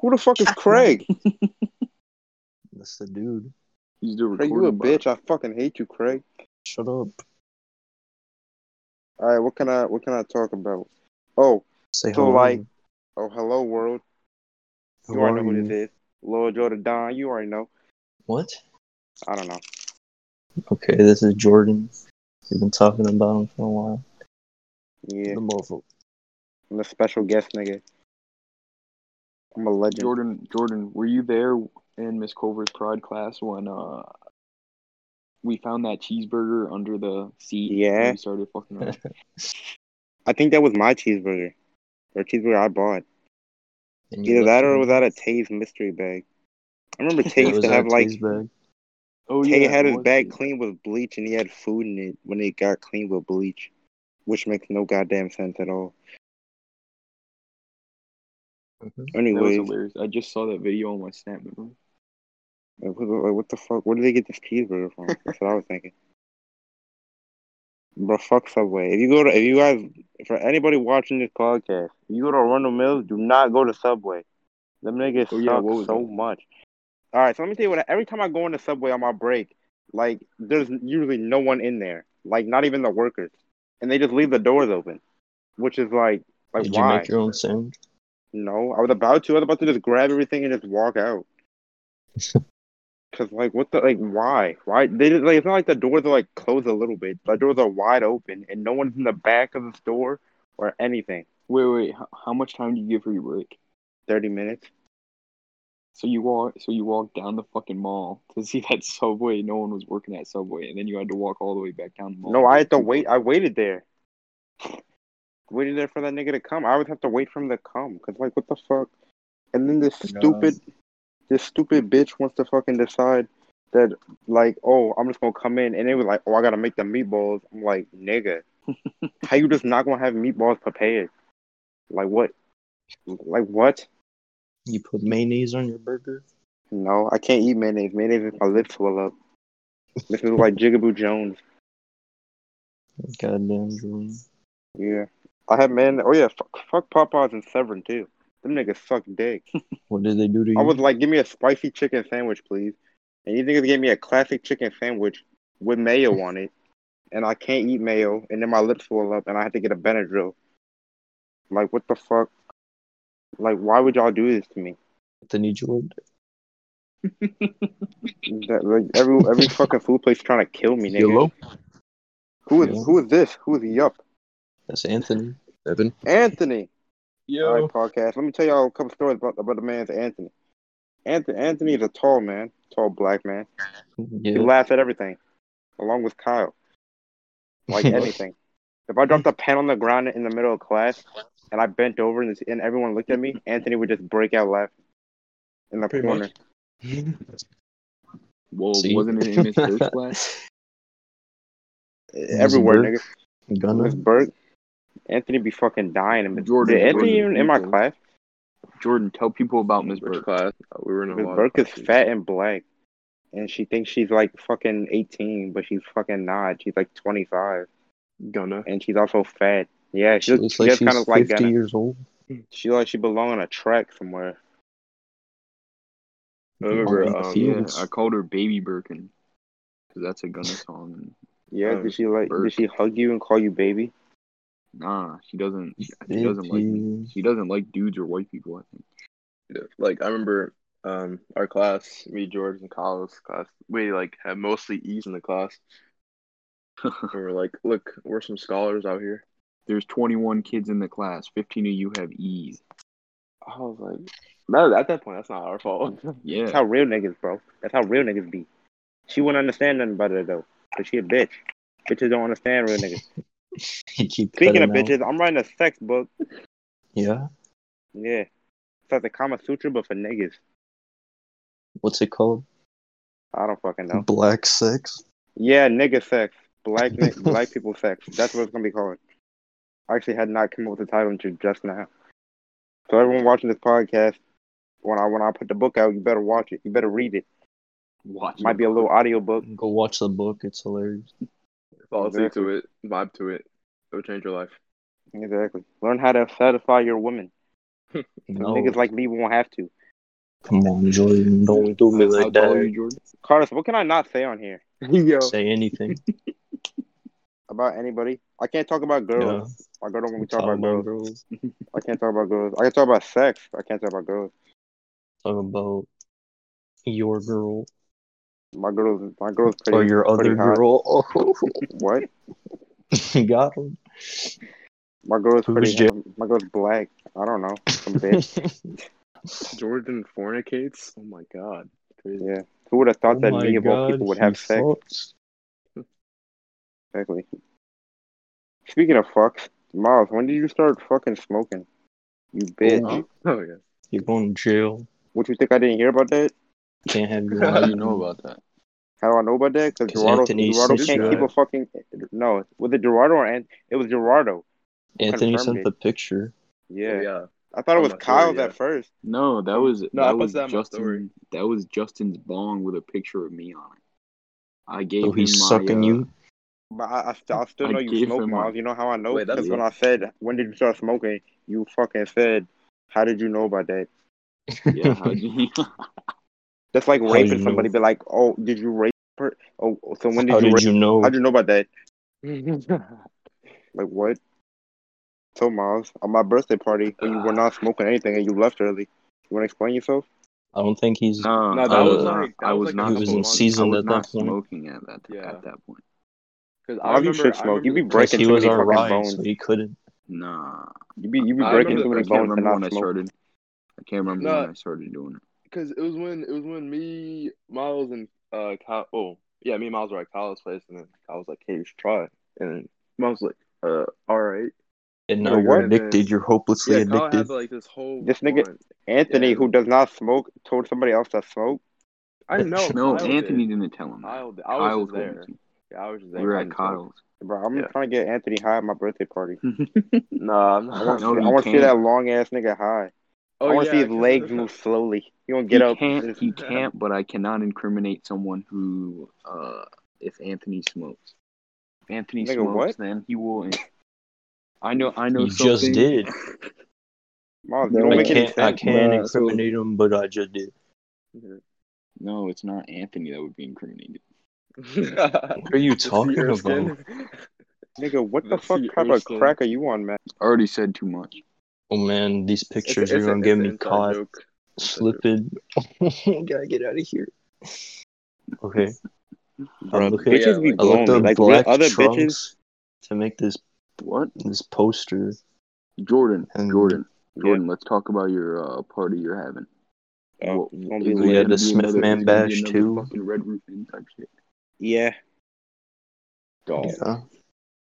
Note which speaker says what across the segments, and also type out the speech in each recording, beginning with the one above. Speaker 1: Who the fuck is Craig?
Speaker 2: That's the dude.
Speaker 3: He's the
Speaker 1: Craig, you a
Speaker 3: recording
Speaker 1: bitch. I fucking hate you, Craig.
Speaker 2: Shut up.
Speaker 1: All right, what can I what can I talk about? Oh,
Speaker 2: Say
Speaker 1: So,
Speaker 2: hello.
Speaker 1: like, oh, hello world.
Speaker 2: How
Speaker 1: you already
Speaker 2: are
Speaker 1: know who
Speaker 2: you?
Speaker 1: this is. Lord Jordan Don, you already know.
Speaker 2: What?
Speaker 1: I don't know.
Speaker 2: Okay, this is Jordan. We've been talking about him for a while.
Speaker 1: Yeah,
Speaker 2: The motherfucker.
Speaker 1: I'm a special guest, nigga. I'm a legend.
Speaker 3: Jordan, Jordan, were you there in Miss Culver's pride class when uh we found that cheeseburger under the seat? and
Speaker 1: Yeah.
Speaker 3: we started fucking. around?
Speaker 1: I think that was my cheeseburger, or cheeseburger I bought.
Speaker 2: And you
Speaker 1: Either that or
Speaker 2: left
Speaker 1: was
Speaker 2: him.
Speaker 1: that a Taves mystery bag? I remember
Speaker 2: Yeah,
Speaker 1: Tay
Speaker 2: it
Speaker 1: used
Speaker 2: was
Speaker 1: to
Speaker 2: that
Speaker 1: have like
Speaker 2: Taze bag.
Speaker 3: oh
Speaker 1: Tay had
Speaker 3: it
Speaker 1: his
Speaker 3: was
Speaker 1: bag
Speaker 3: cheese-
Speaker 1: cleaned with bleach and he had food in it when it got cleaned with bleach, which makes no goddamn sense at all.
Speaker 2: Mhm.
Speaker 3: That was
Speaker 1: Anyways,
Speaker 3: hilarious. I just saw that video on my Snap memory.
Speaker 1: Like, What the, like, what the fuck? Where did they get this cheeseburger from? That's what I was thinking. Bro, fuck Subway. If you go to, if you guys, for anybody watching this podcast, if you go to Arundel Mills, do not go to Subway. Them niggas
Speaker 3: Oh, yeah,
Speaker 1: suck
Speaker 3: what was
Speaker 1: so
Speaker 3: that?
Speaker 1: much. All right, so let me tell you what. Every time I go into Subway on my break, like there's usually no one in there, like not even the workers, and they just leave the doors open, which is like, like
Speaker 2: Did
Speaker 1: why?
Speaker 2: you make your own sandwich?
Speaker 1: No, I was about to. I was about to just grab everything and just walk out. Cause like, what the like? Why? Why they just, like? It's not like the doors are like closed a little bit. The doors are wide open, and no one's in the back of the store or anything.
Speaker 3: Wait, wait, how, how much time do you give for your break?
Speaker 1: Thirty minutes.
Speaker 3: So you walk, so you walk down the fucking mall to see that Subway. No one was working at Subway, and then you had to walk all the way back down the mall.
Speaker 1: No, I had to wait. I waited there. Waited there for that nigga to come. I would have to wait for him to come. Cause like, what the fuck? And then this
Speaker 2: Yeah.
Speaker 1: stupid, this stupid bitch wants to fucking decide that like, oh, I'm just gonna come in, and they was like, oh, I gotta make the meatballs. I'm like, nigga, how you just not gonna have meatballs prepared? Like what? Like what?
Speaker 2: You put mayonnaise on your burger?
Speaker 1: No, I can't eat mayonnaise. Mayonnaise makes my lips swell up. This is like Jigaboo Jones.
Speaker 2: Goddamn, Jordan.
Speaker 1: Yeah. I have man. Oh yeah, fuck, fuck Popeyes and Severn too. Them niggas suck dick.
Speaker 2: What did they do to you?
Speaker 1: I was like, give me a spicy chicken sandwich, please. And you niggas gave me a classic chicken sandwich with mayo on it, and I can't eat mayo, and then my lips swell up, and I had to get a Benadryl. Like, what the fuck? Like, why would y'all do this to me?
Speaker 2: Then you joined.
Speaker 1: That, like, every every fucking food place trying to kill me, nigga. Who is
Speaker 2: Yeah.
Speaker 1: who is this? Who is yup?
Speaker 2: That's Anthony. Evan.
Speaker 1: Anthony. All
Speaker 3: Yo,
Speaker 1: right, podcast. Let me tell y'all a couple stories about, about the man's Anthony. Anthony. Anthony is a tall man, tall black man. He
Speaker 2: Yeah.
Speaker 1: laughs at everything, along with Kyle. Like anything. if I dropped a pen on the ground in the middle of class and I bent over and, and everyone looked at me, Anthony would just break out laughing in the
Speaker 2: Pretty
Speaker 1: corner.
Speaker 2: much.
Speaker 3: well,
Speaker 2: See?
Speaker 3: wasn't it in his first class?
Speaker 1: Everywhere,
Speaker 2: Burke.
Speaker 1: nigga. Miss
Speaker 2: Gunner.
Speaker 1: Burke. Anthony be fucking dying. in Miss-
Speaker 3: Jordan-
Speaker 1: Did Anthony
Speaker 3: Jordan-
Speaker 1: even in my
Speaker 3: Jordan.
Speaker 1: class?
Speaker 3: Jordan, tell people about Miss
Speaker 4: Which
Speaker 3: Burke.
Speaker 4: class? Uh, We were in a
Speaker 1: Miss
Speaker 4: lot of
Speaker 1: Burke is
Speaker 4: classes.
Speaker 1: fat and black, and she thinks she's like fucking eighteen, but she's fucking not. She's like twenty five,
Speaker 4: Gunna.
Speaker 1: and she's also fat. Yeah, she,
Speaker 2: She
Speaker 1: looks
Speaker 2: looks like
Speaker 1: just
Speaker 2: she's
Speaker 1: kind of like
Speaker 2: 50
Speaker 1: Gunna.
Speaker 2: years old.
Speaker 1: she like she belong on a track somewhere.
Speaker 4: I remember,
Speaker 2: Out in the
Speaker 4: um,
Speaker 3: Yeah,
Speaker 2: fields.
Speaker 3: I called her Baby Birkin because that's a Gunna song. And
Speaker 1: Yeah,
Speaker 4: Oh,
Speaker 1: did she like
Speaker 3: Burke.
Speaker 1: did she hug you and call you baby?
Speaker 3: nah, she doesn't. She, she doesn't like. me.
Speaker 2: Fifty.
Speaker 3: She doesn't like dudes or white people. I think.
Speaker 4: Yeah, Like I remember um our class, me, George, and Kyle's class. We like had mostly E's in the class. and we were like, look, we're some scholars out here.
Speaker 3: There's 21 kids in the class. 15 of you have E's.
Speaker 4: I was like, no, at that point, that's not our fault.
Speaker 1: That's
Speaker 3: Yeah.
Speaker 1: how real niggas, bro. That's how real niggas be. She wouldn't understand nothing about it though, cause she a bitch. Bitches don't understand real niggas.
Speaker 2: You keep
Speaker 1: Speaking
Speaker 2: cutting
Speaker 1: of
Speaker 2: out.
Speaker 1: bitches, I'm writing a sex book.
Speaker 2: Yeah.
Speaker 1: Yeah, it's like the Kama Sutra, but for niggas.
Speaker 2: What's it called?
Speaker 1: I don't fucking know.
Speaker 2: Black sex.
Speaker 1: Yeah, nigga sex. Black ni- black people sex. That's what it's gonna be called. I actually had not come up with the title until just now. So everyone watching this podcast, when I when I put the book out, you better watch it. You better read it.
Speaker 3: Watch.
Speaker 1: Might be a little audio book.
Speaker 2: Go watch the book. It's hilarious.
Speaker 4: Fall asleep
Speaker 1: Exactly.
Speaker 4: to it, vibe to it. It'll change your life.
Speaker 1: Exactly. Learn how to satisfy your woman.
Speaker 2: No.
Speaker 1: Niggas like me won't have to.
Speaker 2: Come on, Jordan. Don't do me
Speaker 3: How
Speaker 2: like
Speaker 3: tall are you,
Speaker 2: that.
Speaker 3: Jordan?
Speaker 1: Carlos, what can I not say on here? Yo.
Speaker 2: Say anything.
Speaker 1: About anybody? I can't talk about
Speaker 2: Yeah.
Speaker 1: girls. I go to when we talk
Speaker 2: Talk
Speaker 1: about
Speaker 2: about
Speaker 1: girls.
Speaker 2: girls.
Speaker 1: I can't talk about girls. I can talk about sex. I can't talk about girls.
Speaker 2: Talk about your girl
Speaker 1: My girls, my girls, pretty.
Speaker 2: or your
Speaker 1: pretty
Speaker 2: other
Speaker 1: hot.
Speaker 2: girl. Oh,
Speaker 1: What?
Speaker 2: you got him.
Speaker 1: My girl's
Speaker 2: Who's
Speaker 1: pretty.
Speaker 2: Jay-
Speaker 1: handsome. My girl's black. I don't know. Some bitch.
Speaker 4: Jordan fornicates. Oh my god, crazy.
Speaker 1: yeah. Who would have thought
Speaker 2: Oh
Speaker 1: that
Speaker 2: my
Speaker 1: me of all
Speaker 2: God,
Speaker 1: people would
Speaker 2: he
Speaker 1: have sex?
Speaker 2: fucks.
Speaker 1: Exactly. Speaking of fucks, Miles, when did you start fucking smoking? You bitch.
Speaker 2: Oh.
Speaker 4: Huh? Oh yeah.
Speaker 2: You're going to jail.
Speaker 1: What you think I didn't hear about that?
Speaker 2: Can't have your
Speaker 4: How do you
Speaker 2: life.
Speaker 4: know about that?
Speaker 1: How do I know about that?
Speaker 2: 'Cause
Speaker 1: Because Gerardo,
Speaker 2: Anthony
Speaker 1: Gerardo
Speaker 2: snitched
Speaker 1: can't
Speaker 2: you
Speaker 1: keep a
Speaker 2: out.
Speaker 1: fucking. No, was it Gerardo or Ant? It was Gerardo.
Speaker 2: Anthony
Speaker 1: Confirmed
Speaker 2: sent
Speaker 1: it.
Speaker 2: the picture.
Speaker 1: Yeah.
Speaker 4: Oh, yeah.
Speaker 1: I thought it
Speaker 4: I'm
Speaker 1: was
Speaker 4: not sure,
Speaker 1: Kyle's
Speaker 4: yeah.
Speaker 1: at first.
Speaker 3: No, that was
Speaker 4: Mm. No, I
Speaker 3: that
Speaker 4: put
Speaker 3: was
Speaker 4: that in my
Speaker 3: Justin.
Speaker 4: story.
Speaker 3: That was Justin's bong with a picture of me on it. I gave
Speaker 2: So Oh,
Speaker 3: him
Speaker 2: he's
Speaker 3: my,
Speaker 2: sucking
Speaker 3: uh,
Speaker 2: you.
Speaker 1: But I, I, st- I still
Speaker 3: I
Speaker 1: know you
Speaker 3: gave
Speaker 1: smoke,
Speaker 3: him one.
Speaker 1: Miles. You know how I know?
Speaker 4: Wait, that's-
Speaker 1: Because when I said, when did you start smoking? You fucking said, how did you know about that? uh,
Speaker 3: Yeah, how'd you-
Speaker 1: That's like
Speaker 2: How
Speaker 1: raping
Speaker 2: you
Speaker 1: somebody.
Speaker 2: know?
Speaker 1: Be like, oh, did you rape her? Oh, so when did
Speaker 2: How
Speaker 1: you
Speaker 2: did
Speaker 1: rape?
Speaker 2: you know?
Speaker 1: How'd you know about that? Like what? So Miles, on my birthday party, when you were not smoking anything and you left early, you want to explain yourself?
Speaker 2: I don't think he's.
Speaker 3: no,
Speaker 4: No, that
Speaker 3: I
Speaker 2: was
Speaker 3: not-
Speaker 4: like- that
Speaker 3: I
Speaker 4: was
Speaker 3: was
Speaker 4: like a
Speaker 3: not.
Speaker 2: he was in
Speaker 4: months.
Speaker 3: I
Speaker 2: season
Speaker 3: was
Speaker 2: at
Speaker 3: not
Speaker 2: that point.
Speaker 3: smoking at that
Speaker 4: Yeah.
Speaker 3: at that point.
Speaker 4: Because I
Speaker 1: Miles, you
Speaker 4: remember,
Speaker 1: should
Speaker 4: I
Speaker 1: smoke. You be
Speaker 4: remember-
Speaker 2: Because
Speaker 1: breaking
Speaker 2: he
Speaker 1: too
Speaker 2: was
Speaker 1: many
Speaker 2: our
Speaker 1: fucking
Speaker 2: ride,
Speaker 1: bones.
Speaker 2: so he couldn't.
Speaker 3: Nah,
Speaker 1: You be you be
Speaker 4: I
Speaker 1: breaking
Speaker 4: remember
Speaker 1: too many
Speaker 4: the first-
Speaker 3: I
Speaker 1: bones
Speaker 3: can't
Speaker 1: to
Speaker 3: remember
Speaker 1: not
Speaker 3: when I
Speaker 1: smoke.
Speaker 3: started. I can't remember
Speaker 4: No.
Speaker 3: when I started doing it.
Speaker 4: Cause it was when it was when me, Miles, and uh, Kyle. Oh, yeah, me and Miles were at Kyle's place, and then I was like, "Hey, you should try it." And then Miles was like, "Uh, all right."
Speaker 2: And
Speaker 1: Or
Speaker 2: now you're
Speaker 1: what?
Speaker 2: addicted. You're hopelessly
Speaker 4: Yeah, Kyle
Speaker 2: addicted.
Speaker 4: had like this whole.
Speaker 1: This nigga-
Speaker 4: run.
Speaker 1: Anthony,
Speaker 4: Yeah.
Speaker 1: who does not smoke, told somebody else to smoke.
Speaker 4: I know.
Speaker 3: No,
Speaker 4: Kyle
Speaker 3: Anthony
Speaker 4: Did.
Speaker 3: did. not tell him. That.
Speaker 4: Kyle, did. I
Speaker 3: Kyle
Speaker 4: was just
Speaker 3: told
Speaker 4: there.
Speaker 3: me.
Speaker 4: Yeah, I was just
Speaker 3: to.
Speaker 4: there.
Speaker 3: We were
Speaker 4: I
Speaker 3: at
Speaker 4: didn't smoke.
Speaker 3: Kyle's.
Speaker 1: Bro, I'm
Speaker 4: Yeah.
Speaker 1: trying to get Anthony high at my birthday party.
Speaker 4: Nah, I'm
Speaker 1: I
Speaker 4: not.
Speaker 1: want
Speaker 3: No,
Speaker 1: to
Speaker 3: he
Speaker 1: I want to see that
Speaker 3: can't.
Speaker 1: long ass nigga high.
Speaker 4: Oh,
Speaker 1: I want to
Speaker 4: yeah,
Speaker 1: see his
Speaker 4: 'cause-
Speaker 1: legs move slowly. He gonna get
Speaker 3: he
Speaker 1: up.
Speaker 3: can't. He
Speaker 1: and-
Speaker 3: can't. But I cannot incriminate someone who, uh, if Anthony smokes, If Anthony
Speaker 1: Nigga,
Speaker 3: smokes,
Speaker 1: what?
Speaker 3: then he will. in- I know. I know
Speaker 2: You just
Speaker 3: something.
Speaker 2: did.
Speaker 1: Miles, you
Speaker 4: No,
Speaker 1: don't
Speaker 4: I
Speaker 2: I
Speaker 1: make any
Speaker 2: can't. I
Speaker 1: sense.
Speaker 2: can't
Speaker 4: Nah, so-
Speaker 2: incriminate him, but I just did.
Speaker 3: No, it's not Anthony that would be incriminated.
Speaker 2: What are you
Speaker 4: The sea
Speaker 2: talking about?
Speaker 4: Erskine.
Speaker 1: Nigga, what the
Speaker 4: The
Speaker 1: fuck
Speaker 4: sea
Speaker 1: type of
Speaker 4: urchin.
Speaker 1: crack are you on, man?
Speaker 3: I already said too much.
Speaker 2: Oh man, these
Speaker 4: It's-
Speaker 2: pictures
Speaker 4: it's
Speaker 2: are
Speaker 4: a-
Speaker 2: gonna
Speaker 4: it's
Speaker 2: get
Speaker 4: an
Speaker 2: me
Speaker 4: inside
Speaker 2: caught
Speaker 4: joke.
Speaker 2: slipping. Gotta get out of here. Okay,
Speaker 1: Bro,
Speaker 2: looking-
Speaker 1: bitches be
Speaker 4: Yeah, like-
Speaker 2: I looked
Speaker 1: blowing me.
Speaker 2: up
Speaker 1: Like real
Speaker 2: black
Speaker 1: other bitches.
Speaker 2: trunks to make this
Speaker 3: What?
Speaker 2: this poster.
Speaker 3: Jordan.
Speaker 2: And-
Speaker 3: Jordan.
Speaker 1: Yeah.
Speaker 3: Jordan. Let's talk about your uh, party you're having.
Speaker 1: Oh,
Speaker 3: What-
Speaker 1: it's gonna
Speaker 3: is
Speaker 1: be
Speaker 3: it
Speaker 2: We
Speaker 1: lit.
Speaker 2: had
Speaker 3: gonna
Speaker 2: the
Speaker 3: be
Speaker 2: Smith
Speaker 3: another-
Speaker 2: Man
Speaker 3: is it gonna be
Speaker 2: Bash,
Speaker 3: another
Speaker 2: too.
Speaker 3: Fucking Red Roof Inn type shit.
Speaker 1: Yeah,
Speaker 4: Dog.
Speaker 2: Oh, Yeah.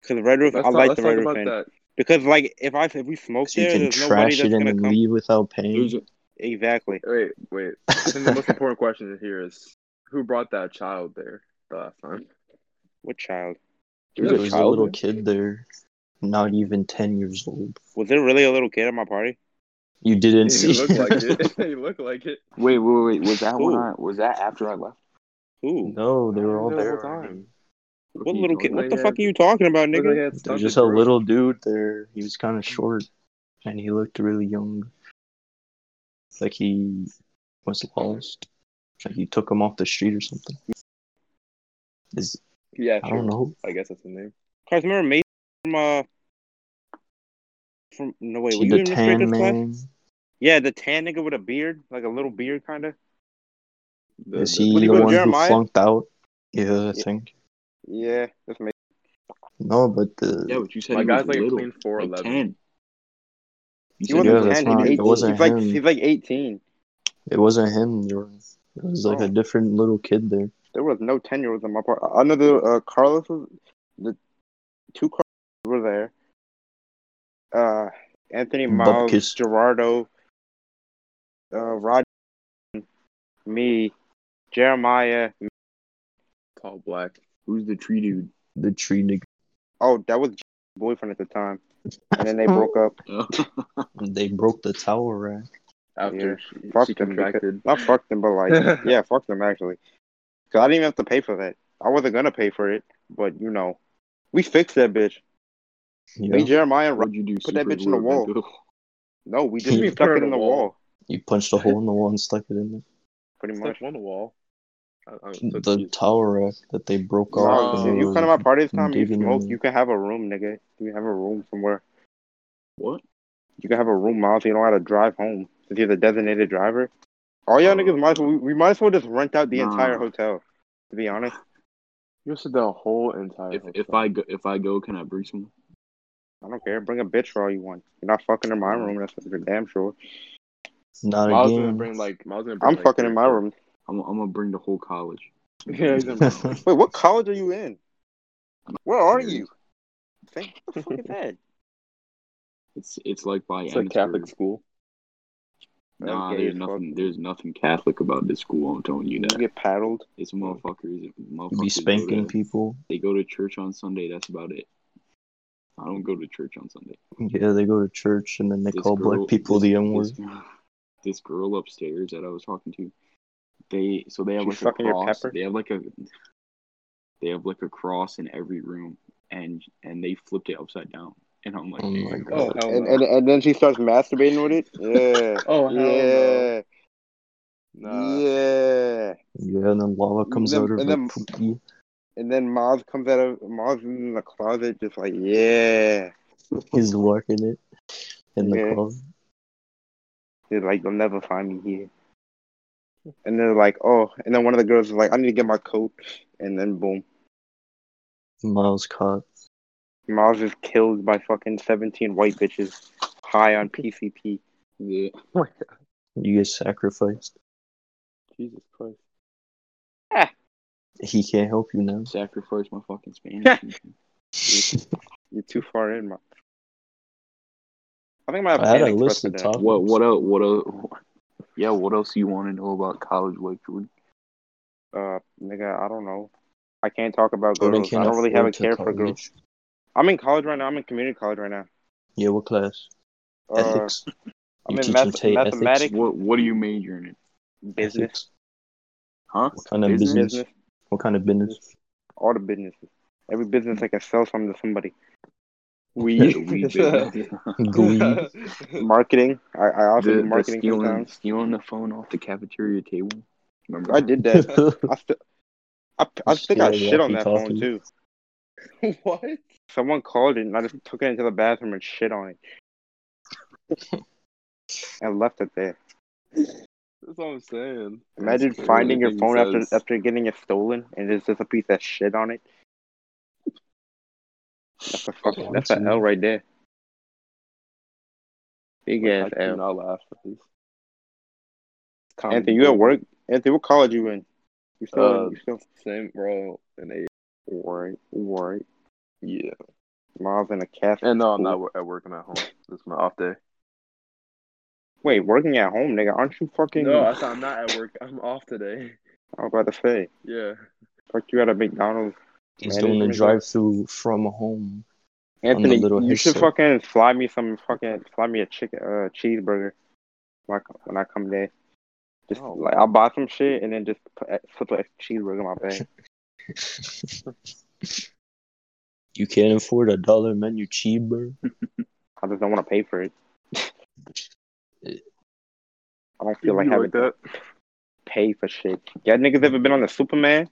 Speaker 1: because Red Roof.
Speaker 4: Let's
Speaker 1: I
Speaker 4: talk,
Speaker 1: like
Speaker 4: let's
Speaker 1: the
Speaker 4: talk
Speaker 1: Red Roof
Speaker 4: about
Speaker 1: Inn.
Speaker 4: that.
Speaker 1: because like if I if we smoke
Speaker 2: So you
Speaker 1: there,
Speaker 2: can
Speaker 1: there's nobody
Speaker 2: trash it
Speaker 1: that's
Speaker 2: and
Speaker 1: gonna
Speaker 2: then
Speaker 1: come.
Speaker 2: leave without
Speaker 3: There's
Speaker 2: paying.
Speaker 3: a,
Speaker 1: Exactly.
Speaker 4: Wait, wait. I think the most important question here is who brought that child there the last time?
Speaker 1: What child?
Speaker 4: There's
Speaker 2: there
Speaker 4: a
Speaker 2: was a
Speaker 4: child
Speaker 2: little
Speaker 4: there?
Speaker 2: kid there, not even ten years old.
Speaker 1: Was there really a little kid at my party?
Speaker 2: You didn't
Speaker 4: He
Speaker 2: see.
Speaker 4: looked like it. He looked like it.
Speaker 3: wait, wait, wait. Was that when
Speaker 1: Who?
Speaker 3: I was that after I left?
Speaker 1: Who?
Speaker 2: no, they
Speaker 4: I
Speaker 2: were
Speaker 4: was
Speaker 2: all
Speaker 4: there the
Speaker 2: there.
Speaker 4: whole time.
Speaker 2: already.
Speaker 1: What little kid? What
Speaker 4: Like,
Speaker 1: the
Speaker 4: yeah,
Speaker 1: fuck are you talking about,
Speaker 4: Looked like uh, he
Speaker 1: nigga?
Speaker 4: had
Speaker 2: There's
Speaker 4: stunted
Speaker 2: just a
Speaker 4: growth.
Speaker 2: little dude there. He was kind of short, and he looked really young. Like he was lost. Like you took him off the street or something. Is
Speaker 4: Yeah,
Speaker 2: I
Speaker 4: sure.
Speaker 2: don't know.
Speaker 4: I guess that's the name.
Speaker 1: Cause remember Mason from uh from no wait, were you
Speaker 2: the
Speaker 1: in this
Speaker 2: tan
Speaker 1: Raiders class?
Speaker 2: man.
Speaker 1: Yeah, the tan nigga with a beard, like a little beard, kind of.
Speaker 4: The-
Speaker 2: Is
Speaker 4: the-
Speaker 2: he
Speaker 1: Would he
Speaker 2: the
Speaker 1: go to
Speaker 2: one
Speaker 1: Jeremiah?
Speaker 2: who flunked out? Yeah, I
Speaker 1: Yeah.
Speaker 2: think.
Speaker 1: Yeah, that's me.
Speaker 2: No, but the
Speaker 3: Yeah, but you said
Speaker 4: My
Speaker 3: he
Speaker 4: guy's
Speaker 3: was
Speaker 4: like a
Speaker 3: little,
Speaker 4: clean four
Speaker 3: like
Speaker 4: eleven.
Speaker 3: ten. You
Speaker 1: He
Speaker 3: said
Speaker 1: wasn't
Speaker 2: Yeah, that's
Speaker 1: ten.
Speaker 2: not- it
Speaker 1: He's 18.
Speaker 2: wasn't
Speaker 1: he's like
Speaker 2: him.
Speaker 1: he's like eighteen.
Speaker 2: it wasn't him. Jordan. It was like
Speaker 1: Oh.
Speaker 2: a different little kid there.
Speaker 1: There was no ten year olds on my part. I know the uh, Carlos was the two Carlos were there. Uh, Anthony Miles,
Speaker 2: Bupkis.
Speaker 1: Gerardo, uh, Rod, me, Jeremiah.
Speaker 4: Tall black.
Speaker 3: Who's the tree dude?
Speaker 2: The tree nigga.
Speaker 1: Oh, that was Jeremy's boyfriend at the time, and then they
Speaker 4: Oh.
Speaker 1: broke up.
Speaker 2: They broke the tower rack.
Speaker 4: After she,
Speaker 1: Fuck
Speaker 4: she
Speaker 1: them.
Speaker 4: contracted.
Speaker 1: Not fucked them, but like, yeah, fuck them actually. Cause I didn't even have to pay for that. I wasn't gonna pay for it, but you know, we fixed that bitch.
Speaker 2: Yeah.
Speaker 1: Me, Jeremiah, and Rod.
Speaker 3: What'd you do?
Speaker 1: Put that
Speaker 3: super
Speaker 1: bitch in the
Speaker 3: glue it back
Speaker 1: wall.
Speaker 3: up?
Speaker 1: No, we just
Speaker 2: You
Speaker 1: stuck
Speaker 4: put her
Speaker 1: it
Speaker 4: in
Speaker 1: in
Speaker 4: the
Speaker 1: the
Speaker 4: wall.
Speaker 1: wall.
Speaker 2: You punched a hole in the wall and stuck it in
Speaker 1: Pretty
Speaker 4: Stuck
Speaker 1: much.
Speaker 4: one wall. I, I
Speaker 2: there.
Speaker 4: took
Speaker 2: The
Speaker 4: these-
Speaker 2: tower rack that they broke
Speaker 1: No,
Speaker 2: off.
Speaker 4: Nah,
Speaker 2: and
Speaker 1: if
Speaker 2: it
Speaker 1: you
Speaker 2: was-
Speaker 1: come to my party this time, you
Speaker 2: digging
Speaker 1: smoke,
Speaker 2: in.
Speaker 1: you can have a room, nigga. You have a room somewhere.
Speaker 3: What?
Speaker 1: You can have a room, Miles. so You don't have to drive home since you're the designated driver. All y'all
Speaker 3: Uh,
Speaker 1: niggas might as well, we, we might as well just rent out the
Speaker 3: nah.
Speaker 1: entire hotel. To be honest,
Speaker 4: You said the whole entire.
Speaker 3: If
Speaker 4: hotel.
Speaker 3: if I go if I go, can I bring some?
Speaker 1: I don't care. Bring a bitch for all you want. You're not fucking in my room. That's for damn sure.
Speaker 2: Not
Speaker 4: Miles
Speaker 2: again.
Speaker 4: gonna bring like Miles gonna bring.
Speaker 1: I'm
Speaker 4: like,
Speaker 1: fucking
Speaker 4: three
Speaker 1: in my
Speaker 4: or four-
Speaker 1: room.
Speaker 3: I'm I'm gonna bring the whole college.
Speaker 4: Yeah, he's gonna bring-
Speaker 1: Wait, what college are you in? Where are you? Think, what the fuck is that?
Speaker 3: It's it's like by
Speaker 4: it's a Catholic school.
Speaker 3: Nah,
Speaker 1: Okay,
Speaker 3: there's
Speaker 1: fuck.
Speaker 3: nothing. There's nothing Catholic about this school. I'm telling you
Speaker 1: You
Speaker 3: that.
Speaker 1: get paddled.
Speaker 3: It's motherfuckers.
Speaker 2: You
Speaker 3: motherfuckers
Speaker 2: be
Speaker 3: go
Speaker 2: spanking
Speaker 3: to,
Speaker 2: people.
Speaker 3: They go to church on Sunday. That's about it. I don't go to church on Sunday.
Speaker 2: Yeah, they go to church and then they
Speaker 3: This
Speaker 2: call
Speaker 3: girl-
Speaker 2: black people
Speaker 3: this-
Speaker 2: the N word.
Speaker 3: This, this girl upstairs that I was talking to, they so they have
Speaker 1: She
Speaker 3: like a
Speaker 1: sucking your
Speaker 3: cross.
Speaker 1: pepper?
Speaker 3: They have like a they have like a cross in every room, and and they flipped it upside down. And I'm like,
Speaker 2: Oh my
Speaker 3: "Damn,
Speaker 4: Oh,
Speaker 3: bro."
Speaker 4: hell
Speaker 1: and,
Speaker 4: no.
Speaker 1: and and then she starts masturbating with it. Yeah.
Speaker 4: Oh hell
Speaker 1: yeah.
Speaker 4: no. Nah.
Speaker 1: Yeah.
Speaker 2: Yeah, and then lava comes
Speaker 1: then-
Speaker 2: out of
Speaker 1: and
Speaker 2: her
Speaker 1: then-
Speaker 2: pookie.
Speaker 1: And then Miles comes out of Miles is in the closet, just like yeah.
Speaker 2: He's working it in the
Speaker 1: Yeah.
Speaker 2: closet.
Speaker 1: They're like, you'll never find me here. And they're like, oh. And then one of the girls is like, I need to get my coat. And then boom,
Speaker 2: Miles caught.
Speaker 1: Miles is killed by fucking seventeen white bitches high on PCP.
Speaker 3: Yeah.
Speaker 2: You get sacrificed.
Speaker 4: Jesus Christ.
Speaker 2: He can't help you now.
Speaker 3: sacrifice my fucking Spanish.
Speaker 1: You're too far in, Miles. I think I might have
Speaker 2: I had a
Speaker 1: Panda Express
Speaker 2: list of
Speaker 1: for that.
Speaker 2: top-
Speaker 3: what what else? What else? Yeah, what else you want to know about college life, Jordan?
Speaker 1: Uh, nigga, I don't know. I can't talk about
Speaker 2: Or they
Speaker 1: girls. I
Speaker 2: can't
Speaker 1: don't really have
Speaker 2: afford
Speaker 1: a
Speaker 2: to
Speaker 1: care for
Speaker 2: college.
Speaker 1: girls. I'm in college right now. I'm in community college right now.
Speaker 2: Yeah, what class?
Speaker 1: Uh,
Speaker 2: ethics.
Speaker 1: I'm
Speaker 2: Your
Speaker 1: in
Speaker 2: teacher
Speaker 1: math-
Speaker 2: take ethics?
Speaker 1: mathematics,
Speaker 3: What what are you majoring in?
Speaker 1: business,
Speaker 2: Ethics.
Speaker 3: Huh?
Speaker 2: What kind of business?
Speaker 1: business,
Speaker 2: What kind of business?
Speaker 1: all the businesses. Every business I can sell something to somebody.
Speaker 3: Yeah, we did.
Speaker 2: Glee.
Speaker 1: Marketing. I, I also do
Speaker 3: the, the
Speaker 1: marketing
Speaker 3: stealing,
Speaker 1: sometimes.
Speaker 3: stealing the phone off the cafeteria table. Remember?
Speaker 1: I did that. I, st- I, I think I
Speaker 2: Stealing
Speaker 1: shit on that phone
Speaker 2: walkie-talkie.
Speaker 1: too.
Speaker 4: what?
Speaker 1: Someone called it and I just took it into the bathroom and shit on it. and left it there.
Speaker 4: That's what I'm saying.
Speaker 1: Imagine
Speaker 3: crazy.
Speaker 1: finding your phone
Speaker 4: Everything
Speaker 1: after
Speaker 4: says-
Speaker 1: after getting it stolen and there's just a piece of shit on it. That's a fucking that's an L right there. Big ass
Speaker 4: I
Speaker 1: L.
Speaker 4: do not laugh at this. Comedy
Speaker 1: Anthony, you at
Speaker 4: gold.
Speaker 1: work? Anthony, what college you in? You still
Speaker 4: Uh,
Speaker 1: you still
Speaker 4: Same bro and eight.
Speaker 1: worried, worried.
Speaker 4: Yeah.
Speaker 1: Miles in a cafe.
Speaker 4: And no, I'm not wor- at work. I'm at home. This is my off day.
Speaker 1: Wait, working at home, nigga. Aren't you fucking
Speaker 4: No, I said I'm not at work. I'm off today.
Speaker 1: I was about to say.
Speaker 4: Yeah.
Speaker 1: Fuck you at a McDonald's.
Speaker 2: He's doing a
Speaker 1: Management.
Speaker 2: drive through from home.
Speaker 1: Anthony,
Speaker 2: little
Speaker 1: you should
Speaker 2: headset.
Speaker 1: fucking fly me some fucking fly me a chicken uh cheeseburger when I, when I come there. Just
Speaker 4: Oh.
Speaker 1: like I'll buy some shit and then just put, put a cheeseburger in my bag.
Speaker 2: you can't afford a dollar menu cheeseburger.
Speaker 1: I just don't want to pay for it. I don't feel like
Speaker 4: You
Speaker 1: having to
Speaker 4: that.
Speaker 1: pay for shit. Y'all niggas ever been on the Superman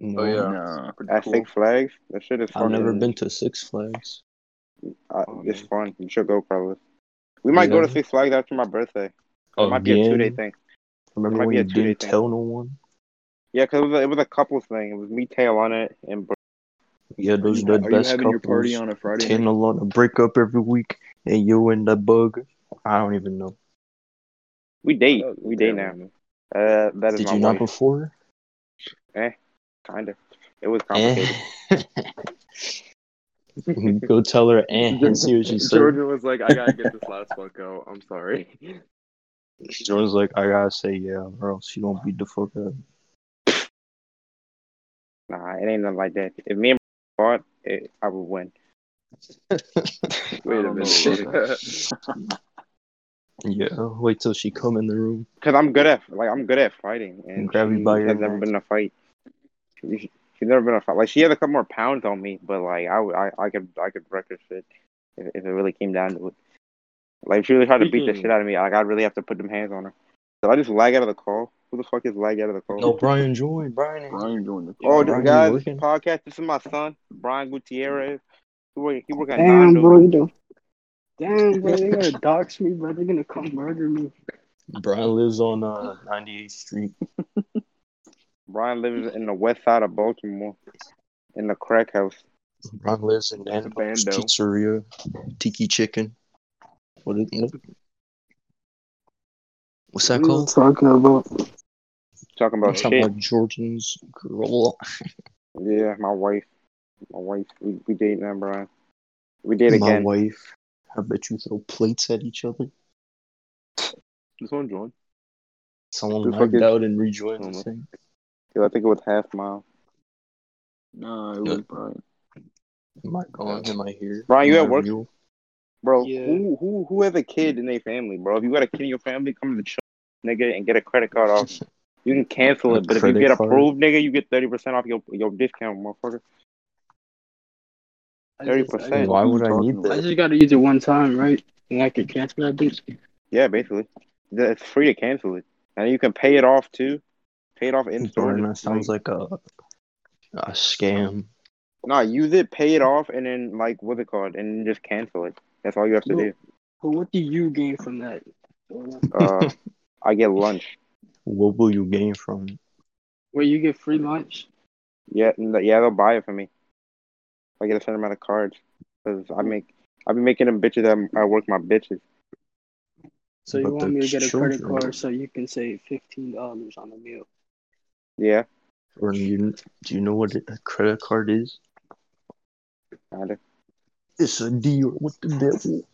Speaker 2: No,
Speaker 4: Oh yeah.
Speaker 3: Nah.
Speaker 4: Pretty
Speaker 1: at
Speaker 4: cool.
Speaker 1: Six Flags? That shit is
Speaker 2: I've
Speaker 1: fucking.
Speaker 2: never been to Six Flags.
Speaker 1: Uh,
Speaker 3: Oh,
Speaker 1: it's
Speaker 3: man.
Speaker 1: fun. You should go, Carlos. We might go to
Speaker 2: Yeah.
Speaker 1: Six Flags after my birthday. It
Speaker 2: Again,
Speaker 1: might be a two day thing.
Speaker 2: Remember
Speaker 1: might
Speaker 2: when
Speaker 1: be
Speaker 2: you
Speaker 1: a two-day
Speaker 2: didn't
Speaker 1: thing.
Speaker 2: tell no one?
Speaker 1: Yeah, because it, was a- it was a couples thing. It was me, Tail on it, and Bro-
Speaker 2: Yeah,
Speaker 4: Are
Speaker 2: those
Speaker 4: you,
Speaker 2: are the
Speaker 4: are you
Speaker 2: best
Speaker 4: having
Speaker 2: couples.
Speaker 4: your party on a Friday?
Speaker 2: Ten
Speaker 4: night?
Speaker 2: alone to break up every week, and you and that bug. I don't even know.
Speaker 1: we date.
Speaker 4: Oh,
Speaker 1: We date now.
Speaker 4: damn.
Speaker 1: Uh, that is
Speaker 2: Did
Speaker 1: my
Speaker 2: you not
Speaker 1: wife.
Speaker 2: before?
Speaker 1: Kind of. It was complicated.
Speaker 2: Eh. Go tell her eh, and see what she says.
Speaker 4: Jordan was like, I gotta get this last Funko. I'm sorry.
Speaker 2: Jordan's like, I gotta say yeah, or else you don't beat the fuck up.
Speaker 1: Nah, it ain't nothing like that. If me and Bro fought, it, I would win.
Speaker 4: Wait a
Speaker 3: don't know
Speaker 4: minute.
Speaker 2: Yeah, wait till she come in the room.
Speaker 1: Cause I'm good at like I'm good at fighting, and
Speaker 2: Grab you
Speaker 1: she
Speaker 2: by your
Speaker 1: has never
Speaker 2: neck.
Speaker 1: been in a fight. She, she's never been in a fight. Like she had a couple more pounds on me, but like I, would- I, I could I could wreck her shit if, if it really came down to it. Like she really tried to beat the
Speaker 3: Speaking-
Speaker 1: shit out of me. Like I really have to put them hands on her. So I just lag out of the call. Who the fuck is lag out of the call?
Speaker 2: No, Brian joined. Brian.
Speaker 3: Brian joined the
Speaker 1: Oh,
Speaker 3: call.
Speaker 1: this
Speaker 2: Brian, you
Speaker 1: guys,
Speaker 2: looking?
Speaker 1: podcast. This is my son, Brian Gutierrez. He work, he work at
Speaker 5: Damn,
Speaker 1: Nando.
Speaker 5: bro, you do. Damn, bro, they're gonna dox me, bro. They're gonna come murder me.
Speaker 2: Brian lives on uh, 98th Street.
Speaker 1: Brian lives in the west side of Baltimore, in the crack house.
Speaker 2: Brian lives in Nando's
Speaker 4: Bando.
Speaker 2: Pizzeria, Tiki Chicken. What is, what- What's that
Speaker 5: What are you
Speaker 2: called?
Speaker 5: talking about?
Speaker 1: Talking
Speaker 2: I'm
Speaker 1: about
Speaker 2: talking
Speaker 1: shit.
Speaker 2: about Georgian's girl.
Speaker 1: Yeah, my wife. My wife. We, we dating now, Brian. We date
Speaker 2: My
Speaker 1: again.
Speaker 2: wife. I bet you throw plates at each other.
Speaker 4: This one joined.
Speaker 2: Someone
Speaker 1: Who the fuck
Speaker 2: lagged
Speaker 1: is-
Speaker 2: out and rejoined
Speaker 1: Oh,
Speaker 2: the thing.
Speaker 1: 'Cause I think it was half mile.
Speaker 3: Nah, it was Brian.
Speaker 2: Am I gone? Am I here?
Speaker 1: Brian, you
Speaker 2: Am
Speaker 1: at
Speaker 2: I
Speaker 1: work?
Speaker 2: real?
Speaker 1: Bro,
Speaker 5: Yeah.
Speaker 1: who who who has a kid in their family, bro? If you got a kid in your family, come to the show, nigga, and get a credit card off. You can cancel
Speaker 2: A
Speaker 1: it, but if you
Speaker 2: credit
Speaker 1: get
Speaker 2: card?
Speaker 1: approved, nigga, you get thirty percent off your your discount, motherfucker.
Speaker 5: I just-
Speaker 1: 30%.
Speaker 5: I just-
Speaker 2: Why would I
Speaker 3: Talking
Speaker 2: need
Speaker 3: about-
Speaker 5: I
Speaker 2: that?
Speaker 5: just gotta use it one time, right? And I can cancel that bitch.
Speaker 1: Yeah, basically, Th- it's free to cancel it, and you can pay it off too. Pay it off in store.
Speaker 2: Brian, that sounds like a a scam.
Speaker 1: Nah, use it, pay it off, and then like what's it called, and then just cancel it. That's all you have to do.
Speaker 5: But what do you gain from that?
Speaker 1: Uh, I get lunch.
Speaker 2: What will you gain from it?
Speaker 5: Where you get free lunch?
Speaker 1: Yeah, n- yeah, they'll buy it for me. I get a certain amount of cards because I make I be making them bitches that I work my bitches.
Speaker 5: So you
Speaker 2: But
Speaker 5: want
Speaker 2: the
Speaker 5: me to get a credit
Speaker 2: children-
Speaker 5: card so you can save fifteen dollars on a meal?
Speaker 1: Yeah,
Speaker 2: Or you, do you know what a credit card is?
Speaker 1: kinda.
Speaker 2: It's a deal with the devil.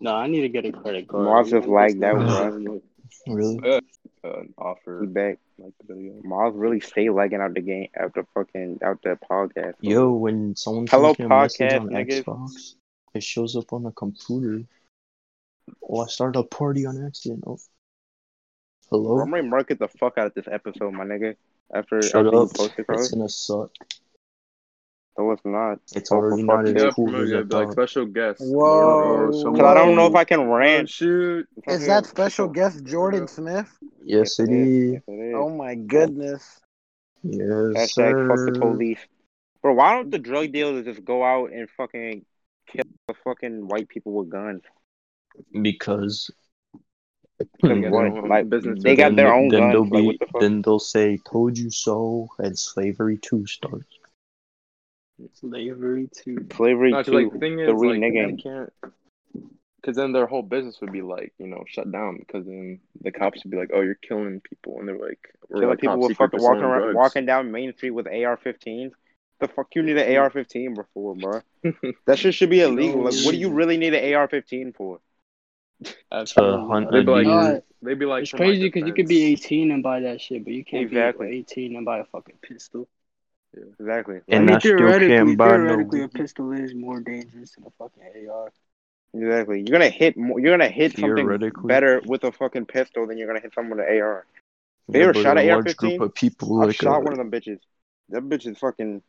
Speaker 5: No, I need to get a credit card.
Speaker 1: Miles just lagged out,
Speaker 5: bro.
Speaker 2: Really?
Speaker 4: An offer.
Speaker 1: He back.
Speaker 4: Like the video.
Speaker 1: Miles really stay lagging out the game out the fucking out the podcast.
Speaker 2: Yo, when someone
Speaker 1: Hello,
Speaker 2: sends me a message
Speaker 1: podcast
Speaker 2: on
Speaker 1: niggas.
Speaker 2: Xbox, it shows up on the computer. Oh, I started a party on accident. Oh.
Speaker 1: Bro,
Speaker 2: Hello?
Speaker 1: I'm gonna market the fuck out of this episode, my nigga. After
Speaker 2: Shut
Speaker 1: after you
Speaker 2: up.
Speaker 1: post it, bro.
Speaker 2: It's gonna suck.
Speaker 1: No, it's not.
Speaker 2: It's
Speaker 1: Oh,
Speaker 2: already
Speaker 1: fuck
Speaker 2: not
Speaker 1: yeah.
Speaker 2: as
Speaker 4: Yeah,
Speaker 2: cool
Speaker 4: promote
Speaker 2: as
Speaker 4: it,
Speaker 2: I
Speaker 4: be like
Speaker 2: thought.
Speaker 4: special guest.
Speaker 3: Whoa.
Speaker 4: Or
Speaker 1: Cause I
Speaker 3: someone-
Speaker 1: don't know if I can rant.
Speaker 4: shoot.
Speaker 1: It's
Speaker 6: Is
Speaker 1: not
Speaker 6: that special guest Jordan Smith?
Speaker 2: Yes, it is.
Speaker 1: Yes, it is.
Speaker 6: Oh my goodness.
Speaker 2: Yes,
Speaker 1: Hashtag
Speaker 2: sir.
Speaker 1: fuck the police. Bro, why don't the drug dealers just go out and fucking kill the fucking white people with guns?
Speaker 2: Because
Speaker 1: Because
Speaker 4: got
Speaker 1: what?
Speaker 4: their own
Speaker 1: Like
Speaker 4: Hmm. business
Speaker 1: Hmm. they got
Speaker 4: to
Speaker 1: their
Speaker 2: then-
Speaker 1: own
Speaker 2: then
Speaker 1: guns.
Speaker 2: They'll
Speaker 1: Like
Speaker 2: be,
Speaker 1: what the fuck?
Speaker 2: Then they'll say, "Told you so," and slavery too starts.
Speaker 5: Slavery too.
Speaker 1: Slavery
Speaker 4: No, 'cause,
Speaker 1: too.
Speaker 4: like the thing is,
Speaker 1: the
Speaker 4: like,
Speaker 1: renegade.
Speaker 4: they can't. Because then their whole business would be like, you know, shut down. Because then the cops would be like, "Oh, you're killing people," and they're like, "We're
Speaker 1: Killing
Speaker 4: like
Speaker 1: people
Speaker 4: top
Speaker 1: were
Speaker 4: secret
Speaker 1: fucking
Speaker 4: for
Speaker 1: walking
Speaker 4: selling
Speaker 1: around,
Speaker 4: drugs."
Speaker 1: walking down Main Street with AR-15s. The fuck you
Speaker 4: Hmm.
Speaker 1: need an AR-15 before, bro? that shit should be illegal. Like, what do you really need an AR-15 for? Oh,
Speaker 2: To hunt
Speaker 4: They'd
Speaker 2: a
Speaker 4: be like,
Speaker 2: deer.
Speaker 5: Alright.
Speaker 4: They'd be like,
Speaker 5: It's
Speaker 4: for,
Speaker 5: crazy
Speaker 4: like,
Speaker 5: because you could be 18 and buy that shit, but you can't
Speaker 1: Exactly.
Speaker 5: be 18 and buy a fucking pistol.
Speaker 1: Exactly.
Speaker 2: And
Speaker 5: I mean,
Speaker 2: I still can't buy no
Speaker 5: theoretically, a
Speaker 2: weed.
Speaker 5: pistol is more dangerous than a fucking AR.
Speaker 1: Exactly. You're gonna hit. More, you're gonna hit something
Speaker 2: Theoretically.
Speaker 1: better with a fucking pistol than you're gonna hit someone with an AR. They
Speaker 2: Yeah,
Speaker 1: were
Speaker 2: but
Speaker 1: shot
Speaker 2: a
Speaker 1: at
Speaker 2: large
Speaker 1: AR-15.
Speaker 2: group of people.
Speaker 1: I
Speaker 2: like uh,
Speaker 1: shot
Speaker 2: a-
Speaker 1: one of them bitches. Them bitches fucking.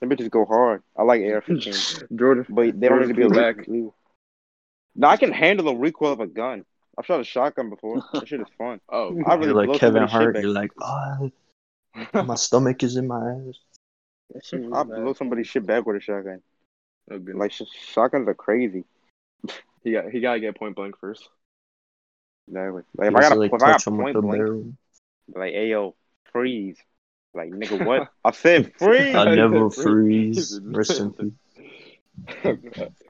Speaker 1: Them bitches go hard. I like AR-15s,
Speaker 4: Jordan.
Speaker 1: but they don't need to be
Speaker 4: Pull
Speaker 1: illegal.
Speaker 4: back.
Speaker 1: illegal. Now I can handle the recoil of a gun. I've shot a shotgun before. That shit is fun.
Speaker 4: Oh,
Speaker 1: I really
Speaker 2: You're uh, like
Speaker 1: blow
Speaker 2: Kevin
Speaker 1: somebody's shit
Speaker 2: Hart.
Speaker 1: back.
Speaker 2: You're like, oh, my stomach is in my ass.
Speaker 5: That shit was
Speaker 1: I
Speaker 5: bad.
Speaker 1: blow somebody's shit back with a shotgun.
Speaker 4: oh goodness.
Speaker 1: Like sh- shotguns are crazy.
Speaker 4: he got he gotta get point blank first.
Speaker 1: Exactly. Like if
Speaker 2: You
Speaker 1: I got
Speaker 2: have to,
Speaker 1: a,
Speaker 2: like,
Speaker 1: if I got
Speaker 2: touch 'em with
Speaker 1: point
Speaker 2: the
Speaker 1: blank,
Speaker 2: barrel.
Speaker 1: like ayo, freeze. Like nigga, what? I said freeze.
Speaker 2: I
Speaker 4: He
Speaker 2: never
Speaker 4: said,
Speaker 2: freeze.
Speaker 4: He said,
Speaker 2: Rest in peace.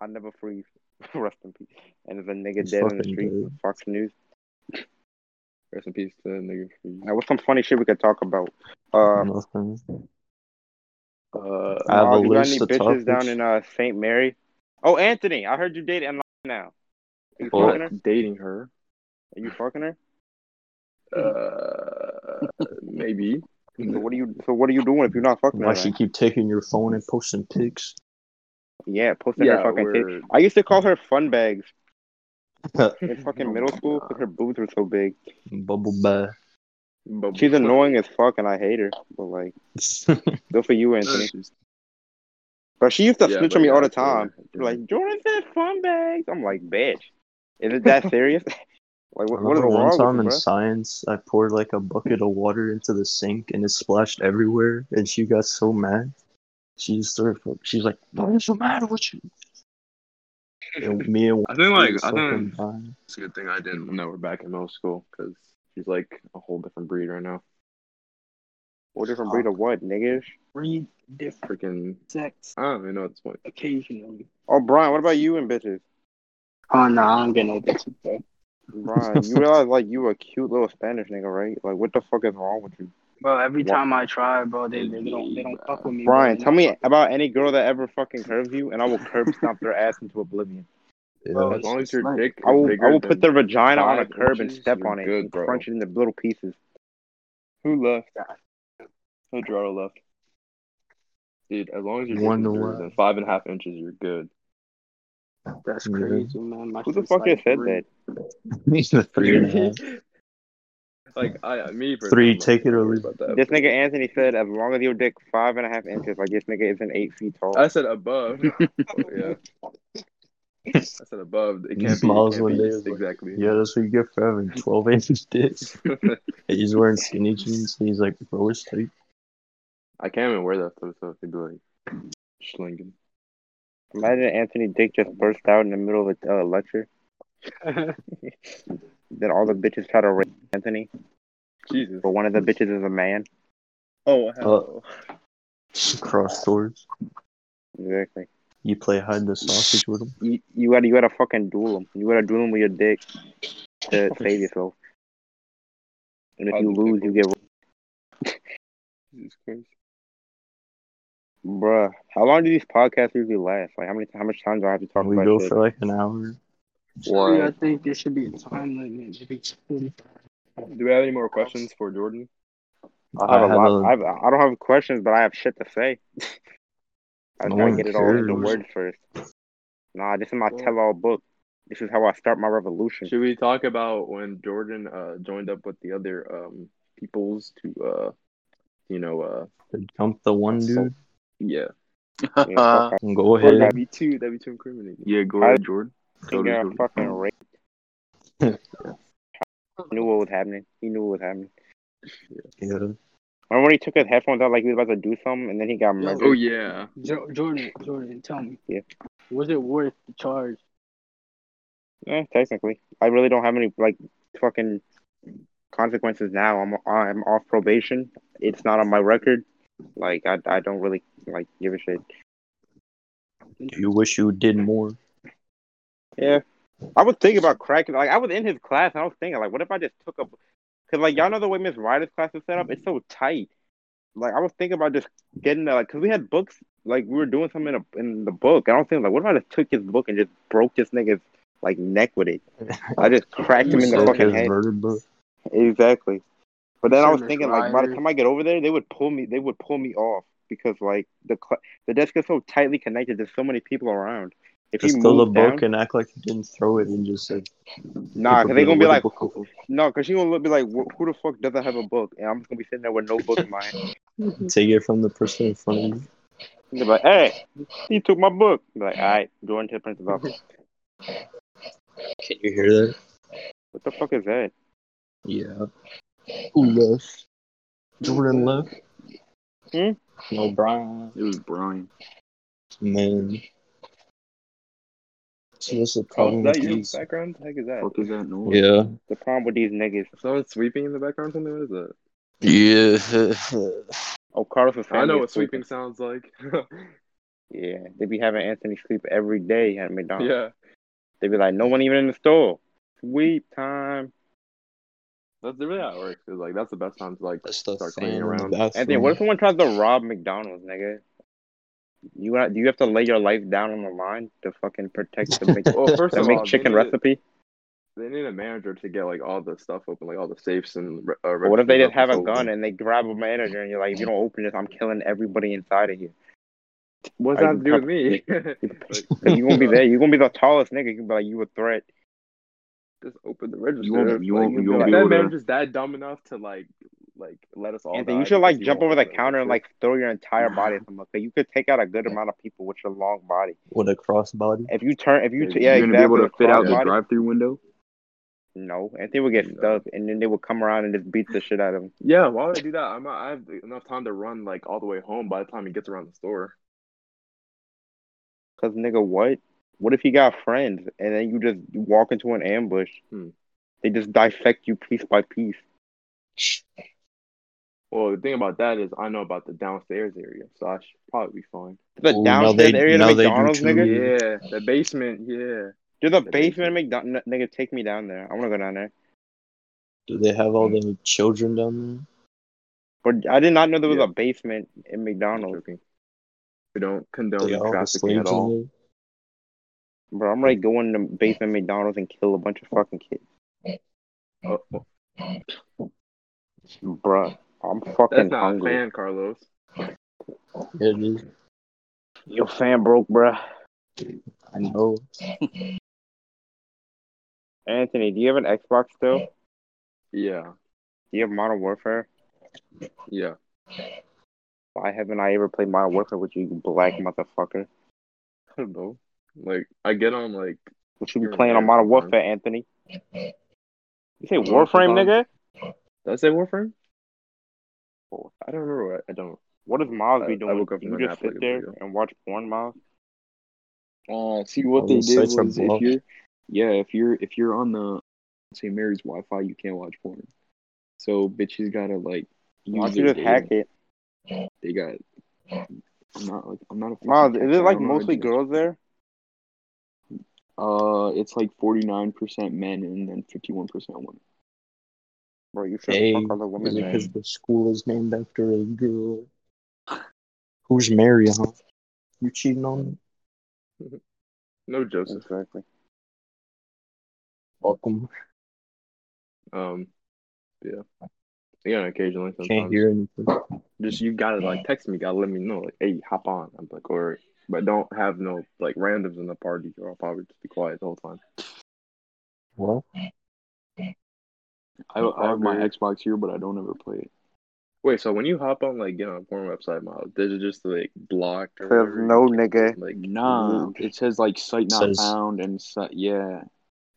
Speaker 1: I never freeze. Rest in peace. And if a nigga
Speaker 2: He's
Speaker 1: dead on the
Speaker 2: fucking
Speaker 1: street,
Speaker 2: dead.
Speaker 1: Fox News.
Speaker 4: Rest in peace to the nigga. who-
Speaker 1: Now, what's some funny shit we could talk about? Uh,
Speaker 2: Nothing.
Speaker 4: Uh,
Speaker 2: Mm, I have a
Speaker 1: Miles, you got
Speaker 2: list
Speaker 1: any
Speaker 2: of
Speaker 1: bitches down
Speaker 2: topics.
Speaker 1: in uh St. Mary? Oh, Anthony, I heard you dated Emma now. Are you
Speaker 2: What?
Speaker 1: fucking her?
Speaker 4: not dating her.
Speaker 1: Are you fucking her?
Speaker 4: Uh, maybe.
Speaker 1: So what are you? So what are you doing if you're not fucking
Speaker 2: Why
Speaker 1: her?
Speaker 2: she
Speaker 1: then?
Speaker 2: keep taking your phone and posting pics?
Speaker 1: Yeah, posting
Speaker 4: Yeah,
Speaker 1: her fucking. tit-
Speaker 4: we're-
Speaker 1: I used to call her fun bags in fucking
Speaker 4: Oh
Speaker 1: middle
Speaker 4: my
Speaker 1: school
Speaker 4: God.
Speaker 1: because her boobs were so big.
Speaker 2: Bubble bath.
Speaker 4: But-
Speaker 1: She's annoying as fuck, and I hate her. But like, good for you, Anthony. But she used to
Speaker 4: Yeah,
Speaker 1: snitch
Speaker 4: but
Speaker 1: on me all
Speaker 4: yeah,
Speaker 1: the
Speaker 4: that's what
Speaker 1: time.
Speaker 4: I
Speaker 1: She's like, Jordan said fun bags. I'm like, bitch, Is it that serious? like, what, what is
Speaker 2: Remember
Speaker 1: wrong
Speaker 2: one
Speaker 1: with
Speaker 2: time
Speaker 1: you,
Speaker 2: in
Speaker 1: bro?
Speaker 2: science, I poured like a bucket of water into the sink and it splashed everywhere, and she got so mad. She just started. She's like, "What is the matter with you?" And me
Speaker 1: Oh
Speaker 2: and
Speaker 4: I think like I
Speaker 2: fucking
Speaker 4: think
Speaker 2: dying.
Speaker 4: it's a good thing I didn't know we're back in middle school because she's like a whole different breed right now.
Speaker 1: What different
Speaker 4: Oh,
Speaker 1: breed of what, niggas?
Speaker 5: Read different
Speaker 4: Freaking,
Speaker 5: sex
Speaker 4: I don't even know at this point.
Speaker 5: occasionally.
Speaker 1: Oh, Brian, what about you and bitches?
Speaker 5: Oh no, I don't get no bitches, bro.
Speaker 1: Brian, you realize like you a cute little Spanish nigga, right? Like, what the fuck is wrong with you?
Speaker 5: Bro, every
Speaker 1: Wha-
Speaker 5: time I try, bro, they, they don't they don't fuck with me.
Speaker 1: Brian,
Speaker 5: bro.
Speaker 1: tell me about any girl that ever fucking curves you, and I will curb stomp their ass into oblivion.
Speaker 2: Yeah.
Speaker 4: As long as your
Speaker 5: Right.
Speaker 4: dick,
Speaker 1: I will,
Speaker 4: bigger
Speaker 1: I will put
Speaker 4: than-
Speaker 1: their vagina on a
Speaker 4: five
Speaker 1: curb and
Speaker 4: inches,
Speaker 1: step
Speaker 4: you're
Speaker 1: on it
Speaker 4: good,
Speaker 1: and
Speaker 4: bro.
Speaker 1: crunch it into little pieces.
Speaker 4: Who left?
Speaker 5: God.
Speaker 4: Who draw left? Dude, as long as you're one
Speaker 2: One to
Speaker 4: bigger
Speaker 2: one.
Speaker 4: than five and a half inches, you're good.
Speaker 5: That's
Speaker 2: Yeah.
Speaker 5: crazy, man. My
Speaker 1: Who the
Speaker 5: shit's
Speaker 1: fuck
Speaker 5: like
Speaker 1: just said
Speaker 5: three.
Speaker 1: that?
Speaker 2: He's the three and a half.
Speaker 4: like I, me personally,
Speaker 2: Three,
Speaker 4: I'm not
Speaker 2: take it
Speaker 4: really
Speaker 2: or
Speaker 4: worried
Speaker 2: leave it.
Speaker 4: about that.
Speaker 1: This nigga Anthony said, as long as your dick five and a half inches, like this nigga isn't eight feet tall.
Speaker 4: I said above. oh, yeah. I said above. It
Speaker 2: He
Speaker 4: can't
Speaker 2: smiles
Speaker 4: be. It
Speaker 2: one
Speaker 4: can't
Speaker 2: day,
Speaker 4: be
Speaker 2: he's like,
Speaker 4: exactly.
Speaker 2: Yeah, that's what you get for having 12 inches dicks. And He's wearing skinny jeans. So he's like, bro, it's tight.
Speaker 4: I can't even wear that stuff. So it'd be like slinging.
Speaker 1: Imagine Anthony Dick just burst out in the middle of a uh, lecture. then all the bitches try to rape Anthony,
Speaker 4: Jesus.
Speaker 1: but one of the bitches is a man.
Speaker 4: Oh,
Speaker 2: hell. Cross doors.
Speaker 1: Exactly.
Speaker 2: You play hide the sausage with him.
Speaker 1: You, you gotta you gotta fucking duel him. You gotta duel him with your dick to save yourself. And if
Speaker 4: Hide
Speaker 1: you
Speaker 4: the
Speaker 1: lose, you get
Speaker 4: Jesus Christ.
Speaker 1: bruh. How long do these podcasts usually last? Like how many how much time do I have to talk
Speaker 2: We
Speaker 1: about
Speaker 2: go
Speaker 1: shit?
Speaker 2: for like an hour.
Speaker 5: Surely, I think there should be a time limit. If it's 45.
Speaker 4: Do we have any more questions for Jordan?
Speaker 1: I have
Speaker 2: I
Speaker 1: a
Speaker 2: have
Speaker 1: lot.
Speaker 2: a-
Speaker 1: I have, I don't have questions, but I have shit to say. I
Speaker 2: No
Speaker 1: try to
Speaker 2: one
Speaker 1: get it all into
Speaker 2: cares.
Speaker 1: words first. Nah, this is my tell-all book. This is how I start my revolution.
Speaker 4: Should we talk about when Jordan uh, joined up with the other um, peoples to, uh, you know, uh,
Speaker 2: They Jump the one dude
Speaker 4: yeah.
Speaker 1: You know, fuck,
Speaker 2: and go
Speaker 1: Okay.
Speaker 2: ahead.
Speaker 4: That'd be too. That'd be too incriminating.
Speaker 3: Yeah, go
Speaker 1: I-
Speaker 3: ahead, Jordan.
Speaker 1: I think you're a
Speaker 3: Um,
Speaker 1: fucking rape. knew what was happening. He knew what was happening.
Speaker 2: Yeah.
Speaker 1: Remember when he took his headphones out like he was about to do something, and then he got murdered.
Speaker 4: Oh yeah.
Speaker 5: Jo- Jordan, Jordan, tell me.
Speaker 1: Yeah.
Speaker 5: Was it worth the charge?
Speaker 1: Eh, technically, I really don't have any like fucking consequences now. I'm I'm off probation. It's not on my record. Like I I don't really like give a shit.
Speaker 2: Do you wish you did more?
Speaker 1: Yeah. I was thinking about cracking. Like, I was in his class, and I was thinking, like, what if I just took a. Because, like, y'all know the way Miss Ryder's class is set up? It's so tight. Like, I was thinking about just getting, uh, like, because we had books. Like, we were doing something in, a, in the book. And I was thinking, like, what if I just took his book and just broke this nigga's, like, neck with it? I just cracked him in the
Speaker 2: Broke
Speaker 1: fucking
Speaker 2: his
Speaker 1: head.
Speaker 2: vertebra.
Speaker 1: Exactly. But then I
Speaker 5: Sure,
Speaker 1: was
Speaker 5: Miss
Speaker 1: thinking, like, by the
Speaker 5: Ryder.
Speaker 1: time I get over there, they would pull me. They would pull me off because, like, the cl- the desk is so tightly connected. There's so many people around. If
Speaker 2: Just
Speaker 1: you
Speaker 2: throw the
Speaker 1: move down,
Speaker 2: book and act like you didn't throw it and just like.
Speaker 1: Nah,
Speaker 2: people
Speaker 1: cause they
Speaker 2: go
Speaker 1: gonna be
Speaker 2: with the
Speaker 1: like,
Speaker 2: book over.
Speaker 1: no, cause she gonna look, be like, "Wh- who the fuck doesn't have a book? And I'm just gonna be sitting there with no book in my hand.
Speaker 2: take it from the person in front of you.
Speaker 1: And They're like, hey, he took my book. Be like, all right, going to the principal's office.
Speaker 2: Can you hear that?
Speaker 1: What the fuck is that?
Speaker 2: Yeah. Who left? Jordan left.
Speaker 1: Hmm?
Speaker 2: No, Brian.
Speaker 3: It was Brian.
Speaker 2: Man. So that's the
Speaker 4: Oh,
Speaker 2: problem
Speaker 4: is that
Speaker 2: with
Speaker 4: you in the
Speaker 2: these.
Speaker 4: background? The heck is that?
Speaker 3: Fuck is that noise?
Speaker 2: Yeah.
Speaker 1: The problem with these niggas.
Speaker 4: Someone sweeping in the background? Something? What is that?
Speaker 2: Yeah.
Speaker 1: Oh, Carlos was
Speaker 4: I know what sweeping sounds like.
Speaker 1: Yeah, they be having Anthony sleep every day at McDonald's.
Speaker 4: yeah,
Speaker 1: They be like, no one even in the store. Sweep time.
Speaker 4: that's really how it works. 'cause, like that's the best time to like.
Speaker 2: That's the
Speaker 4: Start
Speaker 2: fan
Speaker 4: cleaning
Speaker 2: in the
Speaker 4: around.
Speaker 2: bathroom.
Speaker 1: Anthony, what if someone tries to rob McDonald's, nigga? You got? Do you have to lay your life down on the line to fucking protect the Mc-
Speaker 4: Well, first
Speaker 1: the
Speaker 4: of all,
Speaker 1: McChicken
Speaker 4: they need,
Speaker 1: recipe?
Speaker 4: they need a manager to get like all the stuff open, like all the safes and. re- Uh,
Speaker 1: But what if they
Speaker 4: registers
Speaker 1: just have a
Speaker 4: open?
Speaker 1: gun and they grab a manager and you're like, if you don't open this, I'm killing everybody inside of here.
Speaker 4: What's
Speaker 1: Are
Speaker 4: that
Speaker 1: you
Speaker 4: to do with me? Like,
Speaker 1: Like, you're gonna be there. You're gonna be the tallest nigga. You can be like, you a threat.
Speaker 4: Just open the register.
Speaker 3: You won't- you
Speaker 4: Like,
Speaker 3: won't-
Speaker 1: you
Speaker 4: if
Speaker 1: won't be
Speaker 4: that
Speaker 3: able to-
Speaker 4: manager's that dumb enough to like, like let us all.
Speaker 1: Anthony,
Speaker 4: die
Speaker 1: you should like
Speaker 4: because he
Speaker 1: jump
Speaker 4: won't
Speaker 1: over the
Speaker 4: let us
Speaker 1: counter and
Speaker 4: live.
Speaker 1: like throw your entire body at them. Like you could take out a good amount of people with your long body.
Speaker 2: With a crossbody.
Speaker 1: If you turn, if you
Speaker 3: If
Speaker 1: t- yeah,
Speaker 3: you're gonna
Speaker 1: exactly.
Speaker 3: be able to fit out the
Speaker 1: crossbody-
Speaker 3: drive-through window.
Speaker 1: No, Anthony would get
Speaker 4: No.
Speaker 1: stuck, and then they would come around and just beat the shit out of him.
Speaker 4: Yeah, why would I do that? I'm not, I have enough time to run like all the way home by the time he gets around the store.
Speaker 1: Cause nigga, what? What if he got friends, and then you just walk into an ambush?
Speaker 4: Hmm.
Speaker 1: They just dissect you piece by piece.
Speaker 4: Well, the thing about that is I know about the downstairs area, so I should probably be fine.
Speaker 1: The
Speaker 2: Ooh, no,
Speaker 1: downstairs
Speaker 2: they-
Speaker 1: area
Speaker 2: no,
Speaker 1: to
Speaker 2: they do
Speaker 1: McDonald's,
Speaker 2: too.
Speaker 1: nigga.
Speaker 4: Yeah, the basement. Yeah,
Speaker 1: There's a
Speaker 4: The
Speaker 1: basement at McDonald's. Nigga, take me down there. I wanna go down there.
Speaker 2: Do they have
Speaker 4: Hmm.
Speaker 2: all the children down
Speaker 1: But I did not know there was
Speaker 4: Yeah.
Speaker 1: a basement in
Speaker 4: I'm
Speaker 1: McDonald's,
Speaker 4: joking. We don't
Speaker 2: there?
Speaker 4: condone
Speaker 2: They got all the
Speaker 4: trafficking at
Speaker 2: slaves
Speaker 4: all.
Speaker 2: in
Speaker 1: bro. I'm ready to go in the basement of McDonald's and kill a bunch of fucking kids,
Speaker 4: Oh, oh,
Speaker 1: bro. I'm
Speaker 4: that's
Speaker 1: fucking
Speaker 4: not
Speaker 1: hungry.
Speaker 4: a fan, Carlos.
Speaker 2: there? Yeah, it is.
Speaker 1: Your fan broke, bruh.
Speaker 2: I know.
Speaker 1: Anthony, do you have an Xbox still? Do
Speaker 4: Yeah,
Speaker 1: you have Modern Warfare?
Speaker 4: yeah.
Speaker 1: Why haven't I ever played Modern Warfare with you, you black motherfucker?
Speaker 4: I don't know. Like I get on like
Speaker 1: What you
Speaker 4: You're
Speaker 1: be playing on Modern
Speaker 4: embarrassing, man.
Speaker 1: Warfare, Anthony? You say
Speaker 4: Most of the
Speaker 1: Warframe,
Speaker 4: time.
Speaker 1: nigga?
Speaker 4: did I say Warframe? Oh, I don't remember. What, I don't.
Speaker 1: What does Miles
Speaker 4: I-
Speaker 1: be
Speaker 4: I
Speaker 1: doing?
Speaker 4: woke up from
Speaker 1: you
Speaker 4: a
Speaker 1: just
Speaker 4: nap like
Speaker 1: sit
Speaker 4: a
Speaker 1: there
Speaker 4: video.
Speaker 1: and watch porn, Miles?
Speaker 3: Uh, see what
Speaker 2: All
Speaker 3: they
Speaker 2: those
Speaker 3: did
Speaker 2: sites are
Speaker 3: was if
Speaker 2: blocked.
Speaker 3: you're, yeah, if you're if you're on the St. Mary's Wi-Fi, you can't watch porn. So bitches gotta like
Speaker 1: Why
Speaker 3: use
Speaker 1: don't you
Speaker 3: their
Speaker 1: just hack
Speaker 3: data.
Speaker 1: it?
Speaker 3: They got. I'm not like I'm not a. fucking
Speaker 1: Miles, is
Speaker 3: hacker,
Speaker 1: it
Speaker 3: I
Speaker 1: like
Speaker 3: don't know how
Speaker 1: mostly
Speaker 3: to-
Speaker 1: girls there?
Speaker 3: Uh, it's like forty nine percent men and then fifty one percent women.
Speaker 1: Bro, you should
Speaker 2: Hey,
Speaker 1: fuck all the women,
Speaker 2: is it
Speaker 1: man.
Speaker 2: because the school is named after a girl? Who's Mary, huh? You cheating on me?
Speaker 4: No, Joseph.
Speaker 1: Exactly.
Speaker 2: Welcome.
Speaker 4: Um, yeah. Yeah, occasionally sometimes.
Speaker 2: Can't hear anything.
Speaker 4: just you gotta like text me, gotta let me know, like, hey, hop on. I'm like, all right, but don't have no like randoms in the party, or I'll probably just be quiet the whole time.
Speaker 2: Well,
Speaker 3: I, I have my
Speaker 4: Library.
Speaker 3: Xbox here, but I don't ever play it.
Speaker 4: Wait, so when you hop on like get on a porn website, Miles, does it just like block? Or
Speaker 1: Says
Speaker 4: whatever?
Speaker 1: no, nigga.
Speaker 4: Like,
Speaker 3: Nah, it says like site not
Speaker 2: Says-
Speaker 3: found and si- yeah.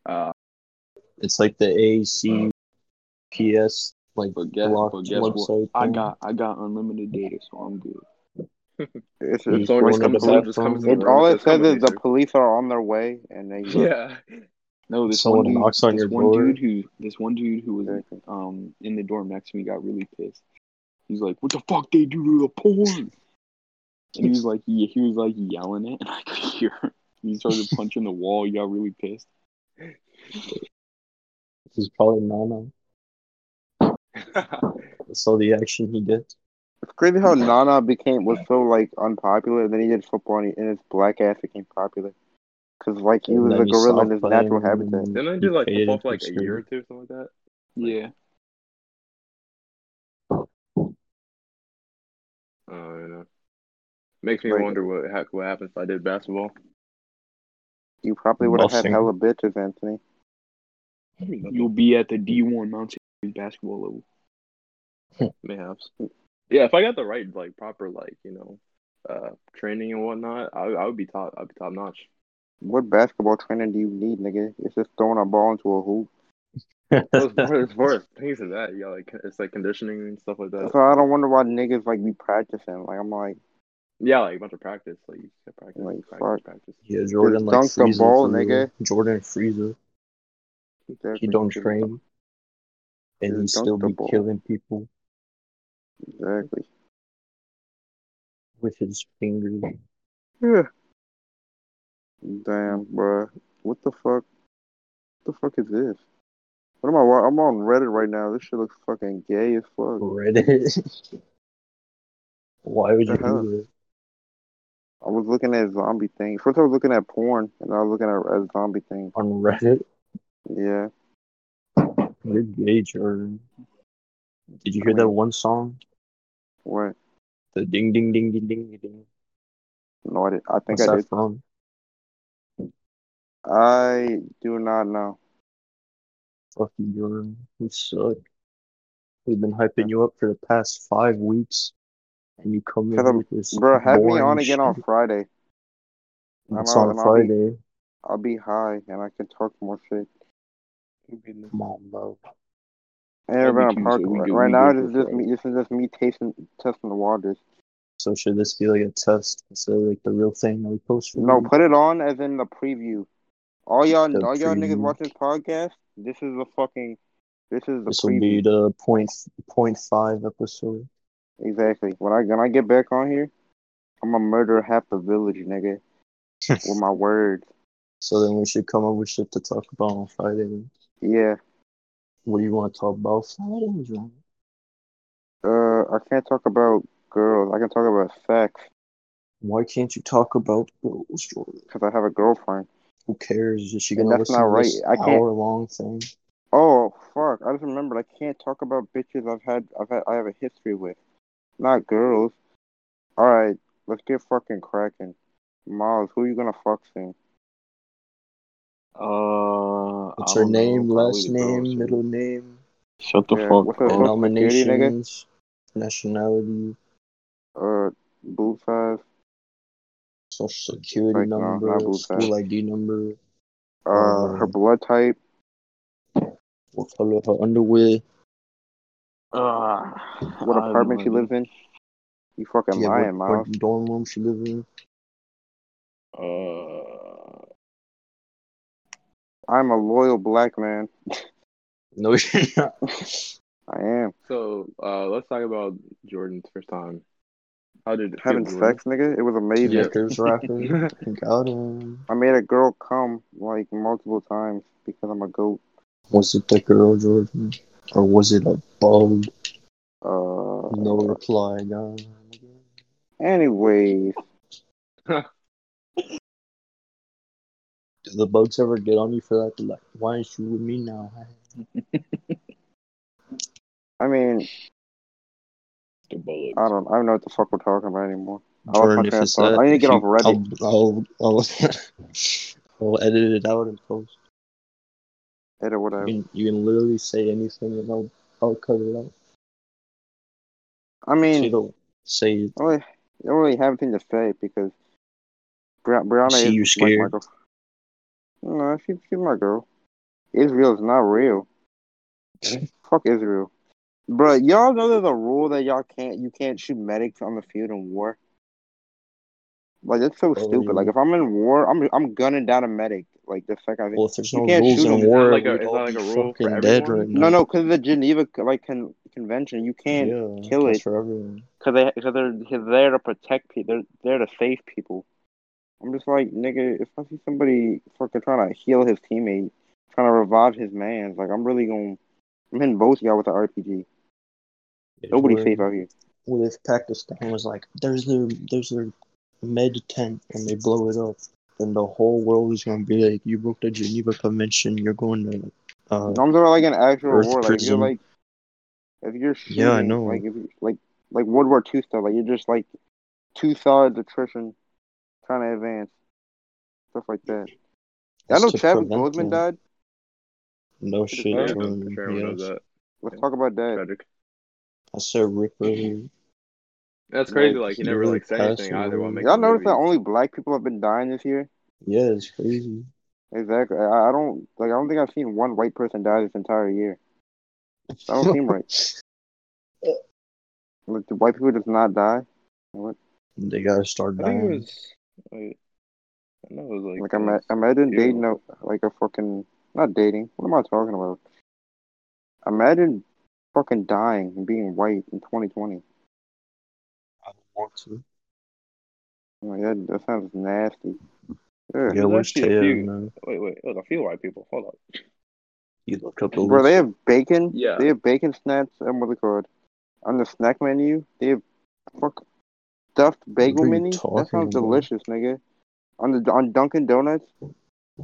Speaker 3: Uh,
Speaker 2: it's like the ACPS, like
Speaker 3: but guess
Speaker 2: blocked
Speaker 3: but guess what?
Speaker 2: website.
Speaker 3: I
Speaker 2: thing.
Speaker 3: got I got unlimited data, so I'm good.
Speaker 1: It's,
Speaker 2: You
Speaker 1: it's,
Speaker 4: if
Speaker 2: just go
Speaker 4: someone just
Speaker 2: into
Speaker 4: comes,
Speaker 2: the
Speaker 4: someone just comes in
Speaker 2: bathroom.
Speaker 4: the
Speaker 1: it,
Speaker 4: room.
Speaker 1: all
Speaker 4: and
Speaker 1: it says
Speaker 4: "Come in
Speaker 1: is the
Speaker 4: here."
Speaker 1: police are on their way, and they go,
Speaker 4: yeah.
Speaker 3: No, this
Speaker 2: Someone
Speaker 3: one dude,
Speaker 2: knocks on
Speaker 3: this
Speaker 2: your
Speaker 3: one
Speaker 2: door.
Speaker 3: dude who this one dude who was
Speaker 1: Exactly.
Speaker 3: um in the dorm next to me got really pissed. He's like, "What the fuck they do to the porn?" And he was like, he, he was like yelling it, and I could hear. Him. He started punching the wall. He got really pissed.
Speaker 2: This is probably Nana. That's all the action he gets.
Speaker 1: It's crazy how Nana became was so like unpopular, and then he did football, and, he, and his black ass became popular. Cause like he
Speaker 2: And
Speaker 1: was
Speaker 2: then
Speaker 1: a
Speaker 2: he
Speaker 1: gorilla in his
Speaker 2: stopped
Speaker 1: natural
Speaker 2: playing, and
Speaker 1: habitat.
Speaker 2: then
Speaker 4: Didn't I
Speaker 2: he
Speaker 4: do like
Speaker 2: faded
Speaker 4: football for like a
Speaker 2: from
Speaker 4: year or two, something like that?
Speaker 3: Yeah,
Speaker 4: Oh, you know. Makes me
Speaker 1: Right.
Speaker 4: wonder what ha- what happens if I did basketball.
Speaker 1: You probably would have had
Speaker 2: Nothing.
Speaker 1: hella bitches, Anthony.
Speaker 3: you'll be at the D one Mount Saint Mary's basketball level.
Speaker 4: Mayhaps. Yeah, if I got the right, like proper, like you know, uh, training and whatnot, I, I would be top. I'd be top notch.
Speaker 1: What basketball training do you need, nigga? It's just throwing a ball into a hoop.
Speaker 4: Well, it's more, it's more things than that. Yeah, like it's like conditioning and stuff like that.
Speaker 1: So I don't wonder why niggas like be practicing. Like I'm like,
Speaker 4: Yeah, like a bunch of practice. Like you just practice,
Speaker 1: Like,
Speaker 4: practice, practice.
Speaker 2: Yeah, Jordan like
Speaker 1: dunk the
Speaker 2: Frieza
Speaker 1: ball,
Speaker 2: for real.
Speaker 1: nigga.
Speaker 2: Jordan Frieza. He
Speaker 1: exactly,
Speaker 2: don't train, and he
Speaker 1: Just dunk
Speaker 2: still
Speaker 1: the
Speaker 2: be
Speaker 1: ball.
Speaker 2: killing people
Speaker 1: Exactly.
Speaker 2: with his fingers.
Speaker 1: Yeah. Damn, bruh. What the fuck? What the fuck is this? What am I? wa- I'm on Reddit right now. This shit looks fucking gay as fuck.
Speaker 2: Reddit. Why would you
Speaker 1: Uh-huh.
Speaker 2: do
Speaker 1: I was looking at zombie things. First, I was looking at porn, and I was looking at, at zombie things.
Speaker 2: that on Reddit?
Speaker 1: Yeah.
Speaker 2: You're gay, Jordan. Did you hear that one song?
Speaker 1: What?
Speaker 2: The ding ding ding ding ding ding, ding.
Speaker 1: No, I, did. I think
Speaker 2: What's
Speaker 1: I
Speaker 2: that
Speaker 1: did.
Speaker 2: from?
Speaker 1: I do not know.
Speaker 2: Fuck you, Jordan. You suck. We've been hyping you up for the past five weeks, and you come in
Speaker 1: Tell 'em,
Speaker 2: with this
Speaker 1: Bro, have me
Speaker 2: boring
Speaker 1: on again on
Speaker 2: shit.
Speaker 1: Friday. I'm
Speaker 2: It's
Speaker 1: out
Speaker 2: on
Speaker 1: and I'll be-
Speaker 2: Friday.
Speaker 1: I'll be high and I can talk more shit.
Speaker 2: Come on, bro.
Speaker 1: And around
Speaker 3: Tuesday,
Speaker 1: park.
Speaker 3: we
Speaker 1: Right,
Speaker 3: do-
Speaker 1: right
Speaker 3: we
Speaker 1: now,
Speaker 3: do
Speaker 1: this is just
Speaker 3: Friday.
Speaker 1: me. This is just me tasting, testing the waters.
Speaker 2: So should this be like a test instead of like the real thing that we posted?
Speaker 1: No, put it on as in the preview. All y'all,
Speaker 2: Mm-hmm. The
Speaker 1: all y'all niggas
Speaker 2: preview.
Speaker 1: watching this podcast. This is the fucking. This is the
Speaker 2: this will be
Speaker 1: preview.
Speaker 2: the point point five episode.
Speaker 1: Exactly. When I when I get back on here, I'm gonna murder half the village, nigga, with my words.
Speaker 2: So then we should come up with shit to talk about on Friday.
Speaker 1: Yeah.
Speaker 2: What do you want to talk about Friday? John?
Speaker 1: Uh, I can't talk about girls. I can talk about sex
Speaker 2: Why can't you talk about girls, Jordan?
Speaker 1: because I have a girlfriend.
Speaker 2: Who cares? Is she
Speaker 1: And
Speaker 2: gonna
Speaker 1: that's
Speaker 2: listen
Speaker 1: not
Speaker 2: to this
Speaker 1: right. I can't-
Speaker 2: hour long thing?
Speaker 1: Oh fuck! I just remembered. I can't talk about bitches I've had. I've had. I have a history with, not girls. All right, let's get fucking cracking. Miles, who you gonna fuck soon?
Speaker 3: Uh,
Speaker 2: What's
Speaker 3: I
Speaker 2: her
Speaker 3: don't know,
Speaker 2: name,
Speaker 3: probably
Speaker 2: last
Speaker 3: the girls,
Speaker 2: name,
Speaker 3: right?
Speaker 2: middle name,
Speaker 3: Shut the
Speaker 1: Yeah,
Speaker 3: fuck
Speaker 1: what's up,
Speaker 3: up.
Speaker 1: bro? security, nigga?
Speaker 2: denominations, nationality,
Speaker 1: Uh, boot size.
Speaker 2: social security
Speaker 1: Like, no,
Speaker 2: number,
Speaker 1: not both
Speaker 2: school ID number,
Speaker 1: Uh,
Speaker 2: Uh,
Speaker 1: her blood type.
Speaker 2: what color of her underwear,
Speaker 3: Uh,
Speaker 1: What
Speaker 3: I
Speaker 1: apartment
Speaker 3: don't
Speaker 1: she
Speaker 3: know.
Speaker 1: lives in? You fucking
Speaker 2: yeah, what-
Speaker 1: lying,
Speaker 2: what,
Speaker 1: Miles.
Speaker 2: dorm room she lives in.
Speaker 3: Uh,
Speaker 1: I'm a loyal black man.
Speaker 2: No, you're not.
Speaker 1: I am
Speaker 4: So uh, let's talk about Jordan's first time. How did it
Speaker 1: having
Speaker 4: feel,
Speaker 1: sex, nigga. It was amazing.
Speaker 4: Yeah.
Speaker 2: Raptors, rapper, got him.
Speaker 1: I made a girl come like multiple times because I'm a goat.
Speaker 2: Was it the girl Jordan, or was it a bug?
Speaker 1: Uh,
Speaker 2: No reply, God.
Speaker 1: anyways.
Speaker 2: Do the bugs ever get on you for that? They're Like, why aren't you with me now?
Speaker 1: I mean,
Speaker 3: the bullets.
Speaker 1: I don't. I don't know what the fuck we're talking about anymore. I lost my
Speaker 2: Jordan, if
Speaker 1: train of
Speaker 2: it's
Speaker 1: thought.
Speaker 2: that,
Speaker 1: I need to
Speaker 2: if
Speaker 1: get
Speaker 2: you-
Speaker 1: off Reddit.
Speaker 2: I'll, I'll, I'll, I'll edit it out and post.
Speaker 1: It or whatever.
Speaker 2: You can, you can literally say anything and I'll, I'll cut it out.
Speaker 1: I
Speaker 2: So
Speaker 1: mean,
Speaker 2: you don't say
Speaker 1: I really, I don't really have anything to say because Bri- Brianna
Speaker 2: See,
Speaker 1: is
Speaker 2: you're
Speaker 1: like my
Speaker 2: scared.
Speaker 1: girl. No, she, she's my girl. Israel's not real. Fuck Israel, bro. Y'all know there's a rule that y'all can't you can't shoot medics on the field in war. Like that's so
Speaker 2: Oh,
Speaker 1: stupid. Like
Speaker 2: yeah.
Speaker 1: if I'm in war, I'm I'm gunning down a medic. Like the second. I
Speaker 2: Well, if there's
Speaker 1: You
Speaker 2: no
Speaker 1: can't
Speaker 2: rules
Speaker 1: shoot
Speaker 2: in
Speaker 1: them.
Speaker 2: war,
Speaker 4: It's not like a-
Speaker 2: we'd
Speaker 4: it's
Speaker 2: all
Speaker 4: not like
Speaker 2: be
Speaker 4: a rule for
Speaker 2: fucking dead
Speaker 4: everyone.
Speaker 2: right now.
Speaker 1: no, no, because the Geneva like con- convention, you can't
Speaker 2: yeah,
Speaker 1: kill
Speaker 2: that's
Speaker 1: it.
Speaker 2: for everyone.
Speaker 1: Cause they, cause they're, cause they're to protect people. They're, they're to save people. I'm just like, nigga, if I see somebody fucking trying to heal his teammate, trying to revive his man, like I'm really gonna, I'm hitting both y'all with an RPG.
Speaker 2: If
Speaker 1: Nobody's
Speaker 2: we're-
Speaker 1: safe out here.
Speaker 2: What if Pakistan was like, there's their, there's their med tent and they blow it up? Then the whole world is gonna be like, you broke the Geneva Convention. You're going to, uh,
Speaker 1: I'm talking about like an actual
Speaker 2: Earth
Speaker 1: war. Like if you're
Speaker 2: prison.
Speaker 1: like, if you're shooting,
Speaker 2: Yeah, I know.
Speaker 1: Like if you like, like World War Two stuff. Like you're just like two sides attrition, trying to advance, stuff like that. I
Speaker 2: It's
Speaker 1: know
Speaker 2: to
Speaker 1: Chadwick
Speaker 2: prevent
Speaker 1: Boseman
Speaker 2: them.
Speaker 1: died.
Speaker 2: No
Speaker 1: Should've
Speaker 2: shit,
Speaker 1: done
Speaker 4: Jordan?
Speaker 1: it.
Speaker 2: Jordan.
Speaker 4: Sure, everyone knows
Speaker 2: Yes.
Speaker 4: that.
Speaker 1: Let's
Speaker 4: Yeah.
Speaker 1: talk about that.
Speaker 4: Tragic.
Speaker 2: I said Rip Ray.
Speaker 4: That's crazy.
Speaker 1: Like,
Speaker 4: Like he
Speaker 2: he
Speaker 4: never
Speaker 2: really
Speaker 4: like said
Speaker 2: passed
Speaker 4: anything either while
Speaker 2: away.
Speaker 4: making
Speaker 1: Y'all notice that
Speaker 4: movies.
Speaker 1: only black people have been dying this year?
Speaker 2: Yeah, it's crazy.
Speaker 1: Exactly. I, I don't like. I don't think I've seen one white person die this entire year. That don't seem right. Like, do white people just not die? What?
Speaker 2: They gotta start
Speaker 4: I think it
Speaker 2: dying.
Speaker 4: was. Like, I know it was like.
Speaker 1: Like, I'm
Speaker 4: uh,
Speaker 1: imagine
Speaker 4: Yeah.
Speaker 1: dating a like a fucking not dating. What am I talking about? Imagine fucking dying and being white in 2020.
Speaker 2: I don't want to.
Speaker 1: Like, that, that sounds nasty. Ugh.
Speaker 2: Yeah,
Speaker 4: There's
Speaker 2: where's
Speaker 4: actually a
Speaker 2: Ted,
Speaker 4: few-
Speaker 2: man?
Speaker 4: Wait, wait. Look, a few white people. Hold up.
Speaker 2: You look up the
Speaker 1: Bro, they
Speaker 2: list.
Speaker 1: have bacon.
Speaker 4: Yeah.
Speaker 1: They have bacon snacks and what's it called? On the snack menu, they have fuck stuffed bagel
Speaker 2: are you
Speaker 1: minis. That
Speaker 2: talking
Speaker 1: sounds
Speaker 2: about?
Speaker 1: delicious, nigga. On the on Dunkin' Donuts.
Speaker 2: Do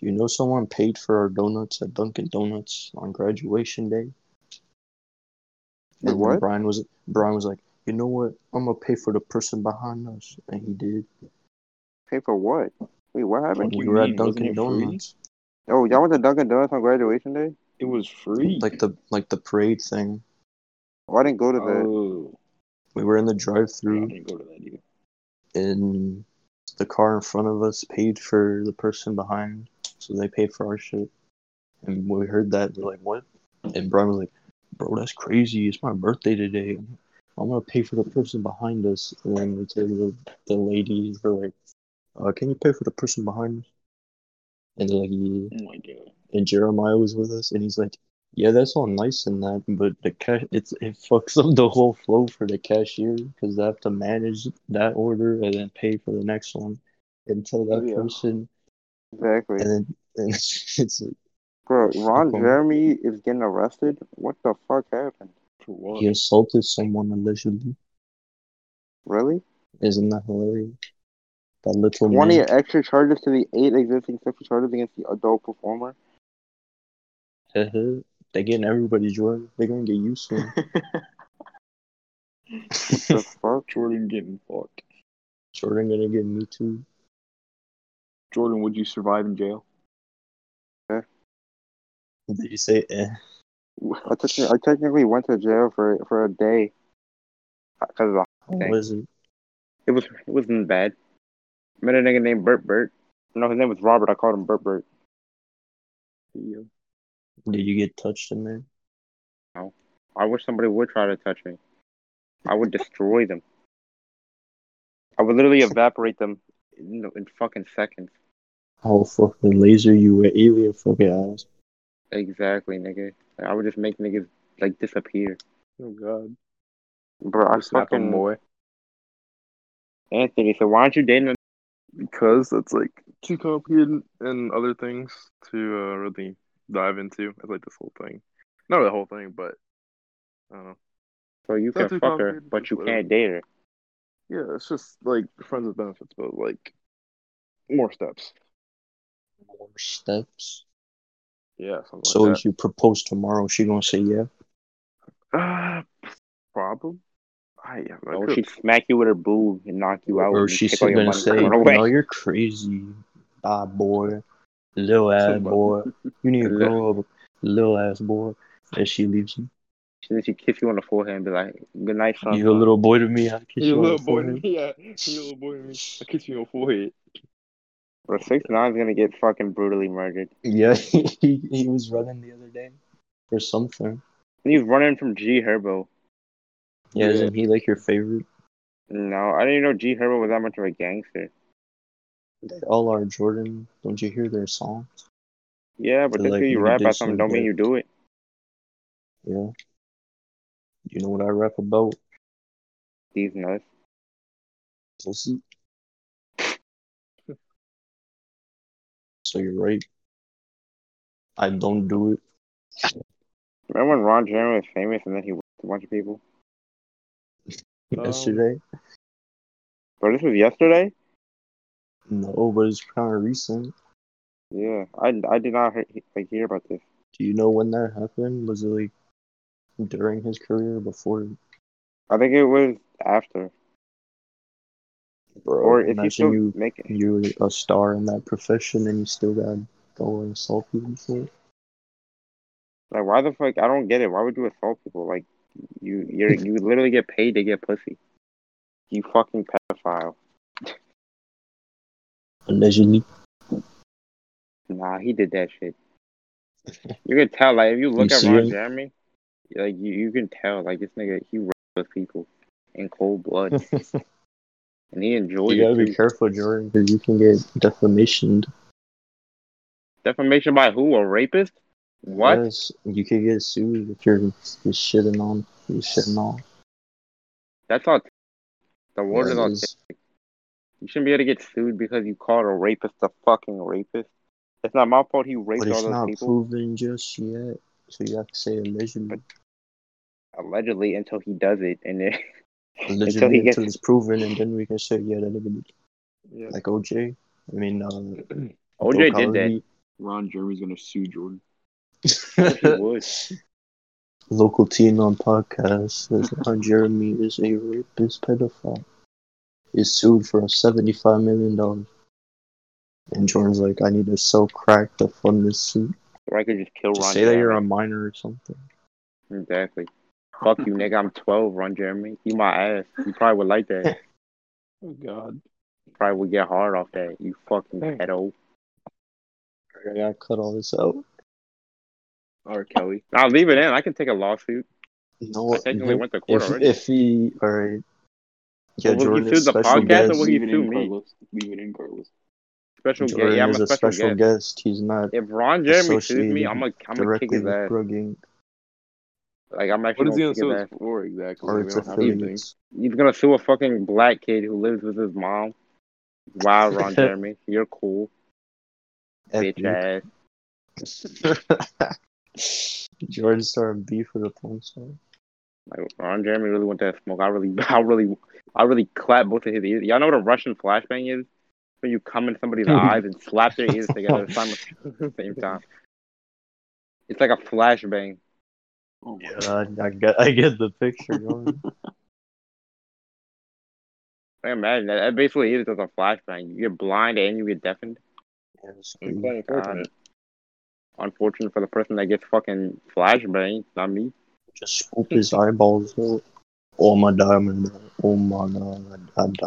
Speaker 2: you know someone paid for our donuts at Dunkin' Donuts on graduation day?
Speaker 1: Wait,
Speaker 2: And
Speaker 1: what?
Speaker 2: then Brian was Brian was like, you know what? I'm gonna pay for the person behind us, and he did.
Speaker 1: Pay for what? Wait, what happened?
Speaker 2: we
Speaker 3: you
Speaker 2: were
Speaker 3: mean?
Speaker 2: at
Speaker 3: Wasn't
Speaker 2: Dunkin'
Speaker 3: it free?
Speaker 2: Donuts.
Speaker 1: Oh, y'all went to Dunkin' Donuts on graduation day?
Speaker 3: It was free.
Speaker 2: like the like the parade thing.
Speaker 1: Well, I didn't go to the.
Speaker 3: oh,
Speaker 2: We were in the
Speaker 3: yeah, I
Speaker 2: drive-through,
Speaker 3: didn't go to that either.
Speaker 2: and the car in front of us paid for the person behind, so they paid for our shit. And when we heard that, we're like, "What?" And Brian was like, "Bro, that's crazy! It's my birthday today. I'm gonna pay for the person behind us." And then we told the, the ladies, "We're like, uh, can you pay for the person behind us?" And they're like, "Yeah."
Speaker 3: Oh my god.
Speaker 2: and Jeremiah was with us, and he's like, "Yeah, that's all nice and that, but the cash it's it fucks up the whole flow for the cashier because they have to manage that order and then pay for the next one and tell that
Speaker 4: Oh, yeah.
Speaker 2: person,
Speaker 1: Exactly.
Speaker 2: and then and it's, it's like
Speaker 1: Bro, Ron
Speaker 2: Fuck 'em.
Speaker 1: Jeremy is getting arrested? What the fuck happened?
Speaker 3: For what?
Speaker 2: he assaulted someone allegedly.
Speaker 1: Really?
Speaker 2: Isn't that hilarious? That little
Speaker 1: 20
Speaker 2: man.
Speaker 1: extra charges to the 8 existing sexual charges against the adult performer?
Speaker 2: They're getting everybody's joy. They're gonna get used to it.
Speaker 1: The fuck?
Speaker 3: Jordan getting fucked.
Speaker 2: Jordan gonna get me too.
Speaker 3: Jordan, would you survive in jail?
Speaker 2: Did you say eh?
Speaker 1: I, techni- I technically went to jail for for a day. Uh, 'Cause of-
Speaker 2: What is it?
Speaker 1: it was it wasn't bad. I met a nigga named Bert Bert. No, his name was Robert. I called him Bert Bert.
Speaker 3: Yeah.
Speaker 2: Did you get touched in there?
Speaker 1: I wish somebody would try to touch me. I would destroy them. I would literally evaporate them in, in fucking seconds.
Speaker 2: How Oh, fucking laser you were alien fucking ass.
Speaker 1: Exactly, nigga. I would just make niggas like disappear.
Speaker 4: Oh God.
Speaker 1: Bro, I
Speaker 4: Just snap
Speaker 1: fucking
Speaker 4: him, boy.
Speaker 1: Anthony. So why aren't you dating? a-
Speaker 4: Because that's like too complicated and other things to uh, really dive into. I like this whole thing. Not the whole thing, but I don't know.
Speaker 1: So you
Speaker 4: That's
Speaker 1: can
Speaker 4: too
Speaker 1: fuck her,
Speaker 4: complicated.
Speaker 1: but you can't date her.
Speaker 4: Yeah, it's just like friends with benefits, but like more steps.
Speaker 2: More steps.
Speaker 4: Yeah, something
Speaker 2: So
Speaker 4: like
Speaker 2: if you propose tomorrow, she gonna say yeah.
Speaker 4: that. Uh, problem? I, yeah, I
Speaker 1: Oh,
Speaker 4: could-
Speaker 1: she'd smack you with her boob and knock you out.
Speaker 2: or
Speaker 1: and
Speaker 2: she's
Speaker 1: take all your
Speaker 2: gonna
Speaker 1: money
Speaker 2: say,
Speaker 1: and run
Speaker 2: "No,
Speaker 1: away.
Speaker 2: you're crazy, bad boy, little ass
Speaker 4: Somebody.
Speaker 2: boy. You need to
Speaker 1: Little-
Speaker 2: grow up, little ass boy." And she leaves you.
Speaker 1: She then she kiss you on the forehead and be like, "Good night, son."
Speaker 2: You a little boy to me. I
Speaker 4: You
Speaker 2: kiss you on the
Speaker 4: little boy to
Speaker 2: forehead.
Speaker 4: me, yeah. You little boy to me. I kiss you on forehead.
Speaker 1: Bro, six nine's gonna get fucking brutally murdered.
Speaker 2: Yeah, he, he was running the other day for something.
Speaker 1: And he's running from G Herbo.
Speaker 2: Yeah,
Speaker 4: Yeah.
Speaker 2: isn't he like your favorite?
Speaker 1: No, I didn't even know G Herbo was that much of a gangster.
Speaker 2: They all are Jordan. Don't you hear their song?
Speaker 1: Yeah, but
Speaker 2: So,
Speaker 1: just
Speaker 2: like,
Speaker 1: because you
Speaker 2: you
Speaker 1: rap
Speaker 2: did
Speaker 1: about something don't mean
Speaker 2: something.
Speaker 1: you do it.
Speaker 2: Yeah. You know what I rap about?
Speaker 1: These nuts.
Speaker 2: Pussy. So you're right. I don't do it.
Speaker 1: Remember when Ron Jeremy was famous and then he raped a bunch of people? Um,
Speaker 2: Yesterday?
Speaker 1: Bro, this was yesterday.
Speaker 2: No, but it's kind of recent.
Speaker 1: Yeah, I, I did not hear, like hear about this.
Speaker 2: Do you know when that happened? Was it like during his career or before?
Speaker 1: I think it was after,
Speaker 2: Bro,
Speaker 1: or if
Speaker 2: imagine
Speaker 1: you still
Speaker 2: you,
Speaker 1: make it.
Speaker 2: you were a star in that profession and you still got to go and assault people for it.
Speaker 1: Like, why the fuck? I don't get it. Why would you assault people? Like, you you're, you literally get paid to get pussy. You fucking pedophile.
Speaker 2: Allegedly.
Speaker 1: Nah, he did that shit. You can tell, like, if you look
Speaker 2: You
Speaker 1: at
Speaker 2: see
Speaker 1: Ron
Speaker 2: him?
Speaker 1: Jeremy, like, you, you can tell, like, this nigga, he raped those people in cold blood, and he enjoyed
Speaker 2: you gotta
Speaker 1: it.
Speaker 2: be
Speaker 1: too.
Speaker 2: careful, Jordan, because you can get defamation.
Speaker 1: Defamation by who? A rapist? What?
Speaker 2: Yes, you could get sued if you're just shitting on, you're shitting on.
Speaker 1: That's all. The word is
Speaker 2: Yeah,
Speaker 1: all.
Speaker 2: it's-
Speaker 1: You shouldn't be able to get sued because you called a rapist a fucking rapist. It's not my fault he raped
Speaker 2: But
Speaker 1: all
Speaker 2: it's
Speaker 1: those
Speaker 2: not
Speaker 1: people,
Speaker 2: proven just yet, so you have to say allegedly.
Speaker 1: allegedly, until he does it, and then
Speaker 2: Allegedly
Speaker 1: until
Speaker 2: until,
Speaker 1: he gets-
Speaker 2: it's proven, and then we can say yeah, that nigga did-
Speaker 4: Yeah.
Speaker 2: like OJ. I mean, uh, Bill
Speaker 1: OJ did that.
Speaker 2: Cosby.
Speaker 3: Ron Jeremy's gonna sue Jordan.
Speaker 1: He would.
Speaker 2: Local teen on podcast says Ron Jeremy is a rapist pedophile. Is sued for seventy-five million dollars. And Jordan's like, I need to sell crack to fund this suit.
Speaker 1: Or I could just kill
Speaker 2: Just
Speaker 1: Ron.
Speaker 2: say that you're a
Speaker 1: Jeremy.
Speaker 2: minor or something.
Speaker 1: exactly. Fuck you, nigga. I'm 12. Ron Jeremy, you my ass. You probably would like that.
Speaker 3: Oh God.
Speaker 1: probably would get hard off that. You fucking
Speaker 2: Hey.
Speaker 1: pedo.
Speaker 2: I gotta cut all this out.
Speaker 4: R. Kelly.
Speaker 1: I'll leave it in. I can take a lawsuit.
Speaker 2: No,
Speaker 1: I technically
Speaker 2: no.
Speaker 1: went to court
Speaker 2: if,
Speaker 1: already.
Speaker 2: if he, all right. Yeah,
Speaker 1: Well, will he
Speaker 2: Jordan
Speaker 1: sue
Speaker 2: is
Speaker 1: the
Speaker 2: special
Speaker 1: podcast or
Speaker 2: guest.
Speaker 1: will he
Speaker 3: Leave it
Speaker 1: sue
Speaker 3: in,
Speaker 1: me?
Speaker 3: Carlos. Leave it in, Carlos.
Speaker 1: Special guest.
Speaker 2: Jordan
Speaker 1: Yeah, I'm
Speaker 2: is
Speaker 1: a special, guest.
Speaker 2: He's not
Speaker 1: If Ron Jeremy sues me,
Speaker 2: Associated
Speaker 1: I'm gonna I'm gonna kick
Speaker 2: directly
Speaker 1: his
Speaker 2: with
Speaker 1: ass.
Speaker 2: drug gang
Speaker 1: Like I'm
Speaker 4: What
Speaker 1: actually
Speaker 4: is he
Speaker 1: gonna
Speaker 4: gonna
Speaker 1: kick his
Speaker 4: sue
Speaker 1: ass.
Speaker 4: us for exactly?
Speaker 2: or
Speaker 4: we
Speaker 2: its
Speaker 4: don't have anything.
Speaker 2: affiliates.
Speaker 1: He's gonna sue a fucking black kid who lives with his mom. Wow, Ron Jeremy, you're cool, bitch ass.
Speaker 2: Jordan started beef with the porn star.
Speaker 1: Like Ron Jeremy really went to that smoke. I really, I really, I really clapped both of his ears. Y'all know what a Russian flashbang is? When you come in somebody's eyes and slap their ears together at the same- same time. It's like a flashbang.
Speaker 3: Oh my
Speaker 2: Uh, I get, I get the picture. Jordan.
Speaker 1: I imagine that. That basically is just a flashbang. You're blind and you get deafened.
Speaker 2: Yeah, it's
Speaker 4: It's
Speaker 2: pretty-
Speaker 4: quite unfortunate.
Speaker 1: Unfortunate for the person that gets fucking flashbang, not me.
Speaker 2: just scoop his eyeballs out. Oh my diamond! Oh my god! I died.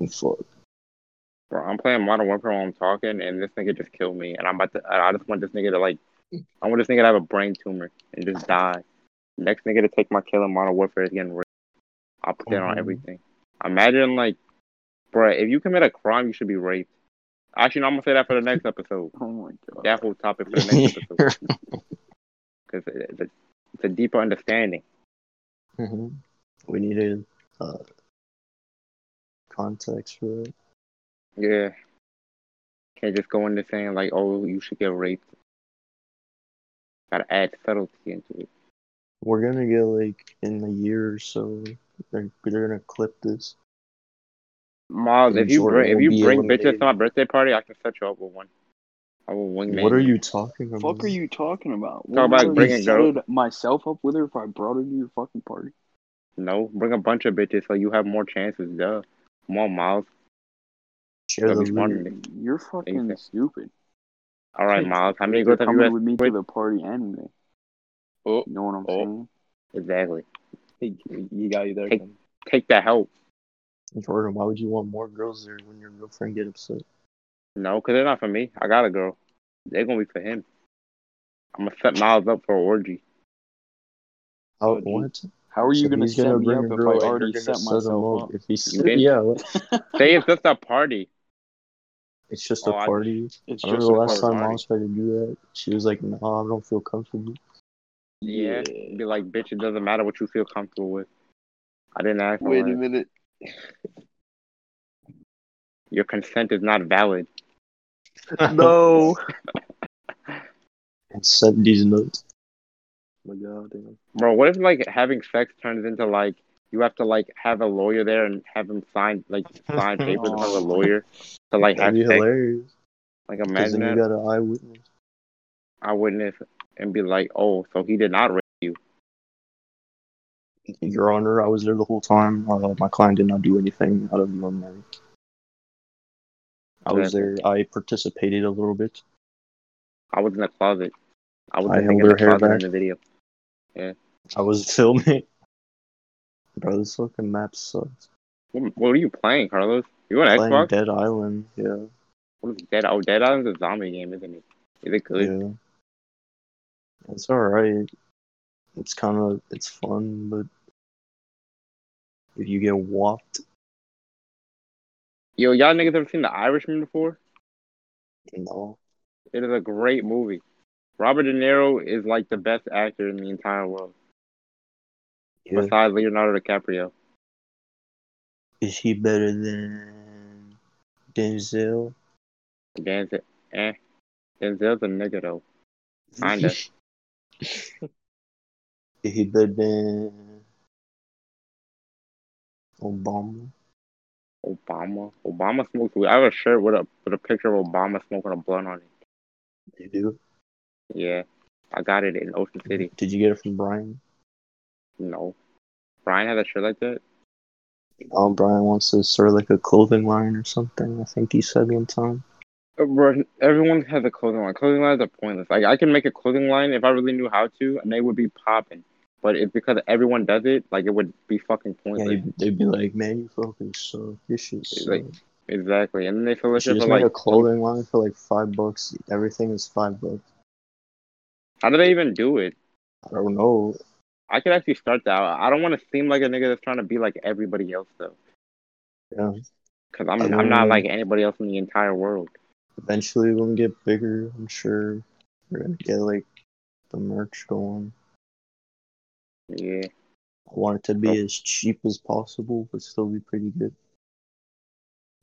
Speaker 2: Oh, Fuck.
Speaker 1: Bro, I'm playing Modern Warfare while I'm talking, and this nigga just killed me. And I'm about to. and I just want this nigga to like. I want this nigga to have a brain tumor and just die. Next nigga to take my kill in Modern Warfare is getting raped. I'll put that on
Speaker 2: Mhm.
Speaker 1: everything. Imagine like, bro, if you commit a crime, you should be raped. Actually, no, I'm gonna say that for the next episode.
Speaker 3: Oh my God.
Speaker 1: That whole topic for the next episode because it's a, it's a deeper understanding.
Speaker 2: Mhm. We needed uh, context for it.
Speaker 1: Yeah, can't just go into saying like, oh, you should get raped. Gotta add subtlety into it.
Speaker 2: We're gonna get like in a year or so. They're, they're gonna clip this.
Speaker 1: Miles, if
Speaker 2: And
Speaker 1: you
Speaker 2: Jordan
Speaker 1: bring if
Speaker 2: will
Speaker 1: you
Speaker 2: be
Speaker 1: bring bitches
Speaker 2: eliminated.
Speaker 1: to my birthday party, I can set you up with one. I will wing
Speaker 2: What are you talking about?
Speaker 3: Fuck are you talking about?
Speaker 1: Talk about bringing
Speaker 3: settled myself up with her if I brought her to your fucking party.
Speaker 1: No, bring a bunch of bitches so you have more chances. Duh, more Miles.
Speaker 2: Share
Speaker 1: That'd
Speaker 2: the
Speaker 1: be fun.
Speaker 2: loot.
Speaker 3: You're fucking
Speaker 1: Exactly.
Speaker 3: stupid.
Speaker 1: All right,
Speaker 2: Hey,
Speaker 1: Miles. How many
Speaker 3: You're
Speaker 1: girls have you
Speaker 3: coming
Speaker 1: had?
Speaker 3: with me to the party anyway.
Speaker 4: Oh,
Speaker 3: You know what I'm
Speaker 4: Oh.
Speaker 3: saying?
Speaker 1: Exactly.
Speaker 4: he, he got you there.
Speaker 1: Hey.
Speaker 4: Ken.
Speaker 1: Take the help.
Speaker 2: Jordan, why would you want more girls there when your girlfriend get upset?
Speaker 1: No, because they're not for me. I got a girl. They're gonna be for him. I'm gonna set Miles up for an orgy.
Speaker 2: How,
Speaker 3: Oh, dude.
Speaker 2: what?
Speaker 3: How are you
Speaker 2: So
Speaker 3: gonna
Speaker 2: he's
Speaker 3: set me
Speaker 2: bring
Speaker 3: up
Speaker 2: a
Speaker 3: if I
Speaker 2: girl and you're
Speaker 3: already
Speaker 2: gonna
Speaker 3: set
Speaker 2: him
Speaker 3: myself up?
Speaker 2: If he's,
Speaker 1: You did?
Speaker 2: yeah, what-
Speaker 1: Say it's just a party.
Speaker 2: it's just
Speaker 1: Oh,
Speaker 2: a
Speaker 1: I-
Speaker 2: party.
Speaker 4: It's
Speaker 2: I remember
Speaker 4: just
Speaker 2: the
Speaker 4: a
Speaker 2: last
Speaker 4: part
Speaker 2: time
Speaker 4: party.
Speaker 2: mom tried to do that. She was like, "No, I don't feel comfortable."
Speaker 1: Yeah.
Speaker 4: Yeah.
Speaker 1: Be like, bitch. It doesn't matter what you feel comfortable with. I didn't ask. for
Speaker 4: Wait a
Speaker 1: it.
Speaker 4: minute.
Speaker 1: Your consent is not valid.
Speaker 4: No.
Speaker 2: and sent these notes.
Speaker 4: my God, damn.
Speaker 1: Bro, what if like having sex turns into like you have to like have a lawyer there and have him sign like sign papers from a lawyer to like have
Speaker 2: That'd be
Speaker 1: sex?
Speaker 2: hilarious.
Speaker 1: Like
Speaker 2: 'Cause
Speaker 1: imagine
Speaker 2: then you
Speaker 1: that
Speaker 2: got an eyewitness.
Speaker 1: eyewitness and be like, oh, so he did not rape you.
Speaker 2: Your Honor, I was there the whole time. Uh, my client did not do anything out of the ordinary. I was there. I participated a little bit.
Speaker 1: I was in the closet. I was
Speaker 2: I
Speaker 1: the nigga
Speaker 2: held
Speaker 1: in the
Speaker 2: her hair
Speaker 1: closet in
Speaker 2: back.
Speaker 1: the video.
Speaker 2: I was filming. Bro, this fucking map sucks.
Speaker 1: What, what are you playing, Carlos? You on
Speaker 2: Playing
Speaker 1: Xbox?
Speaker 2: Dead Island. Yeah.
Speaker 1: What is Dead? Oh, Dead Island's a zombie game, isn't it? Is it good?
Speaker 2: Yeah. It's alright. It's kind of it's fun, but if you get whopped,
Speaker 1: Yo, y'all niggas ever seen The Irishman before?
Speaker 2: no.
Speaker 1: It is a great movie. Robert De Niro is like the best actor in the entire world,
Speaker 2: Yeah.
Speaker 1: besides Leonardo DiCaprio.
Speaker 2: Is he better than Denzel?
Speaker 1: Denzel, eh? Denzel's a nigga though. Kinda.
Speaker 2: Is he better than Obama?
Speaker 1: Obama. Obama smokes weed. I have a shirt with a with a picture of Obama smoking a blunt on it.
Speaker 2: You do?
Speaker 1: Yeah, I got it in Ocean City.
Speaker 2: Did you get it from Brian?
Speaker 1: No, Brian had a shirt like that.
Speaker 2: Oh, Brian wants to start like a clothing line or something. I think he said one time.
Speaker 1: Uh, Bro, everyone has a clothing line. Clothing lines are pointless. Like I can make a clothing line if I really knew how to, and they would be popping. But it's because everyone does it, like it would be fucking
Speaker 2: Yeah,
Speaker 1: pointless.
Speaker 2: they'd, they'd be like, man, you fucking suck. This shit sucks.
Speaker 1: Like, Exactly, and then they feel
Speaker 2: She
Speaker 1: shit
Speaker 2: just
Speaker 1: for
Speaker 2: made
Speaker 1: like
Speaker 2: a clothing line for like five bucks. Everything is five bucks.
Speaker 1: how do they even do it?
Speaker 2: I don't know.
Speaker 1: I could actually start that. out. I don't want to seem like a nigga that's trying to be like everybody else though,
Speaker 2: Yeah.
Speaker 1: because I'm
Speaker 2: I
Speaker 1: I'm not
Speaker 2: mean-
Speaker 1: like anybody else in the entire world.
Speaker 2: Eventually, when we get bigger, I'm sure we're gonna get like the merch going.
Speaker 1: Yeah,
Speaker 2: I want it to be as cheap as possible, but still be pretty good.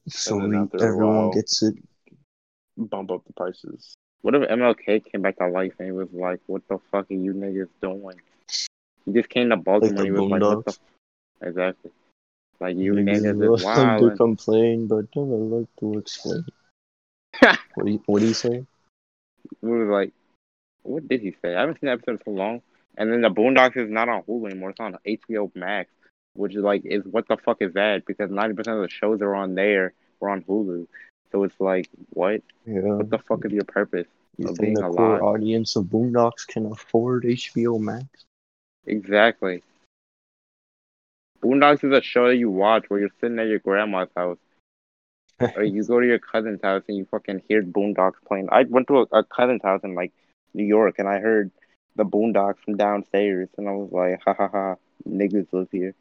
Speaker 2: So
Speaker 4: And then
Speaker 2: we,
Speaker 4: after a
Speaker 2: everyone
Speaker 4: while-
Speaker 2: gets it.
Speaker 4: Bump up the prices.
Speaker 1: what if MLK came back to life and he was like, "What the fuck are you niggas doing?" He just came to Baltimore.
Speaker 2: the
Speaker 1: and he was like, "What the
Speaker 2: Boondocks.
Speaker 1: f-" exactly?" Like you
Speaker 2: Niggas
Speaker 1: niggas
Speaker 2: love
Speaker 1: is wild.
Speaker 2: to complain, but don't like to explain. what do you What do you say?
Speaker 1: we was like, what did he say? I haven't seen that episode in so long. And then the Boondocks is not on Hulu anymore. It's on HBO Max, which is like, is what the fuck is that? Because ninety percent of the shows that are on there were on Hulu. So it's like, what?
Speaker 2: Yeah.
Speaker 1: What the fuck is your purpose?
Speaker 2: You
Speaker 1: of being
Speaker 2: think the core
Speaker 1: alive?
Speaker 2: audience of Boondocks can afford HBO Max?
Speaker 1: Exactly. Boondocks is a show that you watch where you're sitting at your grandma's house, or you go to your cousin's house and you fucking hear Boondocks playing. I went to a, a cousin's house in like New York and I heard the Boondocks from downstairs, and I was like, ha ha ha, niggas live here.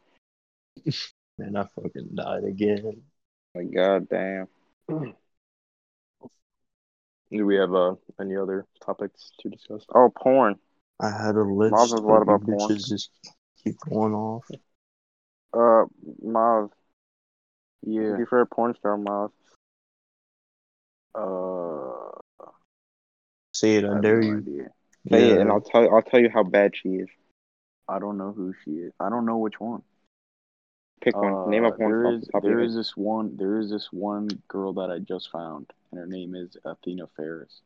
Speaker 2: Man, I fucking died again.
Speaker 1: Like, god damn.
Speaker 4: Do we have uh, any other topics to discuss?
Speaker 1: Oh, porn.
Speaker 2: I had a
Speaker 1: Miles
Speaker 2: list.
Speaker 1: has a
Speaker 2: but
Speaker 1: lot
Speaker 2: you
Speaker 1: about porn.
Speaker 2: bitches just keep going off.
Speaker 1: Uh, Miles,
Speaker 4: Yeah.
Speaker 1: you for a porn star, Miles.
Speaker 4: Uh,
Speaker 2: Say it,
Speaker 4: I
Speaker 2: I
Speaker 4: have
Speaker 2: dare
Speaker 4: no
Speaker 2: you.
Speaker 4: idea.
Speaker 1: Say it,
Speaker 2: Yeah.
Speaker 1: and I'll tell I'll tell you how bad she is.
Speaker 4: I don't know who she is. I don't know which one.
Speaker 1: Pick one.
Speaker 4: Uh,
Speaker 1: Name a porn
Speaker 4: there
Speaker 1: star. off
Speaker 4: is
Speaker 1: the top of your
Speaker 4: there
Speaker 1: head.
Speaker 4: is this one there is this one girl that I just found, and her name is Athena Ferris.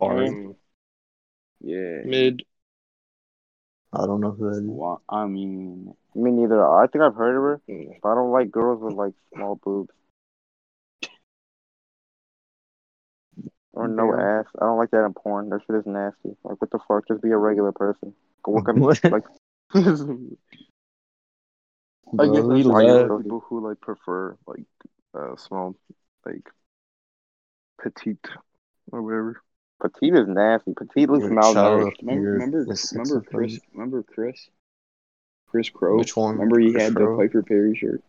Speaker 2: Sorry.
Speaker 4: Um, yeah.
Speaker 2: Mid. I don't know who that is.
Speaker 4: Wa- I mean,
Speaker 1: Me neither. I think I've heard of her,
Speaker 4: Yeah.
Speaker 1: but I don't like girls with like small boobs or no ass. I don't like that in porn. That shit is nasty. Like, what the fuck? Just be a regular person. Go work on
Speaker 2: What?
Speaker 1: like.
Speaker 4: I guess
Speaker 2: Bro, he
Speaker 4: that's
Speaker 1: why
Speaker 4: why
Speaker 1: you
Speaker 2: left.
Speaker 1: love-
Speaker 4: people who like prefer like uh, small, like petite or whatever.
Speaker 1: Petite is nasty. Petite looks
Speaker 2: You're a child
Speaker 1: malnourished.
Speaker 2: of
Speaker 3: Remember,
Speaker 2: your
Speaker 3: remember,
Speaker 2: assistant
Speaker 3: remember Chris?
Speaker 2: friend.
Speaker 3: Remember Chris? Chris Crow.
Speaker 2: Which one?
Speaker 3: Remember he
Speaker 2: Chris
Speaker 3: had
Speaker 2: Rock?
Speaker 3: the Piper Perry shirt.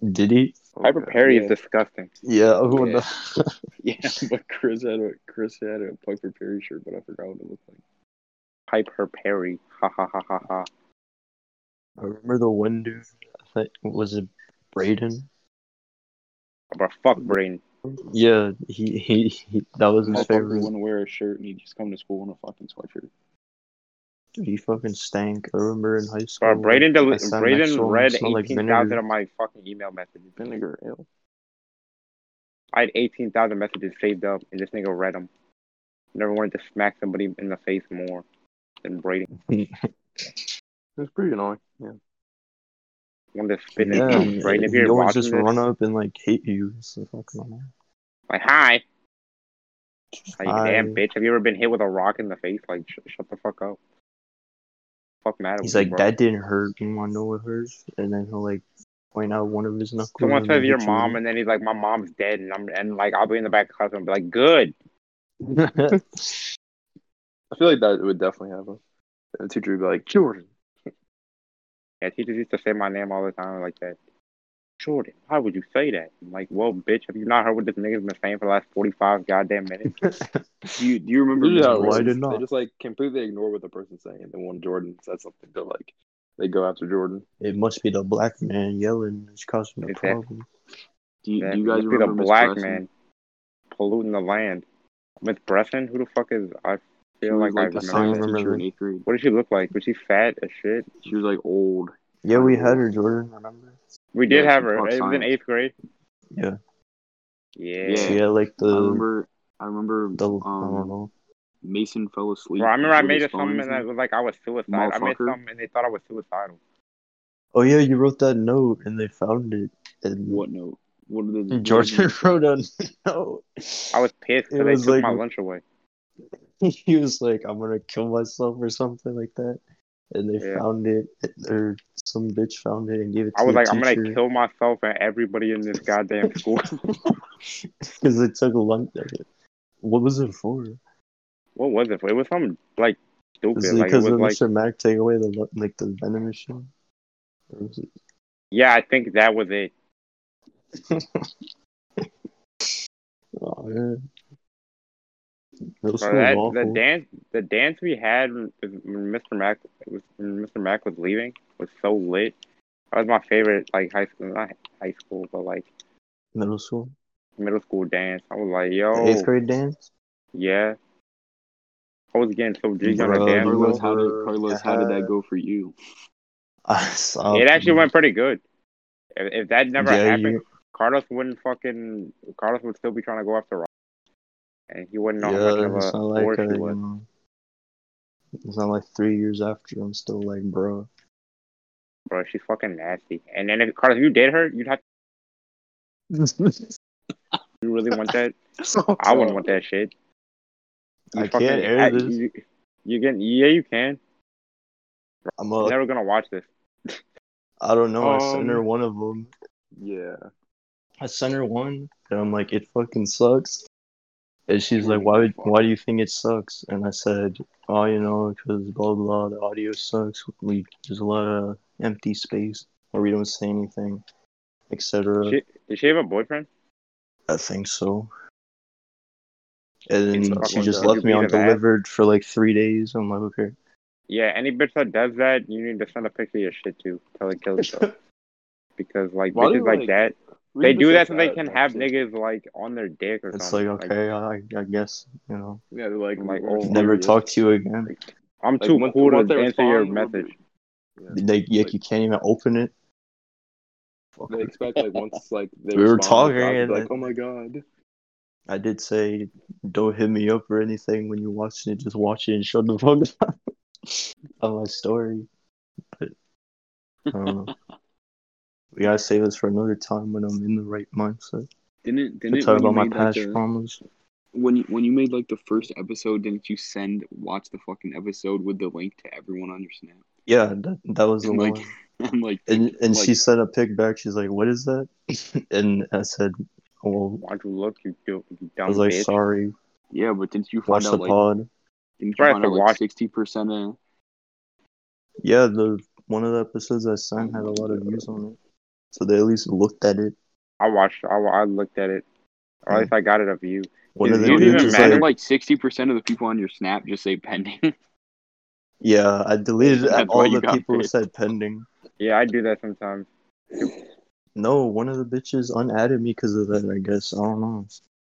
Speaker 2: Did he?
Speaker 1: Hyper Perry is
Speaker 3: Yeah.
Speaker 1: disgusting.
Speaker 2: Yeah. Who
Speaker 3: Yeah.
Speaker 2: the-
Speaker 3: Yeah, but Chris had a Chris had a Piper Perry shirt, but I forgot what it looked like.
Speaker 1: Hyper Perry. Ha ha ha ha ha.
Speaker 2: I remember the one dude. I think was it Braden?
Speaker 1: But fuck brain.
Speaker 2: Yeah. He he. he that was his
Speaker 3: Motherfucker
Speaker 2: favorite.
Speaker 3: wouldn't wear a shirt, and he'd just come to school in a fucking sweatshirt.
Speaker 2: He fucking stank. I remember in high school.
Speaker 1: Bro, Uh, Braden,
Speaker 2: like,
Speaker 1: del-
Speaker 2: I sat next to
Speaker 1: Braden
Speaker 2: him,
Speaker 1: read
Speaker 2: smelled like
Speaker 1: 18,000
Speaker 2: vinegar.
Speaker 1: of my fucking email messages.
Speaker 4: Vinegar ale.
Speaker 1: I had 18,000 messages saved up, and this nigga read them. Never wanted to smack somebody in the face more than Brady.
Speaker 4: It's pretty annoying. Yeah.
Speaker 1: Wanted to spit
Speaker 2: Yeah,
Speaker 1: in Brady. If you're
Speaker 2: he'll
Speaker 1: watching
Speaker 2: just
Speaker 1: this,
Speaker 2: run up and like hate you. It's the fucking annoying.
Speaker 1: like, hi. Like,
Speaker 2: Hi.
Speaker 1: damn, bitch. Have you ever been hit with a rock in the face? Like, sh- shut the fuck up. Fuck matter
Speaker 2: He's
Speaker 1: with you,
Speaker 2: like,
Speaker 1: bro.
Speaker 2: that didn't hurt. You want to know what hurts? And then he'll like point out one of his knuckles.
Speaker 1: Someone
Speaker 2: and
Speaker 1: says
Speaker 2: then
Speaker 1: your
Speaker 2: hit you
Speaker 1: mom, and then he's like, my mom's dead, and I'm and like, I'll be in the back of the class and be like, good.
Speaker 2: with it.
Speaker 4: I feel like that would definitely happen. The teacher would be like, Jordan.
Speaker 1: Yeah, teachers used to say my name all the time like that. Jordan, why would you say that? I'm like, well, bitch, have you not heard what this nigga's been saying for the last 45 goddamn minutes?
Speaker 4: Do you, do you remember?
Speaker 2: Yeah,
Speaker 4: Jordan?
Speaker 2: why did not?
Speaker 4: They just like completely ignore what the person's saying, and then when Jordan says something, they're like, they go after Jordan.
Speaker 2: it must be the black man yelling. It's causing a
Speaker 1: Exact-
Speaker 2: problem.
Speaker 3: Do you,
Speaker 1: Yeah,
Speaker 3: do you guys
Speaker 1: must be the
Speaker 3: remember Miss
Speaker 1: black
Speaker 3: Bresson?
Speaker 1: man polluting the land. Miss Bresson? Who the fuck is? I
Speaker 3: She
Speaker 1: feel
Speaker 3: was
Speaker 1: like, I
Speaker 3: like
Speaker 1: remember.
Speaker 3: the
Speaker 2: I
Speaker 3: science
Speaker 2: remember
Speaker 3: teacher in
Speaker 2: that.
Speaker 3: eighth grade.
Speaker 1: What does she look like? Was she fat as shit?
Speaker 3: She was like old.
Speaker 2: Yeah, we had her, Jordan. Remember?
Speaker 1: We did
Speaker 3: Yeah,
Speaker 1: have
Speaker 3: she
Speaker 1: her.
Speaker 3: taught
Speaker 1: It was in
Speaker 3: science.
Speaker 1: eighth grade.
Speaker 2: Yeah.
Speaker 1: Yeah.
Speaker 3: Yeah.
Speaker 2: She had like the
Speaker 3: I remember. I remember.
Speaker 2: the I don't
Speaker 3: um,
Speaker 2: know.
Speaker 3: Mason fell asleep.
Speaker 1: Bro, I remember I
Speaker 3: with
Speaker 1: made
Speaker 3: his
Speaker 1: a
Speaker 3: phone in
Speaker 1: something
Speaker 3: his
Speaker 1: and I
Speaker 3: hand.
Speaker 1: was like, I was suicidal. I made
Speaker 3: Motherfucker.
Speaker 1: something and they thought I was suicidal.
Speaker 2: Oh yeah, you wrote that note and they found it. And
Speaker 3: What note? What are the
Speaker 2: Jordan Rodon. No.
Speaker 1: I was pissed because
Speaker 2: It
Speaker 1: they
Speaker 2: was
Speaker 1: took my
Speaker 2: like-
Speaker 1: lunch away.
Speaker 2: he was like, I'm gonna kill myself or something like that. And they
Speaker 1: Yeah.
Speaker 2: found it, or some bitch found it and gave it to
Speaker 1: I was
Speaker 2: the
Speaker 1: like, I'm
Speaker 2: teacher
Speaker 1: gonna kill myself and everybody in this goddamn school.
Speaker 2: because it took a long What was it for?
Speaker 1: what was it? for? It was something like stupid.
Speaker 2: Was it
Speaker 1: like it
Speaker 2: because
Speaker 1: was
Speaker 2: of
Speaker 1: like,
Speaker 2: Mr. Mac take away the lo- like the venom machine? Or was it-
Speaker 1: yeah, I think that was it.
Speaker 2: Oh, man. Those
Speaker 1: Bro,
Speaker 2: were
Speaker 1: that,
Speaker 2: awful.
Speaker 1: the dance, the dance we had when when Mr. Mac was when Mr. Mac was leaving was so lit. That was my favorite, like high school, not high school, but like
Speaker 2: Middle school,
Speaker 1: middle school dance. I was like,
Speaker 2: The
Speaker 1: yo,
Speaker 2: eighth grade dance.
Speaker 1: yeah. I was getting so jiggy on
Speaker 2: Bro,
Speaker 1: the dance
Speaker 2: you
Speaker 1: floor.
Speaker 3: Carlos, how did Carlos? How did
Speaker 4: Uh,
Speaker 3: that go for you?
Speaker 2: I saw
Speaker 1: It actually went pretty good. If, if that never
Speaker 2: Yeah,
Speaker 1: happened,
Speaker 2: you-
Speaker 1: Carlos wouldn't fucking. Carlos would still be trying to go after Rob, and he wouldn't know how much
Speaker 2: yeah,
Speaker 1: of
Speaker 2: it's
Speaker 1: a
Speaker 2: not like
Speaker 1: horse
Speaker 2: uh,
Speaker 1: he
Speaker 2: you
Speaker 1: was.
Speaker 2: know, it's not like three years after I'm still like, bro.
Speaker 1: Bro, she's fucking nasty. And then if Carlos, if you did her, you'd have. You really want that? I wouldn't want that shit. You
Speaker 2: I can't air
Speaker 1: I-
Speaker 2: this.
Speaker 1: You, you can, yeah, you can.
Speaker 2: I'm
Speaker 1: You're
Speaker 2: a,
Speaker 1: never gonna watch this.
Speaker 2: I don't know. I sent her
Speaker 4: Um,
Speaker 2: one of them.
Speaker 4: Yeah.
Speaker 2: I sent her one, and I'm like, it fucking sucks. And she's like,
Speaker 4: Mm,
Speaker 2: why would,
Speaker 4: fuck.
Speaker 2: why do you think it sucks? And I said, oh, you know, because blah blah, the audio sucks. We there's a lot of empty space where we don't say anything, etc.
Speaker 1: She, does she have a boyfriend?
Speaker 2: I think so. And
Speaker 4: It's
Speaker 2: then
Speaker 4: not
Speaker 2: she
Speaker 4: like
Speaker 2: just
Speaker 4: that.
Speaker 2: left me
Speaker 1: Could be
Speaker 2: on
Speaker 1: the bad.
Speaker 2: delivered for like three days. I'm like, okay.
Speaker 1: Yeah, any bitch that does that, you need to send a picture of your shit to till it kills you. because like
Speaker 4: Why do,
Speaker 1: bitches like
Speaker 4: like,
Speaker 1: that, they do that so they can have niggas like on their dick or
Speaker 2: It's like,
Speaker 1: something.
Speaker 2: okay, I, I guess, you know,
Speaker 4: Yeah, they're like,
Speaker 1: Like,
Speaker 4: we're
Speaker 1: oh,
Speaker 2: never
Speaker 4: serious.
Speaker 2: talk to you again.
Speaker 1: I'm
Speaker 4: Like,
Speaker 1: too
Speaker 4: once-
Speaker 1: cool
Speaker 4: once
Speaker 1: to
Speaker 4: they
Speaker 1: answer your
Speaker 4: respond, we're-
Speaker 1: message.
Speaker 4: Yeah.
Speaker 2: They, like,
Speaker 4: Like-
Speaker 2: you can't even open it. Fuck.
Speaker 4: They expect like once like they
Speaker 2: We were
Speaker 4: respond, they're
Speaker 2: talking
Speaker 4: probably
Speaker 2: and-
Speaker 4: like, oh my god.
Speaker 2: I did say, don't hit me up or anything when you're watching it. Just watch it and shut the fuck up on my story. But I don't know. we gotta save this for another time when I'm in the right mindset.
Speaker 3: Didn't
Speaker 2: To
Speaker 3: didn't
Speaker 2: talk
Speaker 3: when you,
Speaker 2: about my
Speaker 3: made, like,
Speaker 2: past
Speaker 3: the,
Speaker 2: traumas.
Speaker 3: when you when you made like the first episode, didn't you send watch the fucking episode with the link to everyone on your snap?
Speaker 2: Yeah, that, that was the
Speaker 3: And, like,
Speaker 2: one.
Speaker 3: I'm like,
Speaker 2: And and
Speaker 3: like-
Speaker 2: she sent a pic back. She's like, "What is that?" and I said, "Well,
Speaker 1: Why'd you look, you, do, you
Speaker 2: I
Speaker 1: dumb
Speaker 2: was like,
Speaker 1: bitch?
Speaker 2: sorry.
Speaker 3: yeah, but didn't you
Speaker 2: Watch
Speaker 3: find
Speaker 2: the
Speaker 3: out like
Speaker 2: pod."
Speaker 3: didn't you
Speaker 1: Right,
Speaker 3: find
Speaker 1: to
Speaker 3: out like
Speaker 1: watch-
Speaker 3: sixty percent of
Speaker 2: Yeah, the one of the episodes I sent had a lot of views on it, so they at least looked at it.
Speaker 1: I watched. I, I looked at it. Or at
Speaker 2: Hmm.
Speaker 1: least I got it a view.
Speaker 2: One
Speaker 1: Dude,
Speaker 2: of the
Speaker 1: it don't
Speaker 3: Dude,
Speaker 1: even
Speaker 2: dudes is
Speaker 1: matter.
Speaker 2: like,
Speaker 3: like sixty percent of the people on your snap just say pending.
Speaker 2: Yeah, I deleted
Speaker 3: That's why
Speaker 2: all
Speaker 3: you
Speaker 2: the
Speaker 3: got
Speaker 2: people who
Speaker 3: paid.
Speaker 2: said pending.
Speaker 1: Yeah, I do that sometimes.
Speaker 2: No, one of the bitches unadded me because of that. I guess I don't know.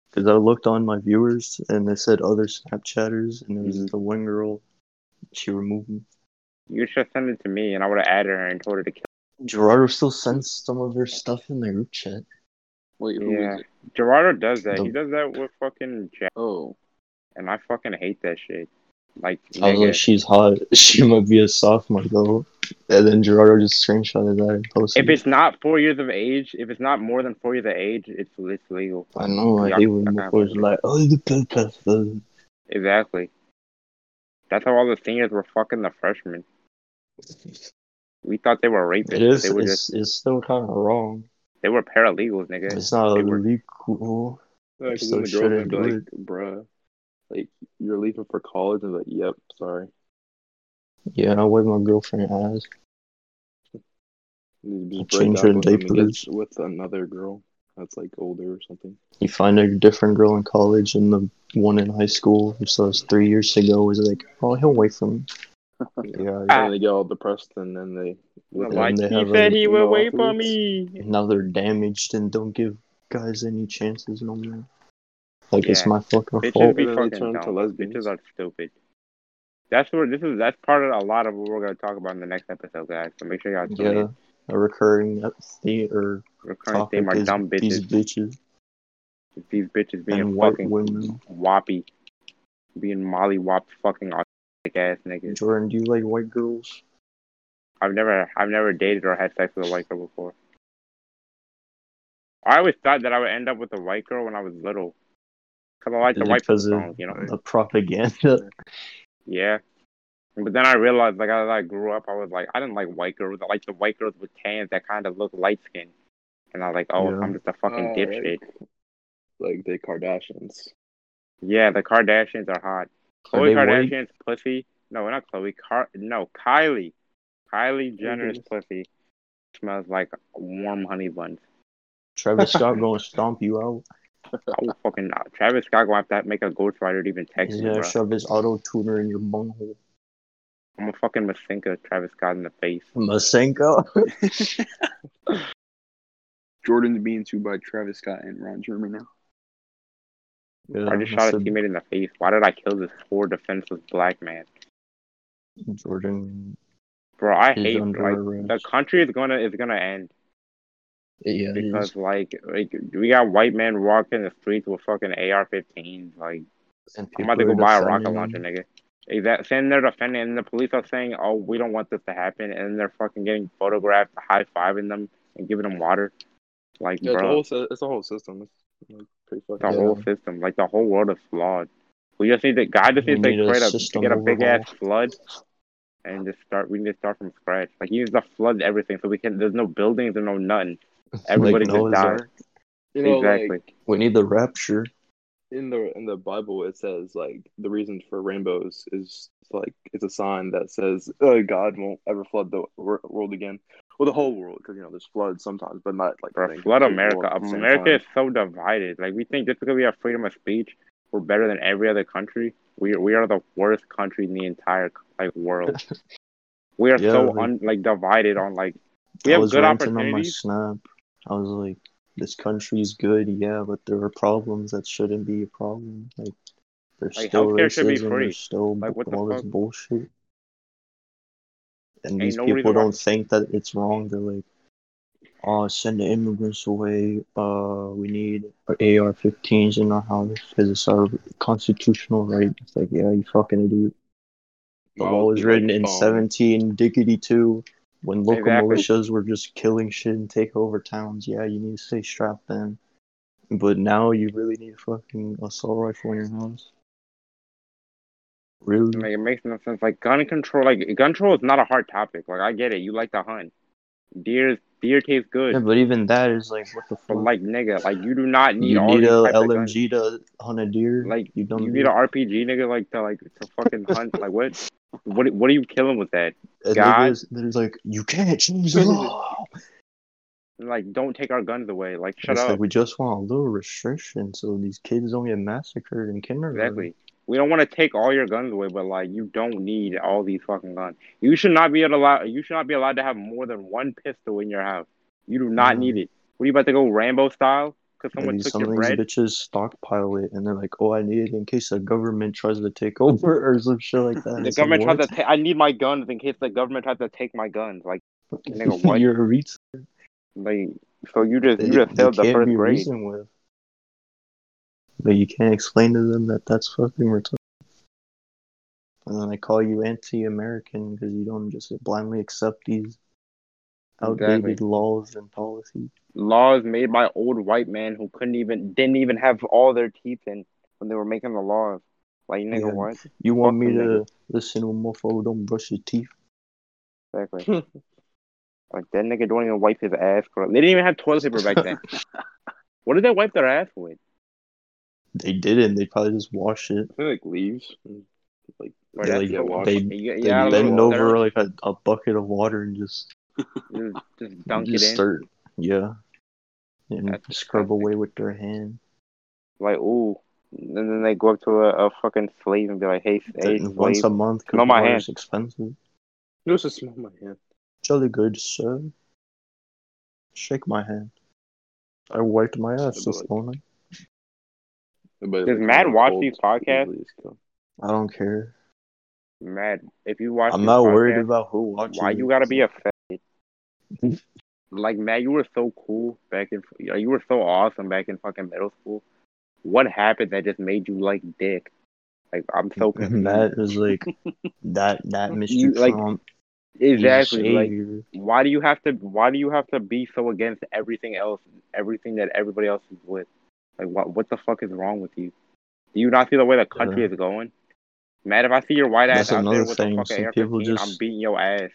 Speaker 2: Because I looked on my viewers and they said other Snapchatters, and there
Speaker 3: Mm-hmm.
Speaker 2: was the one girl. She removed me.
Speaker 1: You should send it to me, and I would have added her and told her to kill.
Speaker 2: Gerardo still sends some of her stuff in the group chat.
Speaker 3: Wait, who is
Speaker 1: Yeah.
Speaker 3: it?
Speaker 1: Gerardo does that. He
Speaker 2: The-
Speaker 1: does that with fucking Jack,
Speaker 3: Oh,
Speaker 1: and I fucking hate that shit. Like,
Speaker 2: I was
Speaker 1: nigga.
Speaker 2: like, she's hot. She might be a sophomore though. And then Gerardo just screenshotted that and posted.
Speaker 1: if
Speaker 2: it.
Speaker 1: it's not four years of age, if it's not more than four years of age, it's it's legal.
Speaker 2: I know, I
Speaker 1: Yeah,
Speaker 2: hate when
Speaker 1: I
Speaker 2: people are
Speaker 1: can't-
Speaker 2: like, oh, the pen test, uh,
Speaker 1: Exactly. That's how all the seniors were fucking the freshmen. We thought they were rapists.
Speaker 2: It is.
Speaker 1: they were
Speaker 2: It's,
Speaker 1: just
Speaker 2: it's still kind of wrong.
Speaker 1: they were paralegals, nigga.
Speaker 2: It's not
Speaker 1: They were-
Speaker 2: illegal.
Speaker 4: Yeah, 'cause
Speaker 2: So
Speaker 4: then the girls
Speaker 2: shouldn't
Speaker 4: would be
Speaker 2: do
Speaker 4: like, bruh, like you're leaving for college, and I'm like, yep, sorry.
Speaker 2: Yeah, I wipe my girlfriend ass.
Speaker 4: You just
Speaker 2: Change
Speaker 4: break
Speaker 2: her
Speaker 4: up with them and get
Speaker 2: diapers.
Speaker 4: with another girl that's like older or something.
Speaker 2: You find a different girl in college, and the one in high school, which was three years ago, was like, "Oh, he'll wait for me." yeah.
Speaker 1: Ah.
Speaker 4: And they get all depressed, and then they
Speaker 1: Like,
Speaker 2: Yeah, and they
Speaker 1: he
Speaker 2: have
Speaker 1: said
Speaker 2: a-
Speaker 1: he would
Speaker 4: No,
Speaker 1: wait for
Speaker 4: please.
Speaker 1: me.
Speaker 2: Now they're damaged and don't give guys any chances no more. Like it's
Speaker 1: Yeah.
Speaker 2: my fucking
Speaker 1: Bitches
Speaker 2: fault.
Speaker 1: be
Speaker 4: Then they
Speaker 1: fucking
Speaker 4: turn
Speaker 1: dumb.
Speaker 4: to lesbians.
Speaker 1: Bitches are stupid. That's where this is. That's part of a lot of what we're gonna talk about in the next episode, guys. So make sure y'all tune
Speaker 2: Yeah,
Speaker 1: in.
Speaker 2: a recurring theme or
Speaker 1: Recurrent
Speaker 2: topic
Speaker 1: theme are
Speaker 2: is
Speaker 1: dumb bitches.
Speaker 2: these
Speaker 1: These,
Speaker 2: bitches
Speaker 1: bitches being
Speaker 2: and white
Speaker 1: fucking
Speaker 2: women.
Speaker 1: whoppy, being molly whopped fucking autistic ass niggas.
Speaker 2: Jordan, do you like white girls?
Speaker 1: I've never, I've never dated or had sex with a white girl before. I always thought that I would end up with a white girl when I was little, cause I like the
Speaker 2: Is it
Speaker 1: white people
Speaker 2: 'cause of-
Speaker 1: songs, you know.
Speaker 2: The propaganda.
Speaker 1: Yeah. But then I realized, like, as I grew up, I was like, I didn't like white girls. I liked the white girls with tans that kind of look light skinned. And I was like, oh,
Speaker 2: Yeah.
Speaker 1: I'm just a fucking
Speaker 4: Oh,
Speaker 1: dipshit.
Speaker 4: like the Kardashians.
Speaker 1: Yeah, the Kardashians are hot.
Speaker 2: Are
Speaker 1: Khloe
Speaker 2: they white?
Speaker 1: Kardashian's pussy. No, not Khloe. Car- no, Kylie. Kylie Jenner's pussy smells like warm honey buns.
Speaker 2: Travis Scott gonna stomp you out.
Speaker 1: I will fucking Travis Scott gonna have to make a ghostwriter to even text me,
Speaker 2: Yeah,
Speaker 1: bro.
Speaker 2: shove his auto tuner in your bunghole.
Speaker 1: I'm a fucking Masinka Travis Scott in the face.
Speaker 2: Masenko.
Speaker 3: Jordan's being sued by Travis Scott and Ron Jeremy now.
Speaker 2: Yeah,
Speaker 1: I just shot a
Speaker 2: that's
Speaker 1: teammate in the face. Why did I kill this poor defenseless black man?
Speaker 2: a- Jordan.
Speaker 1: Bro, I
Speaker 2: He's
Speaker 1: hate
Speaker 2: under
Speaker 1: like the
Speaker 2: arrest.
Speaker 1: country is gonna is gonna end
Speaker 2: Yeah, it is.
Speaker 1: because like like we got white men walking the streets with fucking AR-15s. Like
Speaker 2: And
Speaker 1: I'm about to
Speaker 2: people
Speaker 1: go
Speaker 2: are
Speaker 1: buy a rocket
Speaker 2: defending
Speaker 1: launcher,
Speaker 2: him.
Speaker 1: nigga. Is that saying they're defending and the police are saying, "Oh, we don't want this to happen," and they're fucking getting photographed, high fiving them and giving them water. Like,
Speaker 4: Yeah, it's a
Speaker 1: bro,
Speaker 4: whole, sy- it's a whole system. It's like, pretty
Speaker 1: the
Speaker 4: fucking.
Speaker 2: Yeah.
Speaker 1: whole system, like the whole world is flawed. We just need to, God just
Speaker 2: We
Speaker 1: needs to
Speaker 2: need a
Speaker 1: create a
Speaker 2: system
Speaker 1: get a big ass
Speaker 2: overhaul.
Speaker 1: flood and just start. We need to start from scratch. Like, you need to flood everything so we can. There's no buildings and no nothing. Everybody
Speaker 2: Noah's
Speaker 1: just dies.
Speaker 2: Ark.
Speaker 4: You know,
Speaker 1: exactly.
Speaker 4: like
Speaker 2: We need the rapture.
Speaker 4: in the in the Bible, it says like the reason for rainbows is like it's a sign that says uh, God won't ever flood the wor- world again. Well, the whole world, because you know there's floods sometimes, but not like
Speaker 1: Bro,
Speaker 4: like,
Speaker 1: flood
Speaker 4: the whole
Speaker 1: America.
Speaker 4: at the same
Speaker 1: America
Speaker 4: time.
Speaker 1: is so divided. Like we think just because we have freedom of speech, we're better than every other country. We we are the worst country in the entire like world. we are
Speaker 2: Yeah,
Speaker 1: so
Speaker 2: like-
Speaker 1: un, like divided on like we
Speaker 2: I
Speaker 1: have
Speaker 2: was
Speaker 1: good
Speaker 2: ranting on my
Speaker 1: opportunities.
Speaker 2: snap. I was like, this country's good, yeah, but there are problems that shouldn't be a problem. Like, there's
Speaker 1: Like,
Speaker 2: still
Speaker 1: healthcare
Speaker 2: racism,
Speaker 1: should be free.
Speaker 2: there's still
Speaker 1: Like, what the
Speaker 2: all this
Speaker 1: fuck?
Speaker 2: bullshit. And
Speaker 1: Ain't
Speaker 2: these
Speaker 1: no
Speaker 2: people
Speaker 1: reason why-
Speaker 2: don't think that it's wrong. They're like, oh, send the immigrants away. Uh, we need our AR-15s in our house because it's our constitutional right. It's like, yeah, you fucking idiot. The
Speaker 4: Well,
Speaker 2: law was
Speaker 4: like,
Speaker 2: written in
Speaker 4: um,
Speaker 2: 17 Diggity 2 when local
Speaker 1: Exactly.
Speaker 2: militias were just killing shit and take over towns. Yeah, you need to stay strapped in. But now you really need a fucking assault rifle in your house. Really?
Speaker 1: Like it makes no sense. Like gun control. Like gun control is not a hard topic. Like I get it. You like to hunt. Deer deer tastes good.
Speaker 2: Yeah, but even that is like, what the
Speaker 1: But
Speaker 2: fuck?
Speaker 1: like nigga, like you do not need
Speaker 2: you
Speaker 1: all
Speaker 2: need
Speaker 1: these
Speaker 2: a
Speaker 1: types of guns.
Speaker 2: LMG to hunt a deer?
Speaker 1: Like,
Speaker 2: you don't
Speaker 1: You
Speaker 2: need
Speaker 1: need an RPG nigga like to like to fucking hunt. like what? What what are you killing with that?
Speaker 2: and
Speaker 1: God.
Speaker 2: there's, there's like, you can't change the law.
Speaker 1: like don't take our guns away. Like shut
Speaker 2: it's
Speaker 1: up.
Speaker 2: like, we just want a little restriction so these kids don't get massacred in kindergarten.
Speaker 1: exactly. We don't want to take all your guns away, but like you don't need all these fucking guns. You should not be allowed. You should not be allowed to have more than one pistol in your house. You do not
Speaker 2: Mhm.
Speaker 1: need it. What are you about to go Rambo style? Because
Speaker 2: Yeah,
Speaker 1: someone
Speaker 2: these-
Speaker 1: took
Speaker 2: some
Speaker 1: your
Speaker 2: of these
Speaker 1: bread.
Speaker 2: bitches stockpile it and they're like, "Oh, I need it in case the government tries to take over or some shit like that."
Speaker 1: The government tried to. Ta- I need my guns in case the government tries to take my guns. Like
Speaker 2: to.
Speaker 1: nigga, what?
Speaker 2: You're a reason.
Speaker 1: like so you just
Speaker 2: They,
Speaker 1: you just
Speaker 2: they
Speaker 1: failed the
Speaker 2: can't
Speaker 1: first
Speaker 2: be
Speaker 1: grade.
Speaker 2: reasoned with. But you can't explain to them that that's fucking retarded. And then they call you anti-American because you don't just blindly accept these outdated
Speaker 1: Exactly.
Speaker 2: laws and policies.
Speaker 1: Laws made by old white men who couldn't even didn't even have all their teeth in when they were making the laws. Like nigga,
Speaker 2: Yeah.
Speaker 1: what?
Speaker 2: You want
Speaker 1: Fuck
Speaker 2: me
Speaker 1: them
Speaker 2: to listen to a mofo who don't brush his teeth?
Speaker 1: Exactly. like that nigga don't even wipe his ass. Bro. They didn't even have toilet paper back then. what did they wipe their ass with?
Speaker 2: They didn't. They probably just wash it.
Speaker 4: I think, like leaves, like
Speaker 1: Bro,
Speaker 2: Yeah,
Speaker 1: that's
Speaker 2: like,
Speaker 1: so-
Speaker 4: wash.
Speaker 2: they-
Speaker 1: you, you
Speaker 2: They
Speaker 1: got a little
Speaker 2: bend
Speaker 1: dirt,
Speaker 2: over like a, a bucket of water and just
Speaker 1: Just, just dunk
Speaker 2: just
Speaker 1: it in.
Speaker 2: start, yeah, and
Speaker 1: That's
Speaker 2: scrub
Speaker 1: disgusting.
Speaker 2: away with their hand.
Speaker 1: Like ooh, and then they go up to a, a fucking slave and be like, "Hey, hey,
Speaker 2: Then once
Speaker 1: slave,
Speaker 2: a month, because
Speaker 1: Smell my hand.
Speaker 2: is expensive.
Speaker 4: Just to smell my hand.
Speaker 2: Jolly good, sir. Shake my hand. I wiped my ass this
Speaker 4: Like-
Speaker 2: morning.
Speaker 4: But,
Speaker 1: Does
Speaker 4: like,
Speaker 1: Matt
Speaker 4: when
Speaker 1: watch
Speaker 4: cold,
Speaker 1: these podcasts?
Speaker 4: easily it's killed.
Speaker 2: I don't care.
Speaker 1: mad." If you watch,
Speaker 2: I'm
Speaker 1: this
Speaker 2: not worried
Speaker 1: podcast,
Speaker 2: about who watches.
Speaker 1: Why
Speaker 2: it.
Speaker 1: you gotta be affected? like Matt, you were so cool back in. You were so awesome back in fucking middle school. What happened that just made you like dick? Like I'm so confused.
Speaker 2: Matt is like that. That Mr.
Speaker 1: You, like-
Speaker 2: Trump.
Speaker 1: Exactly.
Speaker 2: Your
Speaker 1: Like,
Speaker 2: savior.
Speaker 1: why do you have to? Why do you have to be so against everything else? Everything that everybody else is with. Like, what? What the fuck is wrong with you? Do you not see the way the country
Speaker 2: Yeah.
Speaker 1: is going? Man, if I see your white ass
Speaker 2: That's
Speaker 1: out there
Speaker 2: another
Speaker 1: with
Speaker 2: thing.
Speaker 1: the fucking
Speaker 2: Some
Speaker 1: AR-15,
Speaker 2: people
Speaker 1: I'm
Speaker 2: just-
Speaker 1: beating your ass.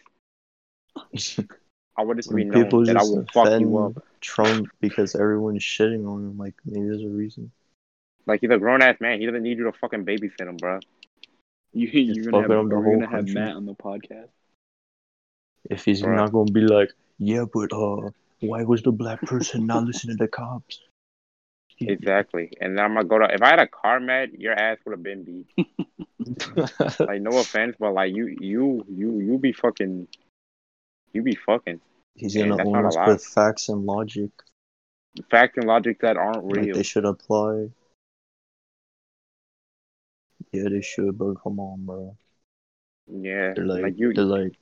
Speaker 1: I want it to be
Speaker 2: Some
Speaker 1: known
Speaker 2: people
Speaker 1: that I
Speaker 2: just
Speaker 1: will fuck you up.
Speaker 2: offend Trump because everyone's shitting on him. Like maybe there's a reason.
Speaker 1: Like he's a grown ass man. He doesn't need you to fucking babysit him, bro.
Speaker 3: You, you're gonna have,
Speaker 2: fucking up the
Speaker 3: we're
Speaker 2: whole
Speaker 3: gonna have
Speaker 2: country.
Speaker 3: Matt on the podcast.
Speaker 2: If he's
Speaker 1: Bruh.
Speaker 2: not gonna be like, yeah, but uh, why was the black person not listening to the cops?
Speaker 1: Exactly. And then I'm gonna go to. If I had a car, Matt, your ass would have been beat. Like no offense, but like you, you, you, you be fucking. You be fucking.
Speaker 2: he's
Speaker 1: Yeah,
Speaker 2: gonna
Speaker 1: that's
Speaker 2: own
Speaker 1: not
Speaker 2: us
Speaker 1: allowed.
Speaker 2: with facts and logic.
Speaker 1: Facts and logic that aren't
Speaker 2: Like
Speaker 1: real.
Speaker 2: they should apply. Yeah, they should, but come on, bro.
Speaker 1: yeah.
Speaker 2: They're like,
Speaker 1: like you,
Speaker 2: they're like,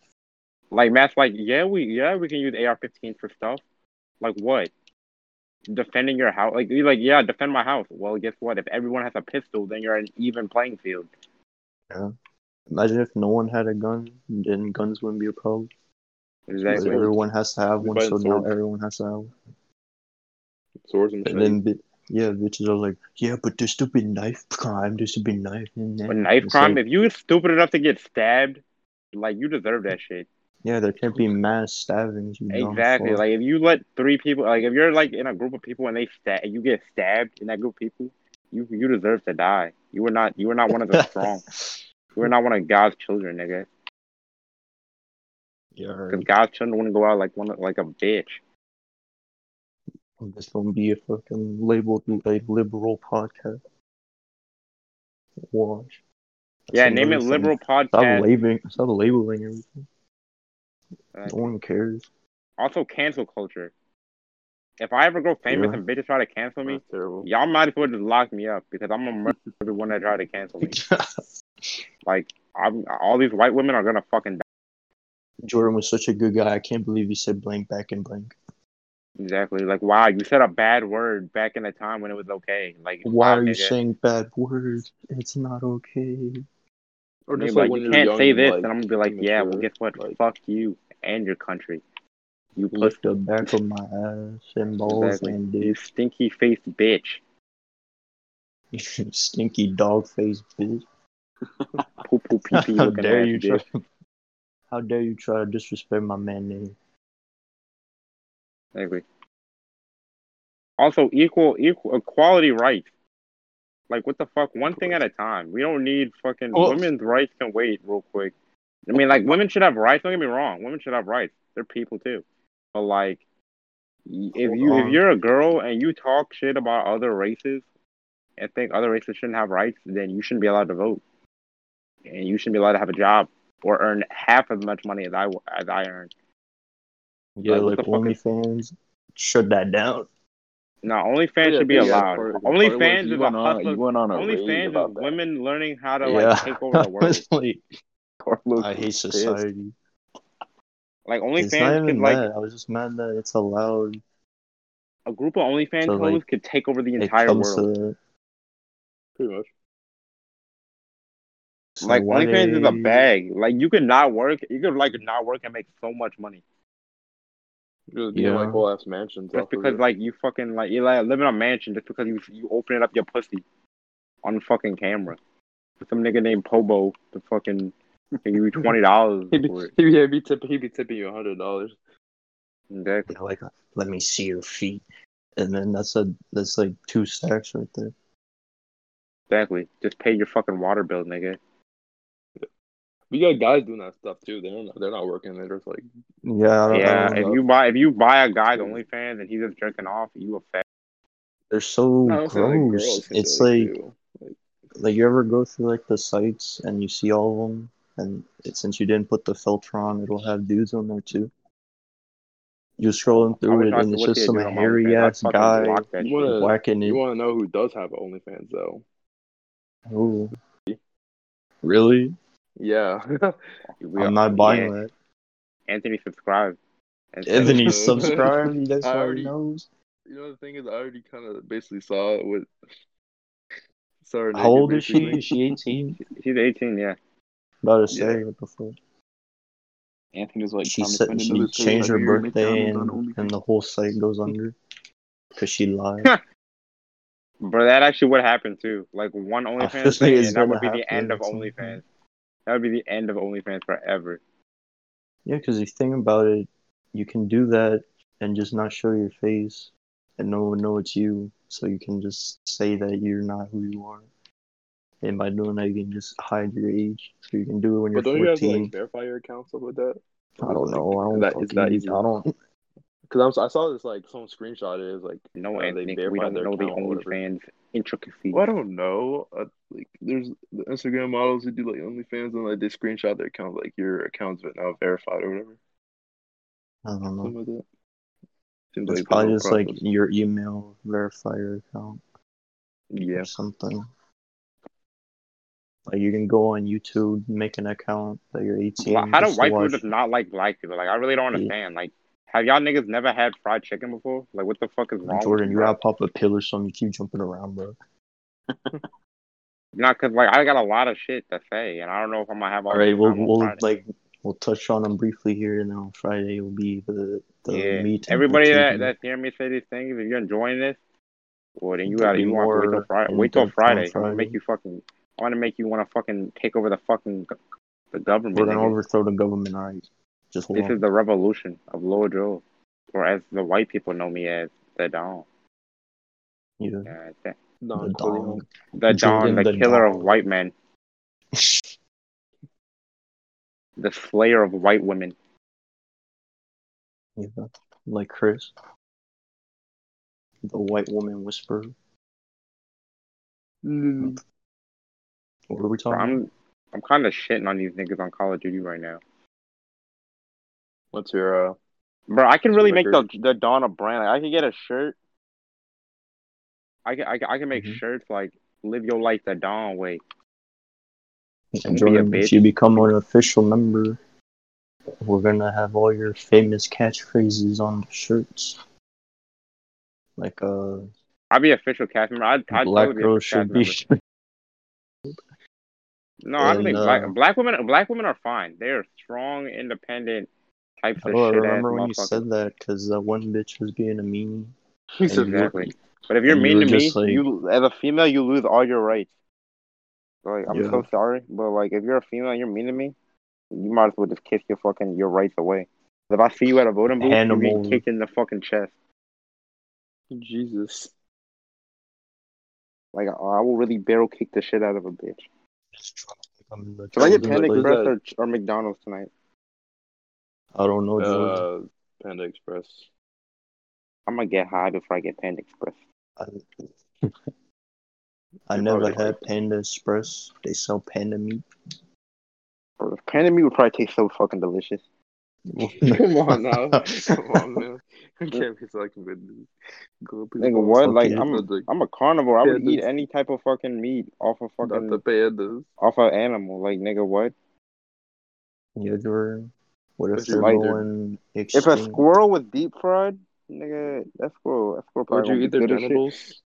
Speaker 1: Like Matt's like, yeah, we yeah, we can use AR-15 for stuff. Like what? Defending your house? Like you're like, yeah, defend my house. Well, guess what? If everyone has a pistol, then you're an even playing field.
Speaker 2: imagine if no one had a gun, then guns wouldn't be a problem. But
Speaker 1: Exactly.
Speaker 2: everyone has to have one,
Speaker 4: Everybody
Speaker 2: so
Speaker 4: has
Speaker 2: now
Speaker 4: swords.
Speaker 2: everyone has to have. One.
Speaker 4: Swords and
Speaker 2: And
Speaker 4: shit.
Speaker 2: then, bi- yeah, bitches are like, yeah, but there's stupid knife crime, there's stupid knife in there.
Speaker 1: But knife
Speaker 2: It's
Speaker 1: crime,
Speaker 2: like,
Speaker 1: if you stupid enough to get stabbed, like you deserve that shit.
Speaker 2: yeah, there can't be mass stabbings. You know,
Speaker 1: Exactly.
Speaker 2: fuck.
Speaker 1: Like if you let three people, like if you're like in a group of people and they stab, you get stabbed in that group of people, you you deserve to die. You were not you were not one of the strong. You were not one of God's children, nigga.
Speaker 2: yeah,
Speaker 1: Because
Speaker 2: alright.
Speaker 1: God's children wouldn't go out like one like a bitch.
Speaker 2: this gonna be a fucking labeled a liberal podcast. Watch. That's
Speaker 1: yeah, name it
Speaker 2: another thing.
Speaker 1: liberal
Speaker 2: Stop
Speaker 1: podcast.
Speaker 2: labeling. Stop labeling everything.
Speaker 1: Alright.
Speaker 2: No one cares.
Speaker 1: also, cancel culture. If I ever go famous
Speaker 2: Yeah.
Speaker 1: and bitches try to cancel me,
Speaker 4: That's terrible.
Speaker 1: y'all might as well just lock me up because I'm gonna murder everyone that try to cancel me. Like, I'm all these white women are gonna fucking die.
Speaker 2: Jordan was such a good guy. I can't believe he said blank back and blank.
Speaker 1: Exactly. Like, wow, you said a bad word back in the time when it was okay. Like,
Speaker 2: Why
Speaker 1: wow,
Speaker 2: are you
Speaker 1: nigga.
Speaker 2: saying bad words? It's not okay.
Speaker 4: Or
Speaker 1: Nigga,
Speaker 4: just
Speaker 1: like,
Speaker 4: like when
Speaker 1: you
Speaker 4: you're
Speaker 1: can't
Speaker 4: young
Speaker 1: say
Speaker 4: and,
Speaker 1: this,
Speaker 4: like,
Speaker 1: and I'm gonna be like, yeah, well, guess what?
Speaker 4: like-
Speaker 1: Fuck you and your country. You pussy,
Speaker 2: Lift the back of my ass and balls
Speaker 1: Exactly.
Speaker 2: and
Speaker 1: you
Speaker 2: dick.
Speaker 1: stinky faced bitch,
Speaker 2: Stinky dog face bitch.
Speaker 1: poo poo pee pee
Speaker 2: How
Speaker 1: looking
Speaker 2: dare
Speaker 1: ass
Speaker 2: you
Speaker 1: bitch.
Speaker 2: try? How dare you try to disrespect my man name?
Speaker 1: I agree. Also, equal equal equality rights. Like what the fuck? One thing at a time. We don't need fucking
Speaker 2: Well-
Speaker 1: women's rights can wait real quick. I mean, like women should have rights. Don't get me wrong. Women should have rights. They're people too. But like, y- if you if
Speaker 2: on.
Speaker 1: you're a girl and you talk shit about other races and think other races shouldn't have rights, then you shouldn't be allowed to vote, and you shouldn't be allowed to have a job or earn half as much money as I as I earn.
Speaker 2: Yeah,
Speaker 1: Like, what the fuck
Speaker 2: like,
Speaker 1: is-
Speaker 2: OnlyFans. Shut that down.
Speaker 1: No, OnlyFans should be
Speaker 3: Yeah,
Speaker 1: allowed.
Speaker 3: part- part was
Speaker 1: OnlyFans
Speaker 3: you
Speaker 1: is a
Speaker 3: went on,
Speaker 1: hustler
Speaker 3: you went on a rant
Speaker 1: OnlyFans
Speaker 3: about
Speaker 1: is
Speaker 3: that.
Speaker 1: women learning how to
Speaker 2: yeah,
Speaker 1: like take over the
Speaker 2: I
Speaker 1: world.
Speaker 2: was like,
Speaker 4: Carlos
Speaker 2: I hate
Speaker 4: is pissed.
Speaker 2: society.
Speaker 1: Like
Speaker 2: It's not
Speaker 1: OnlyFans could
Speaker 2: even
Speaker 1: like
Speaker 2: that. I was just mad that it's allowed.
Speaker 1: a group of OnlyFans
Speaker 2: So, like,
Speaker 1: hoes could take over the
Speaker 2: It
Speaker 1: entire
Speaker 2: comes
Speaker 1: world.
Speaker 2: to that.
Speaker 4: Pretty much.
Speaker 2: It's
Speaker 1: Like
Speaker 2: why
Speaker 1: OnlyFans is a
Speaker 2: they-
Speaker 1: bag. Like you could not work, you could like not work and make so much money
Speaker 4: Just be
Speaker 2: Yeah.
Speaker 4: like whole ass mansions.
Speaker 1: just
Speaker 4: off of
Speaker 1: because
Speaker 4: it.
Speaker 1: like you fucking like you like live in a mansion just because you you opening up your pussy on fucking camera. Some nigga named Pobo to fucking give you twenty dollars
Speaker 4: he'd be,
Speaker 1: for it.
Speaker 4: he'd be, he'd be tipping, he'd be tipping you a hundred dollars.
Speaker 1: Exactly.
Speaker 2: Yeah, like let me see your feet, and then that's a that's like two stacks right there.
Speaker 1: Exactly. Just pay your fucking water bill, nigga.
Speaker 4: We got guys doing that stuff too. They don't. They're not working. They're just like
Speaker 2: Yeah, I don't, I
Speaker 1: Yeah,
Speaker 2: don't
Speaker 1: if
Speaker 2: know.
Speaker 1: you buy if you buy a guy's OnlyFans and he's just jerking off, you a fat.
Speaker 2: they're so
Speaker 4: I don't think, like,
Speaker 2: gross.
Speaker 4: girls can do
Speaker 2: it's
Speaker 4: it,
Speaker 2: like
Speaker 4: too.
Speaker 2: like you ever go through like the sites and you see all of them, and it, since you didn't put the filter on, it'll have dudes on there too. You're scrolling
Speaker 1: I
Speaker 2: through
Speaker 1: wish
Speaker 2: it,
Speaker 1: I
Speaker 2: and
Speaker 1: could
Speaker 2: it's
Speaker 1: look
Speaker 2: just
Speaker 1: at
Speaker 2: some
Speaker 1: it on my
Speaker 2: hairy
Speaker 1: OnlyFans. I'd
Speaker 2: ass
Speaker 1: fucking
Speaker 2: guy
Speaker 1: block that
Speaker 4: You
Speaker 1: shit.
Speaker 4: wanna-
Speaker 2: whacking
Speaker 4: You
Speaker 2: it.
Speaker 4: want to know who does have OnlyFans though?
Speaker 2: Ooh. Really?
Speaker 4: Yeah,
Speaker 1: We
Speaker 2: I'm
Speaker 1: are-
Speaker 2: not buying
Speaker 1: yeah,
Speaker 2: that.
Speaker 1: Anthony subscribed. And said-
Speaker 2: Anthony,
Speaker 4: Uh,
Speaker 2: subscribe. That's
Speaker 4: I
Speaker 2: all
Speaker 4: already-
Speaker 2: he knows.
Speaker 4: you know the thing is, I already kind of basically saw it with. Sorry,
Speaker 2: How old is she?
Speaker 4: basically.
Speaker 2: Is she 18?
Speaker 1: she's 18, yeah.
Speaker 2: About to say
Speaker 4: Yeah.
Speaker 2: what the fuck.
Speaker 3: Anthony was like,
Speaker 2: she
Speaker 3: "Time to
Speaker 2: said
Speaker 3: spend
Speaker 2: she
Speaker 3: another pay
Speaker 2: changed her
Speaker 3: over here,
Speaker 2: birthday
Speaker 3: McDonald's on
Speaker 2: and,
Speaker 3: OnlyFans."
Speaker 2: and the whole site goes under because she lied.
Speaker 1: Bro, that actually would happen too. Like one
Speaker 2: feel
Speaker 1: OnlyFans,
Speaker 2: like
Speaker 1: thing,
Speaker 2: it's
Speaker 1: and that would be
Speaker 2: gonna
Speaker 1: the end
Speaker 2: happen
Speaker 1: of
Speaker 2: at some point.
Speaker 1: OnlyFans. That would be the end of OnlyFans forever.
Speaker 2: yeah, because if you think about it, you can do that and just not show your face, and no one will know it's you. So you can just say that you're not who you are. And by doing that, you can just hide your age. So you can do it when you're
Speaker 4: But don't you have to
Speaker 2: 14.
Speaker 4: like verify your account stuff like that?
Speaker 2: I don't know. I don't.
Speaker 4: That- is that
Speaker 2: fucking-
Speaker 4: easy?
Speaker 2: I don't.
Speaker 4: Because I saw this like someone screenshot it. It was like,
Speaker 1: No,
Speaker 4: uh, they
Speaker 1: Anthony, we
Speaker 4: verified
Speaker 1: don't
Speaker 4: their
Speaker 1: know the
Speaker 4: account or whatever.
Speaker 1: OnlyFans intricacies.
Speaker 4: Well, I don't know. Uh, like, there's the Instagram models who do like OnlyFans and like they screenshot their account, like your account's been now verified or whatever.
Speaker 2: I don't know.
Speaker 4: Something like that. Seems
Speaker 2: It's
Speaker 4: like the
Speaker 2: probably
Speaker 4: whole
Speaker 2: just like
Speaker 4: process.
Speaker 2: your email verifier account
Speaker 4: yeah.
Speaker 2: or something. Like you can go on YouTube, make an account that you're 18.
Speaker 1: Why- how do
Speaker 2: just
Speaker 1: white people
Speaker 2: watch-
Speaker 1: just not like black people? Like, I really don't
Speaker 2: Yeah.
Speaker 1: understand. Like, have y'all niggas never had fried chicken before? Like, what the fuck is wrong?
Speaker 2: Jordan,
Speaker 1: with
Speaker 2: you gotta pop a pill or something. You keep jumping around, bro.
Speaker 1: Not because like I got a lot of shit to say, and I don't know if I'm gonna have all.
Speaker 2: All right,
Speaker 1: the
Speaker 2: we'll
Speaker 1: time on
Speaker 2: we'll
Speaker 1: Friday.
Speaker 2: like we'll touch on them briefly here, and then on Friday will be the the
Speaker 1: yeah.
Speaker 2: meat. and
Speaker 1: Everybody that
Speaker 2: potatoes.
Speaker 1: that's hearing me say these things, if you're enjoying this, well then you
Speaker 2: There'll
Speaker 1: gotta
Speaker 2: be
Speaker 1: you want to wait till Friday.
Speaker 2: more in
Speaker 1: Wait till
Speaker 2: depth on
Speaker 1: Friday. I'm gonna make
Speaker 2: Friday.
Speaker 1: you fucking. I want to make you want to fucking take over the fucking g- the government.
Speaker 2: we're gonna
Speaker 1: nigga.
Speaker 2: overthrow the government. All right, just hold
Speaker 1: This
Speaker 2: on.
Speaker 1: is the revolution of Lower Joe, or as the white people know me as the Don.
Speaker 2: yeah,
Speaker 1: Yeah, the
Speaker 4: No,
Speaker 2: the dog.
Speaker 1: the Don,
Speaker 2: Jordan
Speaker 1: the
Speaker 2: the
Speaker 1: killer of
Speaker 2: Don.
Speaker 1: white men, the slayer of white women.
Speaker 2: Yeah, like Chris, the white woman whisperer.
Speaker 6: Mm.
Speaker 2: What were we
Speaker 1: Bro,
Speaker 2: talking? about?
Speaker 1: I'm I'm kind of shitting on these niggas on Call of Duty right now.
Speaker 4: What's your uh?
Speaker 1: Bro, I can really make the
Speaker 4: Record.
Speaker 1: the Dawn a brand. Like, I could get a shirt. I can I can, I can make
Speaker 2: Mhm.
Speaker 1: shirts like live your life the Dawn way.
Speaker 2: Yeah,
Speaker 1: Don't be a
Speaker 2: Jordan, if
Speaker 1: bitch.
Speaker 2: you become an official member, we're gonna have all your famous catchphrases on the shirts. Like uh,
Speaker 1: I'd be official cast member. I'd, I'd
Speaker 2: black
Speaker 1: totally be
Speaker 2: girls
Speaker 1: official cast
Speaker 2: should be.
Speaker 1: member. No, I don't think
Speaker 2: and,
Speaker 1: black
Speaker 2: uh,
Speaker 1: black women black women are fine. They are strong, independent types of
Speaker 2: Oh, I
Speaker 1: shit.
Speaker 2: remember when you
Speaker 1: motherfuckers.
Speaker 2: said that because that one bitch was being a meanie.
Speaker 4: He's
Speaker 2: And
Speaker 1: Exactly. But if you're
Speaker 2: and you
Speaker 1: mean
Speaker 2: were
Speaker 1: to me,
Speaker 2: just like-
Speaker 1: you as a female, you lose all your rights. Like I'm
Speaker 2: Yeah.
Speaker 1: so sorry, but like if you're a female, and you're mean to me. You might as well just kiss your fucking your rights away. If I see you at a voting booth, you
Speaker 2: Animal.
Speaker 1: get kicked in the fucking chest.
Speaker 4: Jesus.
Speaker 1: Like I, I will really barrel kick the shit out of a bitch.
Speaker 2: Just trying to think I'm the
Speaker 1: Should I get
Speaker 2: chosen
Speaker 1: Panda
Speaker 2: place.
Speaker 4: Express?
Speaker 1: Breath or, or McDonald's tonight?
Speaker 2: I don't know, Jordan.
Speaker 4: Uh, Panda Express.
Speaker 1: I'm gonna get high before I get Panda Express.
Speaker 2: I, I
Speaker 4: You're
Speaker 2: never
Speaker 4: probably
Speaker 2: had Panda Express. They sell panda meat.
Speaker 1: Bro, Panda meat would probably taste so fucking delicious.
Speaker 4: Come on now. Come on, man. I can't be talking about this. Go up in
Speaker 1: Nigga,
Speaker 4: the
Speaker 1: what? Like
Speaker 2: fucking-
Speaker 1: I'm,
Speaker 4: Like,
Speaker 1: I'm a carnivore. I would
Speaker 4: Yeah,
Speaker 1: eat
Speaker 4: this-
Speaker 1: any type of fucking meat off of
Speaker 4: Not
Speaker 1: fucking
Speaker 4: the pandas.
Speaker 1: off an animal. Like nigga, what?
Speaker 2: Yeah, Jordan. What if
Speaker 4: It's
Speaker 2: they're
Speaker 1: like-
Speaker 2: going
Speaker 1: If a
Speaker 2: extinct?
Speaker 1: squirrel was deep fried, nigga, that squirrel, that squirrel
Speaker 4: Would
Speaker 1: probably
Speaker 4: you
Speaker 1: won't
Speaker 4: eat
Speaker 1: be
Speaker 4: their
Speaker 1: good as shit.
Speaker 4: genitals?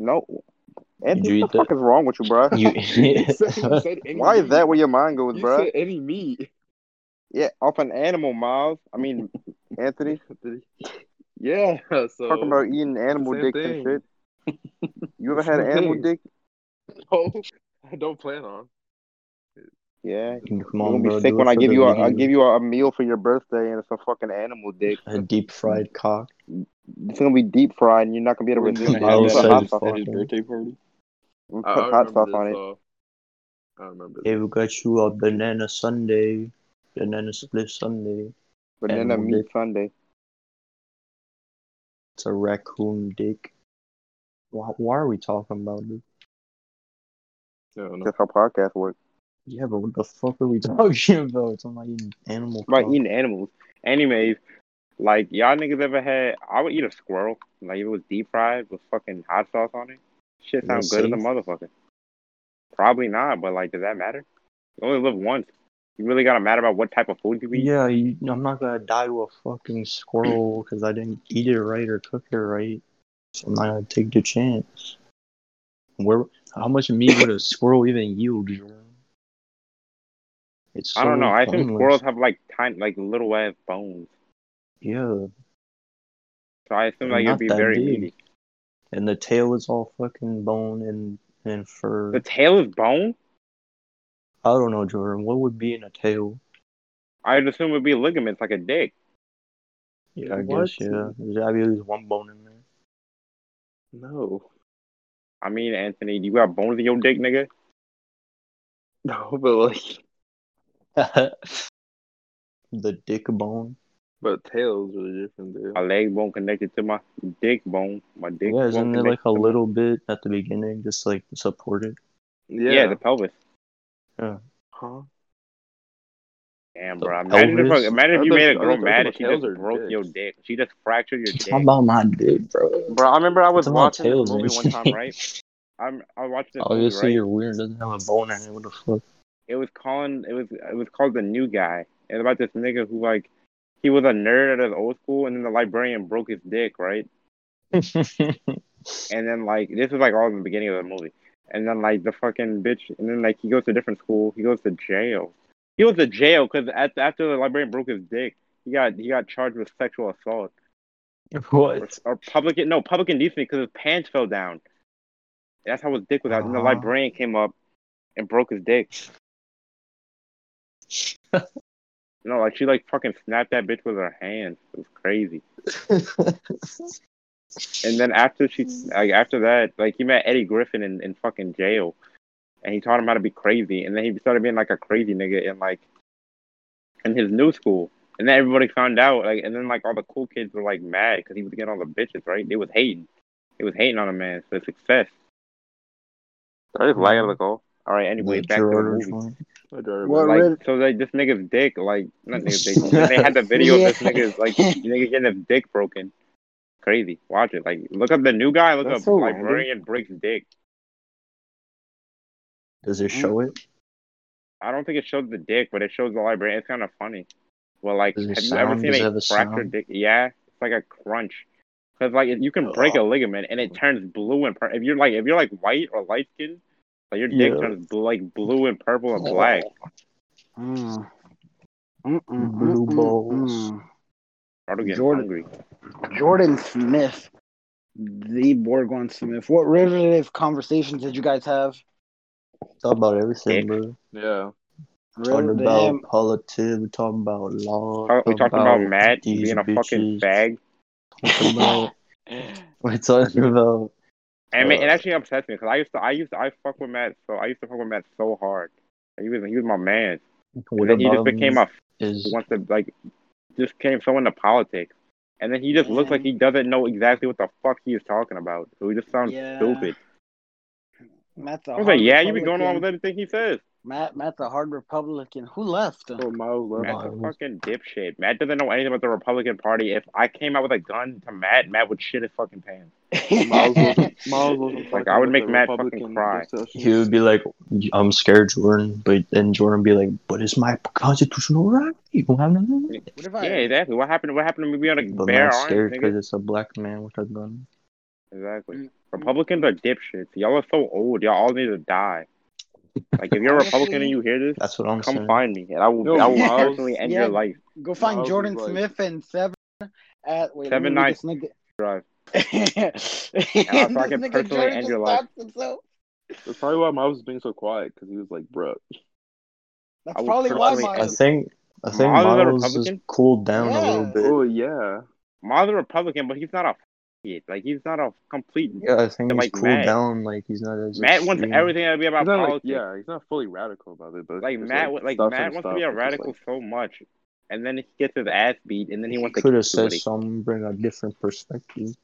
Speaker 1: No. And
Speaker 2: you
Speaker 1: what
Speaker 2: eat
Speaker 1: the fuck is wrong with you, bro?
Speaker 2: You,
Speaker 1: Why is that where your mind goes,
Speaker 4: You
Speaker 1: bro?
Speaker 4: said any meat.
Speaker 1: Yeah, off an animal, Miles. I mean, Anthony,
Speaker 4: Yeah. So
Speaker 1: talking about eating animal
Speaker 4: same
Speaker 1: dicks
Speaker 4: thing.
Speaker 1: and shit. You ever had
Speaker 4: Same
Speaker 1: animal
Speaker 4: thing.
Speaker 1: dick?
Speaker 4: no, oh, I don't plan on.
Speaker 1: Yeah.
Speaker 2: Come
Speaker 1: You're
Speaker 2: on,
Speaker 1: gonna
Speaker 2: bro.
Speaker 1: be sick
Speaker 2: do it
Speaker 1: when I
Speaker 2: for
Speaker 1: give
Speaker 2: the
Speaker 1: you a, I
Speaker 2: video.
Speaker 1: give you a, a meal for your birthday and it's a fucking animal dick.
Speaker 2: a deep fried cock.
Speaker 1: It's gonna be deep fried and you're not gonna be able to
Speaker 3: Wouldn't
Speaker 1: resist
Speaker 3: you
Speaker 1: it.
Speaker 2: have
Speaker 1: Put hot
Speaker 2: that
Speaker 1: sauce
Speaker 2: as
Speaker 3: At
Speaker 1: on
Speaker 2: fuck?
Speaker 1: it.
Speaker 3: his birthday party.
Speaker 1: Put
Speaker 4: I, I
Speaker 1: hot
Speaker 4: remember
Speaker 1: sauce
Speaker 4: this,
Speaker 1: on it.
Speaker 4: uh, I remember.
Speaker 2: They will get you a banana sundae, banana split sundae.
Speaker 1: Banana
Speaker 2: animal
Speaker 1: meat
Speaker 2: dick.
Speaker 1: Sunday.
Speaker 2: It's a raccoon dick. Why, why are we talking about this?
Speaker 4: I don't know.
Speaker 1: That's how podcasts work.
Speaker 2: Yeah, but what the fuck are we talking about? It's about eating animal.
Speaker 1: About
Speaker 2: cock.
Speaker 1: eating animals. Anyways, like y'all niggas ever had? I would eat a squirrel. Like if it was deep fried with fucking hot sauce on it. Shit
Speaker 2: Is
Speaker 1: sounds
Speaker 2: that
Speaker 1: good as a
Speaker 2: safe?
Speaker 1: motherfucker. Probably not, but like, does that matter? You only live once. You really gotta matter about what type of food you eat.
Speaker 2: Yeah, you, I'm not gonna die to a fucking squirrel because I didn't eat it right or cook it right. So I'm not gonna take the chance. Where? How much meat would a squirrel even yield? Jerome? It's
Speaker 1: I don't
Speaker 2: so
Speaker 1: know. I think
Speaker 2: boneless.
Speaker 1: squirrels have like tiny, like little ass bones.
Speaker 2: Yeah,
Speaker 1: So I assume like
Speaker 2: Not
Speaker 1: it'd be
Speaker 2: that
Speaker 1: very
Speaker 2: big.
Speaker 1: meaty.
Speaker 2: and the tail is all fucking bone and and fur.
Speaker 1: The tail is bone.
Speaker 2: I don't know, Jordan. What would be in a tail?
Speaker 1: I'd assume it'd be ligaments, like a dick.
Speaker 2: Yeah, I
Speaker 4: What?
Speaker 2: guess yeah. There's gotta be one bone in there.
Speaker 4: No.
Speaker 1: I mean, Anthony, do you got bones in your dick, nigga?
Speaker 4: No, but like,
Speaker 2: the dick bone.
Speaker 4: but tails are different, dude.
Speaker 1: My leg bone connected to my dick bone. My dick.
Speaker 2: yeah,
Speaker 1: bone
Speaker 2: isn't there
Speaker 1: connected
Speaker 2: like a
Speaker 1: to my-
Speaker 2: little bit at the beginning, just like to support it?
Speaker 4: Yeah.
Speaker 1: Yeah. the pelvis.
Speaker 4: Huh?
Speaker 1: Damn,
Speaker 2: The
Speaker 1: bro. Imagine if,
Speaker 2: pelvis?
Speaker 1: a- imagine if
Speaker 4: I
Speaker 1: you
Speaker 4: thought-
Speaker 1: made a
Speaker 4: I
Speaker 1: girl
Speaker 4: thought
Speaker 1: mad
Speaker 4: the
Speaker 1: and she just
Speaker 4: tails are
Speaker 1: broke your
Speaker 4: dicks.
Speaker 1: dick. She just fractured your dick.
Speaker 2: How about my dick, bro?
Speaker 1: Bro, I remember I was
Speaker 2: It's about
Speaker 1: watching this
Speaker 2: tails
Speaker 1: movie
Speaker 2: and
Speaker 1: one time,
Speaker 2: shit.
Speaker 1: right? I'm I watched this movie,
Speaker 2: Obviously,
Speaker 1: right?
Speaker 2: Oh, you're weird. Doesn't have a bone in it. What the fuck?
Speaker 1: It was calling it was it was called the new guy. It's about this nigga who like he was a nerd at his old school and then the librarian broke his dick, right? And then like this was like all in the beginning of the movie. And then like the fucking bitch and then like he goes to a different school, he goes to jail. He goes to jail because after the librarian broke his dick, he got he got charged with sexual assault. or,
Speaker 2: what?
Speaker 1: or public no public indecency because his pants fell down. That's how his dick was out. And the
Speaker 2: Uh-huh.
Speaker 1: librarian came up and broke his dick. no, like she like fucking snapped that bitch with her hand. It was crazy. And then after she like after that, like he met Eddie Griffin in, in fucking jail. And he taught him how to be crazy. And then he started being like a crazy nigga in like in his new school. And then everybody found out, like, and then like all the cool kids were like mad because he was getting all the bitches, right? They was hating. They was hating on a man for his success. I just
Speaker 5: Mm-hmm.
Speaker 1: like it, like, oh, all right. Anyway,
Speaker 2: The
Speaker 1: back to the
Speaker 2: Gerardo
Speaker 1: movie.
Speaker 2: joint.
Speaker 4: I don't
Speaker 6: What
Speaker 1: Like,
Speaker 6: really?
Speaker 1: so like this nigga's dick, like not nigga's dick. they had the video of this nigga's like nigga getting his dick broken. Crazy. Watch it. Like, look up the new guy. Look
Speaker 5: That's
Speaker 1: up
Speaker 5: so random.
Speaker 1: librarian breaks dick.
Speaker 2: Does
Speaker 1: Hmm?
Speaker 2: it show it?
Speaker 1: I don't think it shows the dick, but it shows the librarian. It's kind of funny. Well, like,
Speaker 2: Does it
Speaker 1: have you ever
Speaker 2: sound?
Speaker 1: seen
Speaker 2: Does it
Speaker 1: a
Speaker 2: have a
Speaker 1: fractured
Speaker 2: sound?
Speaker 1: dick? Yeah, it's like a crunch. Cause like you can break a
Speaker 2: Oh.
Speaker 1: ligament and it turns blue and purple. If you're like if you're like white or light skinned, like your dick
Speaker 2: Yeah. Oh.
Speaker 1: turns bl- like blue and purple and black.
Speaker 5: Mm. Mm, mm, mm,
Speaker 2: Blue
Speaker 5: mm,
Speaker 2: balls.
Speaker 5: mm.
Speaker 1: I'll get
Speaker 6: Jordan.
Speaker 1: hungry.
Speaker 6: Jordan Smith, the Borgon Smith. What relative conversations did you guys have?
Speaker 2: Talk about
Speaker 1: Dick.
Speaker 2: everything, bro.
Speaker 4: Yeah.
Speaker 2: Talk
Speaker 6: Rel-
Speaker 2: about
Speaker 6: damn,
Speaker 2: politics. We talk about law.
Speaker 1: Uh, we
Speaker 2: talk
Speaker 1: talked about Matt
Speaker 2: these
Speaker 1: being a fucking
Speaker 2: bitches.
Speaker 1: fag.
Speaker 2: Talk about- We're talking about
Speaker 1: And it, it
Speaker 2: Uh.
Speaker 1: actually upsets me because I used to I used to I fuck with Matt so I used to fuck with Matt so hard. He was he was my man.
Speaker 2: what
Speaker 1: And then he just
Speaker 2: about
Speaker 1: became a
Speaker 2: is
Speaker 1: wants to like just came so into politics, and then he just looks like he doesn't know exactly what the fuck he is talking about. So he just sounds
Speaker 6: Yeah.
Speaker 1: stupid.
Speaker 6: Matt's a
Speaker 1: I was
Speaker 6: hard
Speaker 1: like, yeah, you be going
Speaker 6: Republican.
Speaker 1: along with everything he says.
Speaker 6: Matt, Matt's a hard Republican. Who left?
Speaker 4: Oh, Miles left.
Speaker 1: Matt's a
Speaker 2: Miles.
Speaker 1: fucking dipshit. Matt doesn't know anything about the Republican Party. If I came out with a gun to Matt, Matt would shit his fucking pants.
Speaker 4: Miles wasn't. Miles wasn't.
Speaker 1: Like,
Speaker 4: fucking
Speaker 1: I would
Speaker 4: with
Speaker 1: make
Speaker 4: the
Speaker 1: Matt fucking
Speaker 4: Republican
Speaker 1: cry.
Speaker 4: session.
Speaker 2: he would be like, I'm scared, Jordan, but then Jordan would be like, but it's my constitutional right. You don't have nothing.
Speaker 6: What if I?
Speaker 1: Yeah, exactly. What happened? What happened to me being a
Speaker 2: But
Speaker 1: bear
Speaker 2: Matt's
Speaker 1: arms?
Speaker 2: scared
Speaker 1: nigga?
Speaker 2: because it's a black man with a gun.
Speaker 6: Mm-hmm.
Speaker 1: Exactly. Republicans are dipshits. Y'all are so old. Y'all all need to die. Like, if you're a Republican and you hear this,
Speaker 2: That's what I'm
Speaker 1: come
Speaker 2: saying.
Speaker 1: find me, and I will.
Speaker 4: No,
Speaker 1: I will
Speaker 4: Miles-
Speaker 1: personally end
Speaker 6: Yeah.
Speaker 1: your life.
Speaker 6: Go find
Speaker 4: Miles
Speaker 6: Jordan
Speaker 4: was like-
Speaker 6: Smith and Seven at wait.
Speaker 1: Seven
Speaker 6: let me
Speaker 1: nine-
Speaker 6: read this nigga-
Speaker 1: Drive.
Speaker 6: this
Speaker 1: fucking
Speaker 6: nigga
Speaker 1: personally
Speaker 6: Jordan
Speaker 1: end
Speaker 6: just
Speaker 1: your life.
Speaker 6: doxed himself.
Speaker 4: That's probably why Miles was being so quiet because he was like, "Bro,
Speaker 1: I
Speaker 6: That's
Speaker 1: would
Speaker 6: probably why
Speaker 1: personally
Speaker 2: I
Speaker 6: Miles.
Speaker 2: think I think
Speaker 1: Miles is a
Speaker 2: Miles just
Speaker 1: Republican?
Speaker 2: cooled down a little
Speaker 6: Yeah.
Speaker 2: bit.
Speaker 4: oh yeah,
Speaker 1: Miles is a Republican, but he's not a idiot. Like he's not a complete.
Speaker 2: Yeah, I think he's
Speaker 1: Like
Speaker 2: cooled
Speaker 1: Matt.
Speaker 2: down. Like he's not as
Speaker 1: Matt wants
Speaker 2: extreme.
Speaker 1: everything to be about
Speaker 4: he's not like,
Speaker 1: politics.
Speaker 4: yeah, he's not fully radical about it, but it's
Speaker 1: Like
Speaker 4: just,
Speaker 1: Matt, like,
Speaker 4: stuff
Speaker 1: Matt
Speaker 4: and
Speaker 1: wants
Speaker 4: stuff.
Speaker 1: to be a
Speaker 4: It's just,
Speaker 1: radical
Speaker 4: like-
Speaker 1: so much, and then he gets his ass beat, and then he
Speaker 2: He
Speaker 1: wants to
Speaker 2: could
Speaker 1: kill
Speaker 2: have said
Speaker 1: somebody.
Speaker 2: something, bring a different perspective.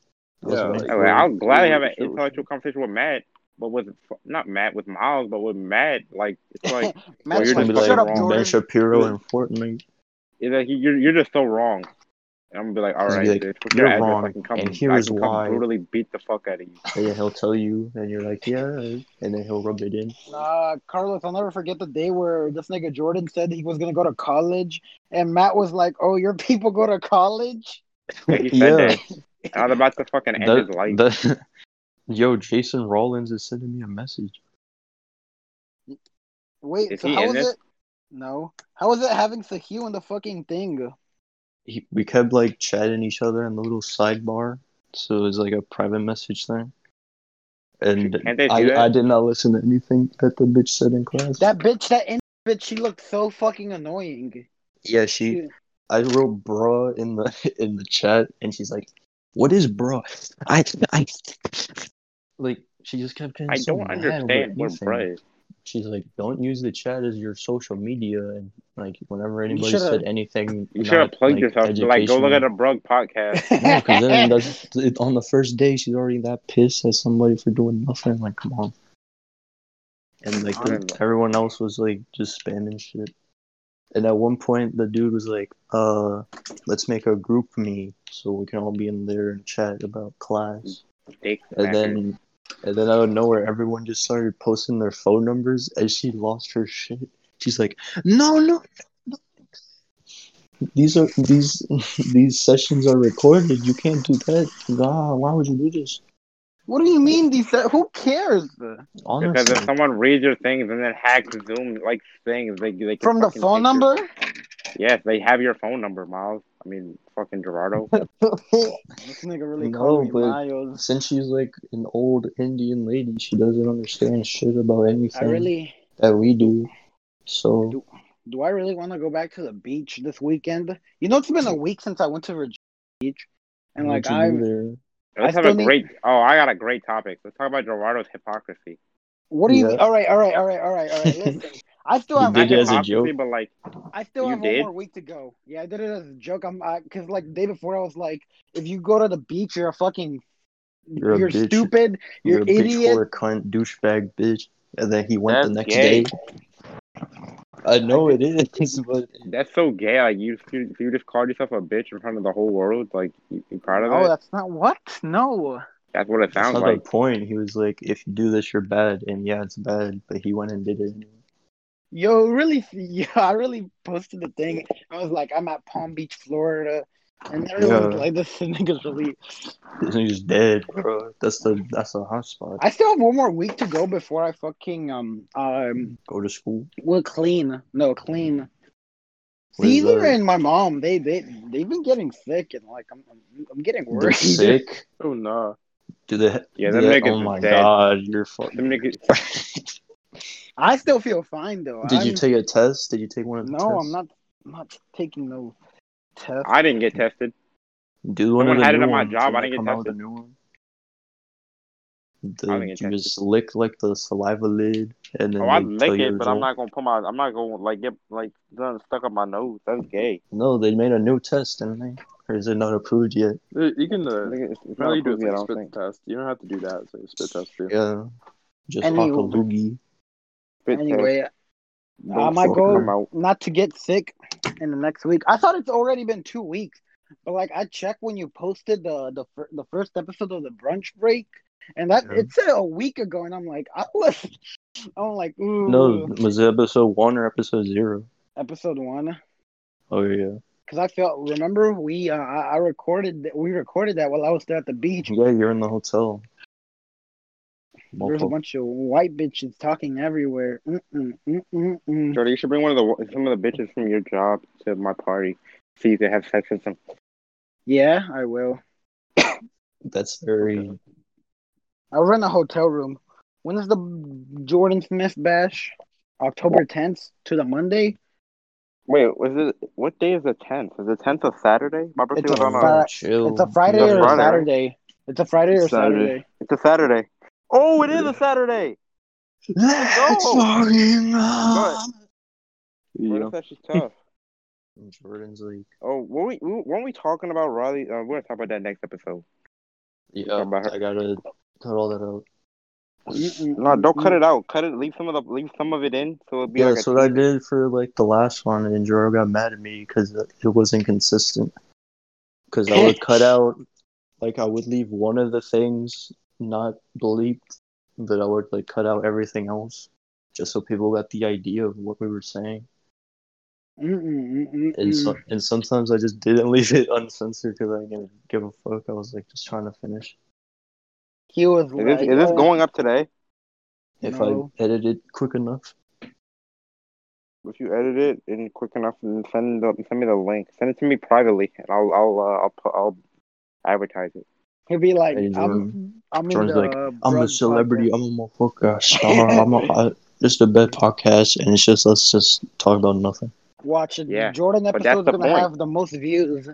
Speaker 4: Yeah, like-
Speaker 1: Okay, Oh, I'll gladly have an
Speaker 4: Sure.
Speaker 1: intellectual conversation with Matt, but with not Matt with Miles, but with Matt, like it's like
Speaker 6: Matt's
Speaker 1: you're
Speaker 6: like,
Speaker 1: just, like,
Speaker 6: shut up,
Speaker 1: wrong.
Speaker 2: Ben
Speaker 6: Jordan.
Speaker 2: Shapiro and Fortnite.
Speaker 1: it's like you're you're just so wrong. And I'm gonna be like, all
Speaker 2: He's
Speaker 1: right,
Speaker 2: like,
Speaker 1: bitch, put your
Speaker 2: "You're
Speaker 1: ass in
Speaker 2: wrong,
Speaker 1: fucking company.
Speaker 2: and here's
Speaker 1: I can come
Speaker 2: why."
Speaker 1: brutally beat the fuck out of you.
Speaker 2: And then he'll tell you, and you're like, yeah. And then he'll rub it in.
Speaker 6: Nah, Carlos, I'll never forget the day where this nigga Jordan said he was gonna go to college, and Matt was like, "Oh, your people go to college."
Speaker 1: Yeah, he said that. And I was about to fucking end his life.
Speaker 2: the- yo, Jason Rollins is sending me a message.
Speaker 6: Wait,
Speaker 1: Is
Speaker 6: so
Speaker 1: he
Speaker 6: how
Speaker 1: in
Speaker 6: is
Speaker 1: this?
Speaker 6: it? No. How was it having Sahil in the fucking thing?
Speaker 2: He, we kept like chatting each other in the little sidebar, so it was like a private message thing. And
Speaker 1: Can't they do that?
Speaker 2: I, I did not listen to anything that the bitch said in class.
Speaker 6: That bitch, that in- bitch, she looked so fucking annoying.
Speaker 2: yeah, she.
Speaker 5: Yeah.
Speaker 2: I wrote "bra" in the in the chat, and she's like, "What is bra?" I I like she just kept getting
Speaker 1: I
Speaker 2: so
Speaker 1: don't
Speaker 2: mad over
Speaker 1: understand what
Speaker 2: anything.
Speaker 1: bruh is.
Speaker 2: She's like, "Don't use the chat as your social media." And like, whenever anybody
Speaker 6: shoulda-
Speaker 2: said anything,
Speaker 1: You should have plugged
Speaker 2: like,
Speaker 1: yourself. Be Like, go look at
Speaker 2: educational-
Speaker 1: a Brug podcast.
Speaker 2: No, because then that's, it, on the first day she's already that pissed at somebody for doing nothing. Like, come on. And like the-
Speaker 1: Honestly.
Speaker 2: everyone else was like just spamming shit. And at one point, the dude was like, "Uh, let's make a group me so we can all be in there and chat about class."
Speaker 1: Dick
Speaker 2: And then, and then out of nowhere, everyone just started posting their phone numbers, and she lost her shit. She's like, "No, no, these are these these sessions are recorded. You can't do that. God, why would you do this?
Speaker 6: what do you mean? These? Who cares?
Speaker 2: Honestly,
Speaker 1: because if someone reads your things and then hacks Zoom like things, they they can
Speaker 6: From the
Speaker 1: fucking
Speaker 6: phone
Speaker 1: take your-
Speaker 6: number?
Speaker 1: Yes, they have your phone number, Miles. I mean, fucking Gerardo.
Speaker 6: This nigga really
Speaker 2: No,
Speaker 6: called me
Speaker 2: but-
Speaker 6: Miles.
Speaker 2: since she's like an old Indian lady, she doesn't understand shit about
Speaker 6: I
Speaker 2: anything
Speaker 6: really
Speaker 2: that we do. So
Speaker 6: Do- do. I really want to go back to the beach this weekend? You know, it's been a week since I went to Virginia Beach, and like
Speaker 2: what you
Speaker 6: I,
Speaker 2: do there-
Speaker 1: Let's have
Speaker 6: still
Speaker 1: a
Speaker 6: need-
Speaker 1: great. Oh, I got a great topic. Let's talk about Gerardo's hypocrisy.
Speaker 6: what do you?
Speaker 2: Yeah.
Speaker 6: All right, all right, all right, all right, all right. Listen, I still
Speaker 2: You
Speaker 6: have.
Speaker 2: did it as a
Speaker 1: hypocrisy,
Speaker 2: joke?
Speaker 1: but like,
Speaker 6: I still
Speaker 1: You
Speaker 6: have
Speaker 1: did?
Speaker 6: one more week to go. Yeah, I did it as a joke. I'm because like the day before I was like, if you go to the beach, you're a fucking,
Speaker 2: You're
Speaker 6: you're,
Speaker 2: a bitch.
Speaker 6: stupid, you're,
Speaker 2: you're a bitch
Speaker 6: idiot.
Speaker 2: whore, cunt, douchebag, bitch. And then he went the
Speaker 1: That's
Speaker 2: next
Speaker 1: gay.
Speaker 2: day. I know it is, but
Speaker 1: that's so gay. Like, you you, you just called yourself a bitch in front of the whole world. Like, you, you proud of that?
Speaker 6: Oh, that's not what. No,
Speaker 1: that's what it
Speaker 2: that's
Speaker 1: sounds
Speaker 2: not
Speaker 1: like.
Speaker 2: the point. He was like, "If you do this, you're bad," and yeah, it's bad. But he went and did it anyway.
Speaker 6: yo, really, yo, I really posted the thing. I was like, I'm at Palm Beach, Florida, and everyone's
Speaker 2: Yeah.
Speaker 6: like, this nigga's really.
Speaker 2: This nigga's dead, bro. That's the that's the hot spot.
Speaker 6: I still have one more week to go before I fucking um um
Speaker 2: Go to school.
Speaker 6: will clean. No, clean.
Speaker 2: What is
Speaker 6: Caesar
Speaker 2: that?
Speaker 6: and my mom, they they they've been getting sick, and like I'm I'm, I'm getting
Speaker 2: They're
Speaker 6: worried.
Speaker 2: sick.
Speaker 4: Oh nah.
Speaker 2: Do they?
Speaker 1: Yeah,
Speaker 2: do
Speaker 1: them
Speaker 2: they-
Speaker 1: niggas
Speaker 2: Oh
Speaker 1: is
Speaker 2: my
Speaker 1: dead.
Speaker 2: god, you're fucking.
Speaker 1: Them niggas-
Speaker 6: I still feel fine though.
Speaker 2: Did
Speaker 6: I'm,
Speaker 2: you take a test? Did you take one of the
Speaker 6: No,
Speaker 2: tests?
Speaker 6: I'm not. I'm not taking no test.
Speaker 1: I didn't get tested.
Speaker 2: Do one of
Speaker 1: Someone
Speaker 2: the
Speaker 1: had
Speaker 2: new
Speaker 1: it on my
Speaker 2: ones,
Speaker 1: job,
Speaker 2: and
Speaker 1: I
Speaker 2: they
Speaker 1: didn't get
Speaker 2: come out with
Speaker 1: tested.
Speaker 2: a new one.
Speaker 1: didn't
Speaker 2: Did
Speaker 1: get
Speaker 2: you
Speaker 1: tested.
Speaker 2: just lick like the saliva lid, and then
Speaker 1: Oh, I
Speaker 2: they tell
Speaker 1: lick
Speaker 2: you
Speaker 1: it,
Speaker 2: the
Speaker 1: but I'm
Speaker 2: result?
Speaker 1: not gonna put my. I'm not gonna like get like done stuck up my nose. That's gay.
Speaker 2: No, they made a new test, didn't they? Or is it not approved yet?
Speaker 4: You you can uh,
Speaker 1: Nigga, It's, it's
Speaker 4: now
Speaker 1: not
Speaker 4: you do it
Speaker 1: approved
Speaker 4: for
Speaker 1: yet, I
Speaker 4: a
Speaker 1: don't
Speaker 4: spit
Speaker 1: think.
Speaker 4: test. You don't have to do that. It's like a spit test. Too.
Speaker 2: Yeah. Just
Speaker 6: Any-
Speaker 2: pop a loogie.
Speaker 1: Spit test.
Speaker 6: Anyway, uh,
Speaker 1: Don't
Speaker 6: my
Speaker 1: fuck them
Speaker 6: goal
Speaker 1: out.
Speaker 6: not to get sick in the next week. I thought it's already been two weeks, but like I checked when you posted the the fir- the first episode of the brunch break, and that
Speaker 2: Yeah.
Speaker 6: it said a week ago, and I'm like I was, I'm like ooh,
Speaker 2: No, was it episode one or episode zero?
Speaker 6: episode one.
Speaker 2: Oh yeah,
Speaker 6: Cause I felt. Remember, we uh, I I recorded that we recorded that while I was still at the beach.
Speaker 1: Mm-hmm.
Speaker 2: yeah. You're in the hotel.
Speaker 6: There's a
Speaker 2: Motherfucker.
Speaker 6: bunch of white bitches talking everywhere. Mm-mm, mm-mm, mm.
Speaker 1: uh, Jordan, you should bring one of the some of the bitches from your job to my party, so you can have sex with them.
Speaker 6: Yeah, I will.
Speaker 2: That's very.
Speaker 6: I'll rent a hotel room. When is the Jordan Smith bash? October 10th to the Monday.
Speaker 1: Wait, was it? What day is the tenth? Is the tenth a Saturday? My birthday
Speaker 6: It's a
Speaker 1: was on a.
Speaker 6: Fri-
Speaker 2: chill.
Speaker 6: uh, It's a Friday
Speaker 1: It's a
Speaker 6: or
Speaker 1: Friday, right?
Speaker 6: Saturday. It's a Friday
Speaker 4: Saturday.
Speaker 6: or Saturday.
Speaker 1: It's a Saturday. Oh, it is a Saturday.
Speaker 2: Let's
Speaker 1: No.
Speaker 2: fucking
Speaker 1: Bro,
Speaker 4: Yeah.
Speaker 1: that's actually tough.
Speaker 2: Jordan's like,
Speaker 1: Oh, were we we- weren't we talking about Riley? Uh, we're gonna talk about that next episode.
Speaker 2: yeah,
Speaker 1: about her.
Speaker 2: I gotta cut all that out.
Speaker 6: Mm-mm,
Speaker 1: No, don't cut
Speaker 6: mm-mm.
Speaker 1: it out. Cut it. Leave some of the leave some of it in, so it'll be
Speaker 2: Mm. yeah,
Speaker 1: like
Speaker 2: that's
Speaker 1: a
Speaker 2: what I did for like the last one, and Jordan got mad at me because it wasn't consistent. Because I would cut out, like I would leave one of the things not bleeped, but I would like cut out everything else, just so people got the idea of what we were saying.
Speaker 6: Mm-mm, mm-mm,
Speaker 2: And
Speaker 6: mm.
Speaker 2: so, and sometimes I just didn't leave it uncensored because I didn't give a fuck. I was like just trying to finish.
Speaker 6: He was
Speaker 1: Is this,
Speaker 6: like,
Speaker 1: is this
Speaker 6: oh,
Speaker 1: going up today?
Speaker 2: If
Speaker 6: No.
Speaker 2: I edit it quick enough,
Speaker 1: If you edit it and quick enough, and send the, send me the link. Send it to me privately, and I'll I'll uh, I'll put, I'll advertise it.
Speaker 6: He'll be like,
Speaker 2: Hey,
Speaker 6: I'm,
Speaker 2: Jordan.
Speaker 6: I'm in
Speaker 2: Jordan's
Speaker 6: the
Speaker 2: like, I'm a
Speaker 6: Brunch
Speaker 2: celebrity.
Speaker 6: podcast."
Speaker 2: I'm a motherfucker. Star. I'm a. I, this is the best podcast, and it's just us just talk about nothing.
Speaker 6: Watch it.
Speaker 1: Yeah,
Speaker 6: Jordan
Speaker 1: but that's
Speaker 6: episode's
Speaker 1: the
Speaker 6: gonna
Speaker 1: point.
Speaker 6: have the most views.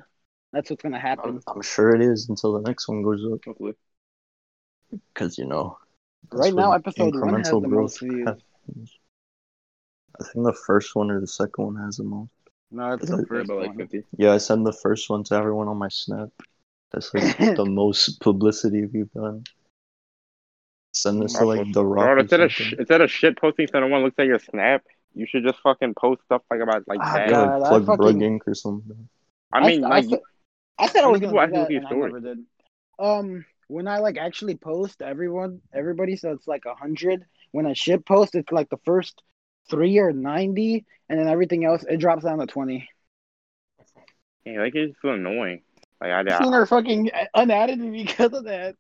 Speaker 6: That's what's gonna happen.
Speaker 2: I'm sure it is until the next one goes up,
Speaker 4: Hopefully.
Speaker 2: because you know. that's
Speaker 6: Right now,
Speaker 2: what
Speaker 6: episode one has the
Speaker 2: incremental growth
Speaker 6: most views.
Speaker 2: happens. I think the first one or the second one has the most.
Speaker 6: No, that's
Speaker 2: Yeah,
Speaker 6: the
Speaker 2: but
Speaker 6: first
Speaker 4: yeah, about like
Speaker 6: one.
Speaker 4: 50.
Speaker 2: Yeah, I send the first one to everyone on my snap. That's like the most publicity we've done. Send this to like the rock.
Speaker 1: Bro,
Speaker 2: or
Speaker 1: instead of
Speaker 2: something.
Speaker 1: sh- instead of shit posting, so no one looks at your snap. You should just fucking post stuff like about like
Speaker 6: Ah,
Speaker 1: that.
Speaker 2: yeah,
Speaker 6: God, I
Speaker 2: like plug
Speaker 6: fucking-
Speaker 2: Brug Inc. or something.
Speaker 1: I mean,
Speaker 6: I,
Speaker 1: like,
Speaker 6: said- I said I
Speaker 1: how
Speaker 6: was
Speaker 1: many
Speaker 6: gonna do
Speaker 1: people
Speaker 6: that,
Speaker 1: actually
Speaker 6: and I
Speaker 1: do your
Speaker 6: never did. Um, when I like actually post, everyone, everybody, so it's like a hundred. When I ship post, it's like the first three or ninety, and then everything else it drops down to twenty.
Speaker 1: yeah, like it's so annoying. Like I,
Speaker 6: I've seen
Speaker 1: I
Speaker 6: her fucking unedited because of that.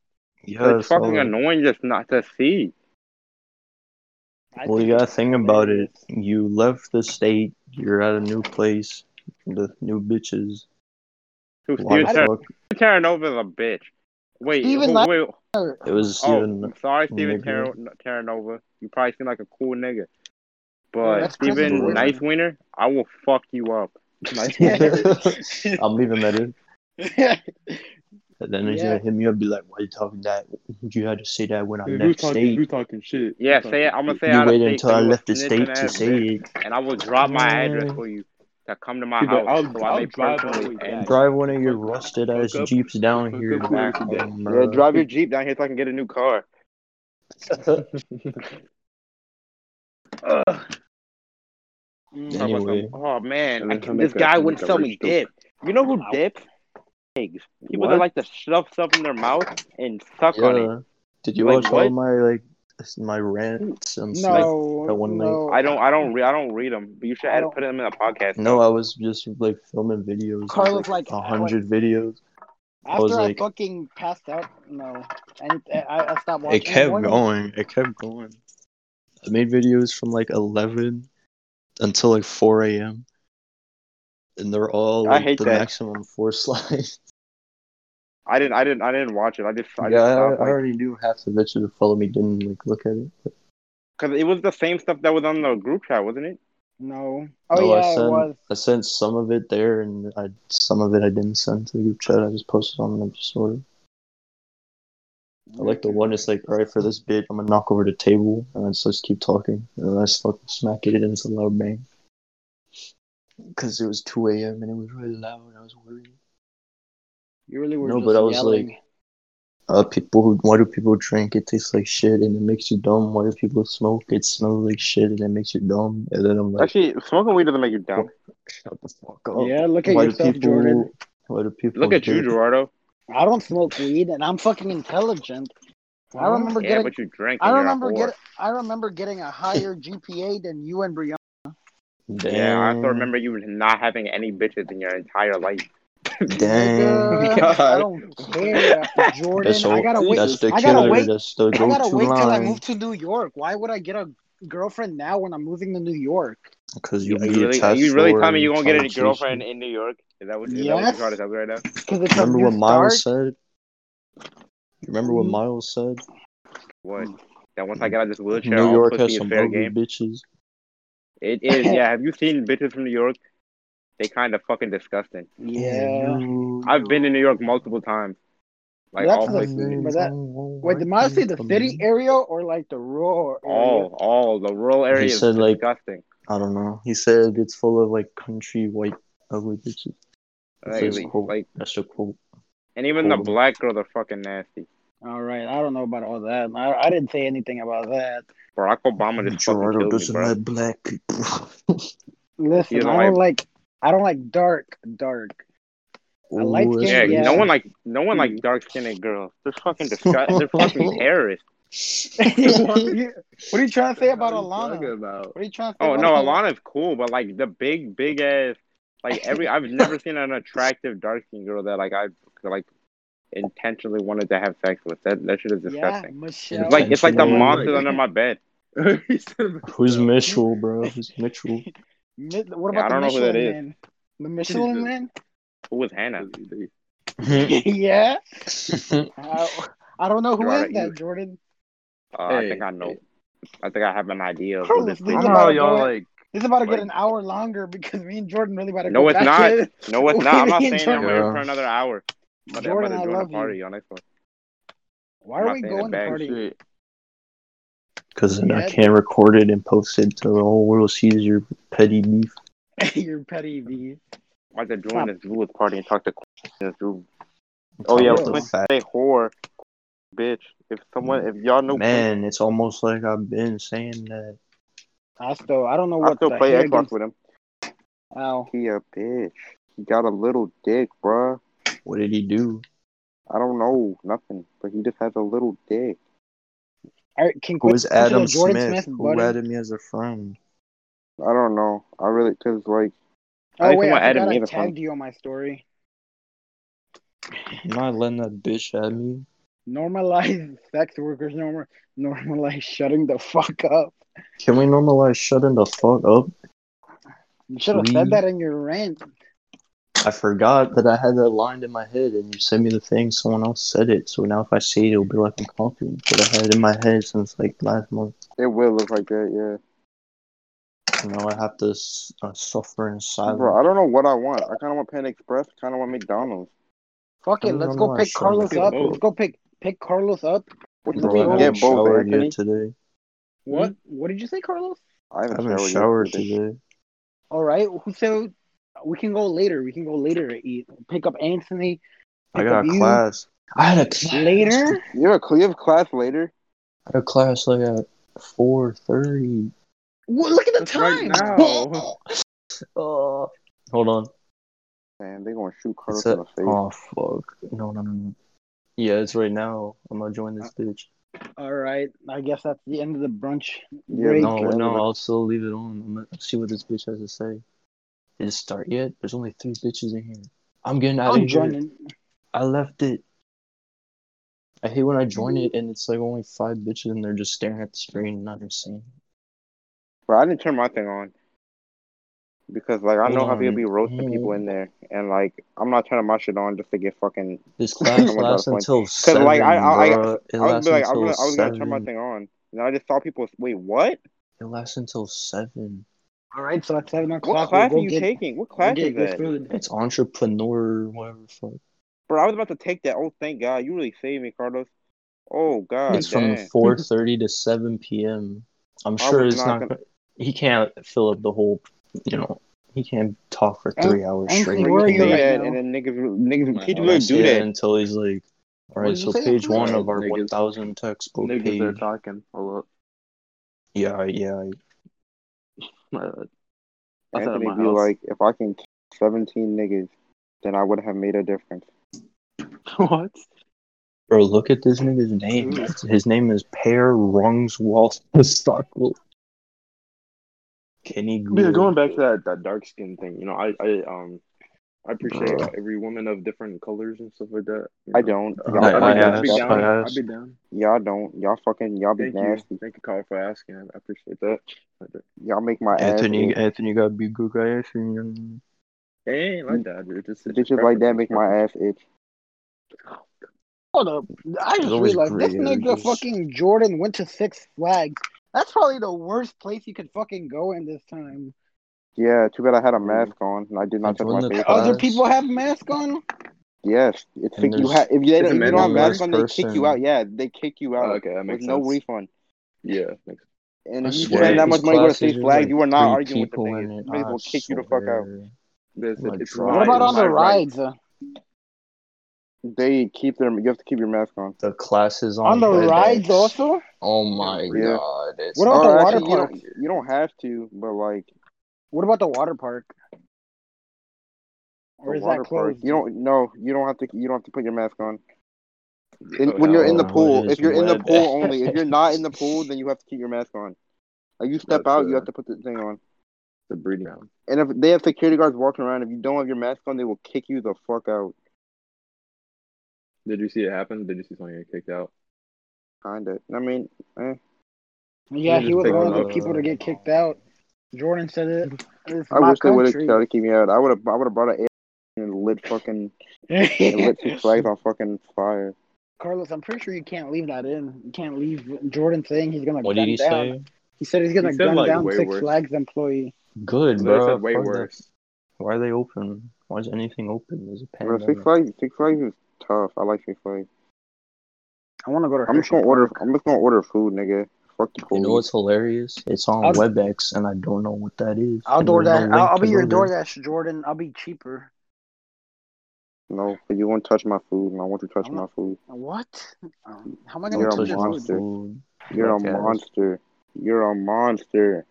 Speaker 2: Yeah,
Speaker 1: it's fucking
Speaker 2: like-
Speaker 1: annoying just not to see.
Speaker 6: I
Speaker 2: Well,
Speaker 6: think
Speaker 2: you gotta
Speaker 6: it's
Speaker 2: think about it.
Speaker 6: hilarious.
Speaker 2: You left the state. You're at a new place. The new bitches.
Speaker 1: Who
Speaker 2: Why
Speaker 1: Steven
Speaker 2: the
Speaker 1: Tar-
Speaker 2: fuck?
Speaker 1: Steven Taranova's a bitch. Wait,
Speaker 6: Steven
Speaker 1: who,
Speaker 6: Lar-
Speaker 1: wait,
Speaker 2: It was
Speaker 1: oh,
Speaker 2: even.
Speaker 1: I'm sorry, Steven
Speaker 2: nigga.
Speaker 1: Tar- Taranova. You probably seem like a cool nigga,
Speaker 6: Yeah,
Speaker 1: but
Speaker 6: that's Chris
Speaker 1: Steven
Speaker 2: Wiener.
Speaker 1: Nice Wiener, I will fuck you up.
Speaker 2: I'm leaving that in. And then he's
Speaker 6: Yeah.
Speaker 2: gonna hit me up, be like, "Why you talking that? You had to say that when I
Speaker 4: Dude,
Speaker 2: left
Speaker 4: who's talking?
Speaker 2: state.
Speaker 4: Who's talking shit?
Speaker 1: Yeah,
Speaker 4: Who's
Speaker 1: say it.
Speaker 4: talking
Speaker 1: I'm gonna
Speaker 4: shit?
Speaker 1: say
Speaker 2: You
Speaker 1: out of
Speaker 2: waited
Speaker 1: state.
Speaker 2: until I left the state to say
Speaker 1: bitch,
Speaker 2: it.
Speaker 1: and I will drop my address for you to come to my
Speaker 4: He's
Speaker 1: house
Speaker 4: like,
Speaker 1: so I
Speaker 4: I'll-
Speaker 1: may
Speaker 4: I'll drive all the
Speaker 1: personally
Speaker 4: way
Speaker 1: and
Speaker 4: back.
Speaker 2: Drive one of your
Speaker 4: Fuck up.
Speaker 2: rusted ass
Speaker 4: Fuck up.
Speaker 2: jeeps down
Speaker 4: Fuck
Speaker 2: here.
Speaker 4: up
Speaker 2: to
Speaker 4: here
Speaker 2: fuck
Speaker 4: today.
Speaker 2: them,
Speaker 1: yeah,
Speaker 2: bro.
Speaker 1: drive your jeep down here so I can get a new car.
Speaker 6: Mm.
Speaker 1: Talk about some-
Speaker 2: Anyway.
Speaker 1: oh man,
Speaker 4: And
Speaker 1: I
Speaker 4: then
Speaker 1: can-
Speaker 4: come
Speaker 1: this
Speaker 4: back
Speaker 1: guy
Speaker 4: up and
Speaker 1: wouldn't
Speaker 4: make a
Speaker 1: sell
Speaker 4: rich
Speaker 1: me
Speaker 4: joke.
Speaker 1: dip. You know who dips? Pigs. People that
Speaker 4: What?
Speaker 1: like to shove stuff in their mouth and suck on it.
Speaker 2: Yeah. Did you
Speaker 1: Like,
Speaker 2: watch all
Speaker 1: what?
Speaker 2: my like my rants and stuff?
Speaker 6: No,
Speaker 2: that one
Speaker 6: no.
Speaker 1: I don't. I don't. Re- I don't read them. But you should
Speaker 6: I
Speaker 1: add,
Speaker 6: don't-
Speaker 1: put them in a podcast.
Speaker 2: No, I was just like filming videos.
Speaker 6: Carlos,
Speaker 2: Carlos,
Speaker 6: like,
Speaker 2: like a hundred videos. I was
Speaker 6: After I,
Speaker 2: like-
Speaker 6: fucking passed out, no, and I, I stopped watching.
Speaker 2: It kept
Speaker 6: Morning-
Speaker 2: going. It kept going. I made videos from like eleven until like four a.m. And they're all
Speaker 1: I
Speaker 2: like,
Speaker 1: hate
Speaker 2: the
Speaker 1: that.
Speaker 2: maximum four slides.
Speaker 1: I didn't. I didn't. I didn't watch it. I just. I
Speaker 2: yeah,
Speaker 1: just
Speaker 2: I,
Speaker 1: stopped, like,
Speaker 2: I already knew half the bitches who follow me didn't like look at it.
Speaker 1: Because it was the same stuff that was on the group chat, wasn't it?
Speaker 6: No. Oh
Speaker 2: No, I
Speaker 6: yeah,
Speaker 2: sent-
Speaker 6: it was.
Speaker 2: I sent some of it there, and I some of it I didn't send to the group chat. I just posted on the story. I like the one. It's like, all right, for this bit, I'm gonna knock over the table, and I just, just keep talking, and I just fucking smack it into loud bang. Because it was 2 a.m. and it was really loud, and I was worried.
Speaker 6: You really were
Speaker 2: No,
Speaker 6: just
Speaker 2: but I was
Speaker 6: yelling.
Speaker 2: like- Uh, people who why do people drink? It tastes like shit, and it makes you dumb. Why do people smoke? It smells like shit, and it makes you dumb. And then I'm like,
Speaker 1: Actually, smoking weed doesn't make you dumb.
Speaker 2: shut the fuck up.
Speaker 6: yeah, look at
Speaker 2: why
Speaker 6: yourself,
Speaker 2: do oh, people?
Speaker 6: Jordan.
Speaker 2: Why do people?
Speaker 1: Look at you,
Speaker 2: drink?
Speaker 1: Gerardo.
Speaker 6: I don't smoke weed, and I'm fucking intelligent.
Speaker 1: Hmm?
Speaker 6: I remember
Speaker 1: Yeah,
Speaker 6: getting.
Speaker 1: but you drink.
Speaker 6: I
Speaker 1: and
Speaker 6: remember
Speaker 1: you're a
Speaker 6: getting. I remember getting a higher GPA than you and Brianna.
Speaker 1: whore. Yeah, I
Speaker 2: Damn.
Speaker 1: still remember you not having any bitches in your entire life.
Speaker 2: Dang.
Speaker 6: Nigga, I don't care, after Jordan.
Speaker 2: That's, all,
Speaker 6: I gotta wait.
Speaker 2: that's the
Speaker 6: I gotta
Speaker 2: killer.
Speaker 6: wait-
Speaker 2: That's the
Speaker 6: I gotta
Speaker 2: go-to
Speaker 6: wait till I move
Speaker 2: line.
Speaker 6: to New York. Why would I get a girlfriend now when I'm moving to New York?
Speaker 2: Because
Speaker 1: You,
Speaker 2: you,
Speaker 1: are you really, are you really telling me you're gonna get a girlfriend in New York? Is that what, is that what
Speaker 6: Yes.
Speaker 1: you're trying to tell me right now?
Speaker 6: Because it's
Speaker 2: Remember
Speaker 6: a new
Speaker 2: what Miles
Speaker 6: start.
Speaker 2: said? You remember what
Speaker 6: Mm.
Speaker 2: Miles said?
Speaker 1: What? That once I get out of this wheelchair,
Speaker 2: New
Speaker 1: all
Speaker 2: York
Speaker 1: pussy
Speaker 2: has
Speaker 1: is
Speaker 2: some
Speaker 1: fair
Speaker 2: ugly
Speaker 1: game.
Speaker 2: bitches.
Speaker 1: It is. Yeah. Have you seen bitches from New York? They kind of fucking disgusting.
Speaker 6: Yeah.
Speaker 1: I've been in New York multiple times. Like
Speaker 6: That's
Speaker 1: all
Speaker 6: the
Speaker 1: places.
Speaker 6: thing. but that- Wait, did Miles say the city area or like the rural area?
Speaker 1: All, all the rural area is
Speaker 2: said, like-
Speaker 1: disgusting.
Speaker 2: I don't know. He said it's full of like country white ugly bitches. That's
Speaker 1: Like,
Speaker 2: his
Speaker 1: like-
Speaker 2: quote.
Speaker 1: like-
Speaker 2: That's the quote.
Speaker 1: and even the
Speaker 2: Cool.
Speaker 1: black girls are fucking nasty.
Speaker 6: All right, I don't know about all that. I, I didn't say anything about that.
Speaker 1: Barack Obama just fucking
Speaker 2: Gerardo
Speaker 1: killed me,
Speaker 2: doesn't
Speaker 1: bro.
Speaker 2: like black people.
Speaker 1: You
Speaker 6: Listen,
Speaker 1: know,
Speaker 6: I don't
Speaker 1: I-
Speaker 6: like I don't like dark dark. A light
Speaker 2: Ooh, that's
Speaker 1: Yeah,
Speaker 6: skin, yeah.
Speaker 1: no one like no one
Speaker 2: Hmm.
Speaker 1: like dark skinned girls. They're fucking disgusting. They're fucking terrorists.
Speaker 6: You- what are you trying to say about
Speaker 4: What the hell are you talking
Speaker 6: Alana?
Speaker 4: about?
Speaker 6: What are you trying to say?
Speaker 1: Oh no,
Speaker 6: about
Speaker 1: Alana's cool, but like the big, big ass, like every I've never seen an attractive dark skinned girl that like I like intentionally wanted to have sex with. That that shit is
Speaker 6: Yeah,
Speaker 1: disgusting.
Speaker 6: Michelle.
Speaker 1: It's like it's like the
Speaker 2: Intentionally.
Speaker 1: monsters under my bed.
Speaker 4: He said-
Speaker 2: Who's Mitchell, bro? Who's Mitchell?
Speaker 6: Mi- What about
Speaker 1: Yeah, I
Speaker 6: the
Speaker 1: don't know who
Speaker 6: Michelin
Speaker 1: that is.
Speaker 6: Man? The Michelin Man?
Speaker 1: Who was Hannah? Mm-hmm.
Speaker 6: yeah. I, I don't know who
Speaker 1: You're
Speaker 6: is
Speaker 1: right, you-
Speaker 6: that, Jordan.
Speaker 1: Uh, I
Speaker 4: Hey,
Speaker 1: think I know. I think I have an idea of
Speaker 6: Bro,
Speaker 1: who this
Speaker 6: this
Speaker 1: is.
Speaker 4: I
Speaker 6: is
Speaker 4: don't
Speaker 6: about
Speaker 4: know,
Speaker 6: to go
Speaker 4: y'all.
Speaker 6: in-
Speaker 4: Like,
Speaker 6: This is about to get
Speaker 4: like-
Speaker 6: an hour longer because me and Jordan really about to
Speaker 1: No,
Speaker 6: go
Speaker 1: it's
Speaker 6: back
Speaker 1: not.
Speaker 6: in.
Speaker 1: No, it's not. I'm not
Speaker 6: Wait,
Speaker 1: saying that we're
Speaker 2: Yeah.
Speaker 1: here for another hour. I'm about to- I'm
Speaker 6: Jordan,
Speaker 1: about
Speaker 6: I
Speaker 1: to join
Speaker 6: love
Speaker 1: the party
Speaker 6: you.
Speaker 1: on next one.
Speaker 6: Why
Speaker 1: I'm
Speaker 6: are
Speaker 1: not
Speaker 6: we
Speaker 1: saying
Speaker 6: going
Speaker 1: it
Speaker 6: to
Speaker 1: back.
Speaker 6: party?
Speaker 4: shit.
Speaker 2: Because then
Speaker 6: Yeah.
Speaker 2: I can't record it and post it till the whole world sees your petty beef.
Speaker 6: You're petty, V.
Speaker 1: I'm about to join this Jewish party and talk to this Jew.
Speaker 2: It's
Speaker 1: Oh yeah,
Speaker 2: almost
Speaker 6: yo.
Speaker 1: Quinn
Speaker 2: a fact.
Speaker 1: say whore, bitch. If someone, if y'all know,
Speaker 2: Man, it's almost like I've been saying that.
Speaker 6: I still, I don't know
Speaker 1: Quinn,
Speaker 6: what
Speaker 1: I still
Speaker 6: the
Speaker 1: play
Speaker 6: hair
Speaker 1: Xbox
Speaker 6: against-
Speaker 1: with him.
Speaker 6: Ow.
Speaker 1: He a bitch. He got a little dick, bruh.
Speaker 2: What did he do?
Speaker 1: I don't know nothing, but he just has a little dick.
Speaker 6: All right, can
Speaker 2: Who
Speaker 6: Quinn
Speaker 2: is
Speaker 6: consider
Speaker 2: Adam
Speaker 6: Jordan
Speaker 2: Smith?
Speaker 6: Smith
Speaker 2: Who
Speaker 6: buddy?
Speaker 2: added me as a friend?
Speaker 1: I don't know. I really, cause like, I
Speaker 6: Oh
Speaker 1: think
Speaker 6: wait,
Speaker 1: someone
Speaker 6: I
Speaker 1: added
Speaker 6: forgot
Speaker 1: me
Speaker 6: I
Speaker 1: as a friend.
Speaker 6: tagged you on my story.
Speaker 2: I'm not letting that bitch at me.
Speaker 6: Normalize sex workers. Normal, normalize shutting the fuck up.
Speaker 2: Can we normalize shutting the fuck up?
Speaker 6: You should have said
Speaker 2: Please.
Speaker 6: that in your rant.
Speaker 2: I forgot that I had that line in my head, and you sent me the thing. Someone else said it, so now if I say it, it'll be like I'm copying. But I had it in my head since like last month.
Speaker 1: It will look like that, yeah.
Speaker 2: So Now I have to s- uh, suffer in silence.
Speaker 1: Bro, I don't know what I want. I kind of want Pan Express. Kind of want McDonald's.
Speaker 6: Fuck it,
Speaker 2: Don't
Speaker 6: let's go
Speaker 2: normalize
Speaker 6: pick
Speaker 2: shutting the
Speaker 6: Carlos
Speaker 2: fuck
Speaker 6: up. Let's go pick pick Carlos up.
Speaker 1: What
Speaker 6: Bro,
Speaker 1: do
Speaker 2: Bro,
Speaker 1: you
Speaker 2: I
Speaker 1: mean?
Speaker 2: haven't
Speaker 1: Get both,
Speaker 2: showered
Speaker 1: Anthony.
Speaker 2: yet today.
Speaker 6: What? What did you say, Carlos?
Speaker 1: I
Speaker 2: I
Speaker 1: haven't,
Speaker 2: haven't
Speaker 1: showered,
Speaker 2: showered
Speaker 1: yet. today.
Speaker 2: today.
Speaker 6: All right. who- So we can go later. We can go later to eat. Pick up Anthony.
Speaker 2: I
Speaker 6: Pick
Speaker 2: got
Speaker 6: up
Speaker 2: a
Speaker 6: you
Speaker 2: class. I had a class
Speaker 6: later.
Speaker 1: You have, a, you have class later.
Speaker 2: I had a class like at four thirty.
Speaker 6: Well, look at the
Speaker 4: That's right
Speaker 6: time.
Speaker 4: now.
Speaker 2: Oh, hold on.
Speaker 1: Man, they're going to shoot Carlos
Speaker 2: It's
Speaker 1: in
Speaker 2: a,
Speaker 1: the face.
Speaker 2: oh fuck! No, no, no, no. Yeah, it's right now. I'm gonna join this bitch.
Speaker 6: All right. I guess that's the end of the brunch.
Speaker 1: Yeah,
Speaker 6: break.
Speaker 2: No,
Speaker 1: Okay.
Speaker 2: no, I'll still leave it on. I'm gonna see what this bitch has to say. Did it start yet? There's only three bitches in here. I'm getting out
Speaker 6: I'm
Speaker 2: of here.
Speaker 6: joining.
Speaker 2: I left it. I hate when I join it and it's like only five bitches and they're just staring at the screen and not even saying.
Speaker 1: Bro, I didn't turn my thing on. Because, like, I
Speaker 2: Hold
Speaker 1: know how people
Speaker 6: Mm.
Speaker 2: on.
Speaker 1: be roasting
Speaker 2: Hold
Speaker 1: people
Speaker 2: on.
Speaker 1: in there. And, like, I'm not turning my shit on just to get fucking.
Speaker 2: This
Speaker 1: Oh I'm
Speaker 2: class
Speaker 1: about to
Speaker 2: lasts
Speaker 1: point.
Speaker 2: until
Speaker 1: Because,
Speaker 2: seven.
Speaker 1: like, I, I, I,
Speaker 2: bruh. It
Speaker 1: I was
Speaker 2: lasts
Speaker 1: like, I
Speaker 2: until
Speaker 1: was, gonna- I was going to turn my
Speaker 2: seven.
Speaker 1: thing on. And I just saw people, wait, what?
Speaker 2: It lasts until seven.
Speaker 6: All right. So at seven
Speaker 1: What
Speaker 6: o'clock,
Speaker 1: class
Speaker 6: we'll
Speaker 1: are
Speaker 6: go
Speaker 1: you
Speaker 6: get,
Speaker 1: taking? What
Speaker 6: we'll
Speaker 1: class
Speaker 6: get
Speaker 1: is
Speaker 6: good
Speaker 1: that?
Speaker 6: food.
Speaker 2: It's entrepreneur, whatever. the Fuck.
Speaker 1: Bro, I was about to take that. Oh, thank God. You really saved me, Carlos. Oh, God
Speaker 2: It's from
Speaker 1: damn.
Speaker 2: four thirty to seven p.m. I'm
Speaker 1: I
Speaker 2: sure
Speaker 1: was
Speaker 2: it's
Speaker 1: not
Speaker 2: not.
Speaker 1: gonna-
Speaker 2: go- He can't fill up the whole. You know, he can't talk for
Speaker 6: An-
Speaker 2: three hours
Speaker 6: Anthony,
Speaker 2: straight.
Speaker 1: Bro, you
Speaker 6: where are
Speaker 1: say
Speaker 6: you right
Speaker 1: that,
Speaker 6: now?
Speaker 1: and then niggas, niggas,
Speaker 4: My
Speaker 1: people
Speaker 4: house.
Speaker 2: I
Speaker 1: really
Speaker 2: say
Speaker 1: do
Speaker 2: that
Speaker 1: that.
Speaker 2: until he's like, all
Speaker 6: What
Speaker 2: right.
Speaker 6: did you
Speaker 2: So
Speaker 6: say,
Speaker 2: page
Speaker 6: Anthony?
Speaker 2: one of our
Speaker 4: Niggas.
Speaker 2: one thousand textbook
Speaker 4: Niggas are
Speaker 2: page.
Speaker 4: talking. Hold up.
Speaker 2: Yeah, yeah.
Speaker 4: My, outside of
Speaker 1: Anthony
Speaker 4: my
Speaker 1: be
Speaker 4: house.
Speaker 1: like, if I can kill 17 niggas, then I would have made a difference.
Speaker 4: what?
Speaker 2: Bro, look at this nigga's name.
Speaker 1: Mm.
Speaker 2: His name is Per Rungswald Stockwell. Kenny
Speaker 4: Yeah,
Speaker 2: Gould.
Speaker 4: going back to that, that dark skin thing, you know, I, I um I appreciate
Speaker 2: Bruh.
Speaker 4: every woman of different colors and stuff like that. you
Speaker 1: I
Speaker 4: know.
Speaker 1: don't.
Speaker 4: Uh,
Speaker 1: Y'all,
Speaker 2: I-
Speaker 4: I'd
Speaker 2: I
Speaker 4: be down. I'd be
Speaker 2: asked-
Speaker 4: down.
Speaker 2: I
Speaker 4: I'd
Speaker 2: asked.
Speaker 4: be down.
Speaker 1: y'all don't. Y'all fucking, y'all be
Speaker 4: Thank you.
Speaker 1: nasty.
Speaker 4: Thank you, Carl, for asking. I appreciate that.
Speaker 1: Y'all make my
Speaker 2: Anthony,
Speaker 1: ass.
Speaker 2: Anthony got to be good guy. Anthony.
Speaker 4: It ain't like that, dude. Just
Speaker 1: Itch. Bitches like that make my ass itch.
Speaker 6: Hold up. I
Speaker 2: There's
Speaker 6: just
Speaker 2: always
Speaker 6: realized this
Speaker 2: gray
Speaker 6: nigga
Speaker 2: areas.
Speaker 6: fucking Jordan went to Six Flags. That's probably the worst place you could fucking go in this time.
Speaker 1: Yeah, too bad I had a mask on and I did not
Speaker 2: It's
Speaker 1: touch
Speaker 2: one
Speaker 1: my
Speaker 2: of the
Speaker 1: face.
Speaker 2: clouds.
Speaker 6: Other
Speaker 2: Guys.
Speaker 6: people have masks on?
Speaker 1: Yes, it's
Speaker 2: And
Speaker 1: you
Speaker 2: there's-
Speaker 1: ha- if you,
Speaker 4: It's a
Speaker 1: don't- if you don't have
Speaker 4: minimum
Speaker 1: mask
Speaker 4: last
Speaker 1: on, they kick
Speaker 2: person.
Speaker 1: you out. Yeah, they kick you out
Speaker 4: Oh, okay, that
Speaker 1: with
Speaker 4: makes
Speaker 1: no
Speaker 4: sense.
Speaker 1: refund.
Speaker 4: Yeah, makes
Speaker 1: And
Speaker 2: I
Speaker 1: if you
Speaker 2: swear,
Speaker 1: spend that
Speaker 2: these
Speaker 1: much money to go to
Speaker 2: classes,
Speaker 1: Six
Speaker 2: there's
Speaker 1: Flags,
Speaker 2: like
Speaker 1: you are not
Speaker 2: three
Speaker 1: arguing with the
Speaker 2: people in
Speaker 1: niggas.
Speaker 2: it.
Speaker 1: The niggas
Speaker 2: I
Speaker 1: will kick you the fuck out.
Speaker 2: swear.
Speaker 4: This
Speaker 2: My
Speaker 4: it's
Speaker 2: drive.
Speaker 4: my,
Speaker 6: What about
Speaker 4: it's
Speaker 6: on the
Speaker 4: my right.
Speaker 6: rides? uh, On
Speaker 1: They keep their. You have to keep your mask on.
Speaker 2: The classes on,
Speaker 6: the
Speaker 2: FedEx.
Speaker 6: rides also?
Speaker 2: Oh my
Speaker 1: Yeah.
Speaker 2: god. It's
Speaker 6: What about the
Speaker 1: Oh,
Speaker 6: water
Speaker 1: actually, you
Speaker 6: park?
Speaker 1: don't. You don't have to, but like
Speaker 6: What about the water park?
Speaker 1: the
Speaker 6: Or is
Speaker 1: water
Speaker 6: that
Speaker 1: park,
Speaker 6: closed?
Speaker 1: you don't. No, you don't have to. You don't have to put your mask on. In,
Speaker 4: Oh,
Speaker 1: when you're in the
Speaker 2: hell
Speaker 1: pool,
Speaker 2: no, it
Speaker 1: if you're in the
Speaker 2: is
Speaker 1: pool
Speaker 2: wet.
Speaker 1: only, if you're not in the pool, then you have to keep your mask on. Like you step
Speaker 4: That's,
Speaker 1: out, you
Speaker 4: uh,
Speaker 1: have to put the thing on.
Speaker 4: the breeding ground.
Speaker 1: And if they have security guards walking around, if you don't have your mask on, they will kick you the fuck out.
Speaker 4: Did you see it happen? Did you see someone get kicked out?
Speaker 1: Kinda. I mean,
Speaker 6: Yeah,
Speaker 4: They
Speaker 6: he was
Speaker 4: just
Speaker 6: one
Speaker 4: pick
Speaker 6: of the
Speaker 4: one up.
Speaker 1: uh,
Speaker 6: people to get kicked out. Jordan said it. It's
Speaker 1: I
Speaker 6: my
Speaker 1: wish they would have
Speaker 6: country.
Speaker 1: tried to keep me out. I would have. I would have brought an air and lit fucking and lit Six Flags on fucking fire.
Speaker 6: Carlos, I'm pretty sure you can't leave that in. You can't leave Jordan saying he's gonna.
Speaker 2: What
Speaker 6: gun
Speaker 2: did he
Speaker 6: down.
Speaker 2: say?
Speaker 6: He said he's gonna
Speaker 4: He said,
Speaker 6: gun
Speaker 4: like,
Speaker 6: down
Speaker 4: way
Speaker 6: Six
Speaker 4: worse.
Speaker 6: Flags employee.
Speaker 2: Good,
Speaker 4: So
Speaker 2: bro.
Speaker 4: they said way
Speaker 2: Fuck that.
Speaker 4: worse.
Speaker 2: Why are they open? Why is anything open? There's a
Speaker 1: Bro,
Speaker 2: pandemic.
Speaker 1: Six Flags. Six Flags is tough. I like Six Flags.
Speaker 6: I want to go to.
Speaker 1: I'm just
Speaker 6: Hershey
Speaker 1: gonna order.
Speaker 6: Park.
Speaker 1: I'm just gonna order food, nigga. Fuck the
Speaker 2: You know
Speaker 1: police.
Speaker 2: what's hilarious? It's on
Speaker 6: I'll-
Speaker 2: WebEx, and I don't know what that is.
Speaker 6: I'll
Speaker 2: And there's
Speaker 6: door
Speaker 2: no
Speaker 6: that.
Speaker 2: link
Speaker 6: I'll, I'll
Speaker 2: to
Speaker 6: be your
Speaker 2: go there.
Speaker 6: DoorDash, Jordan. I'll be cheaper.
Speaker 1: No, but you won't touch my food, and I want you to touch
Speaker 6: I'm
Speaker 1: my
Speaker 6: not-
Speaker 1: food.
Speaker 6: What? Um, how am I gonna
Speaker 1: You're
Speaker 2: Don't
Speaker 1: a
Speaker 6: touch
Speaker 2: touch
Speaker 6: your
Speaker 2: my
Speaker 6: food?
Speaker 1: monster.
Speaker 2: food.
Speaker 1: You're a
Speaker 2: Jackass.
Speaker 1: monster. You're a monster.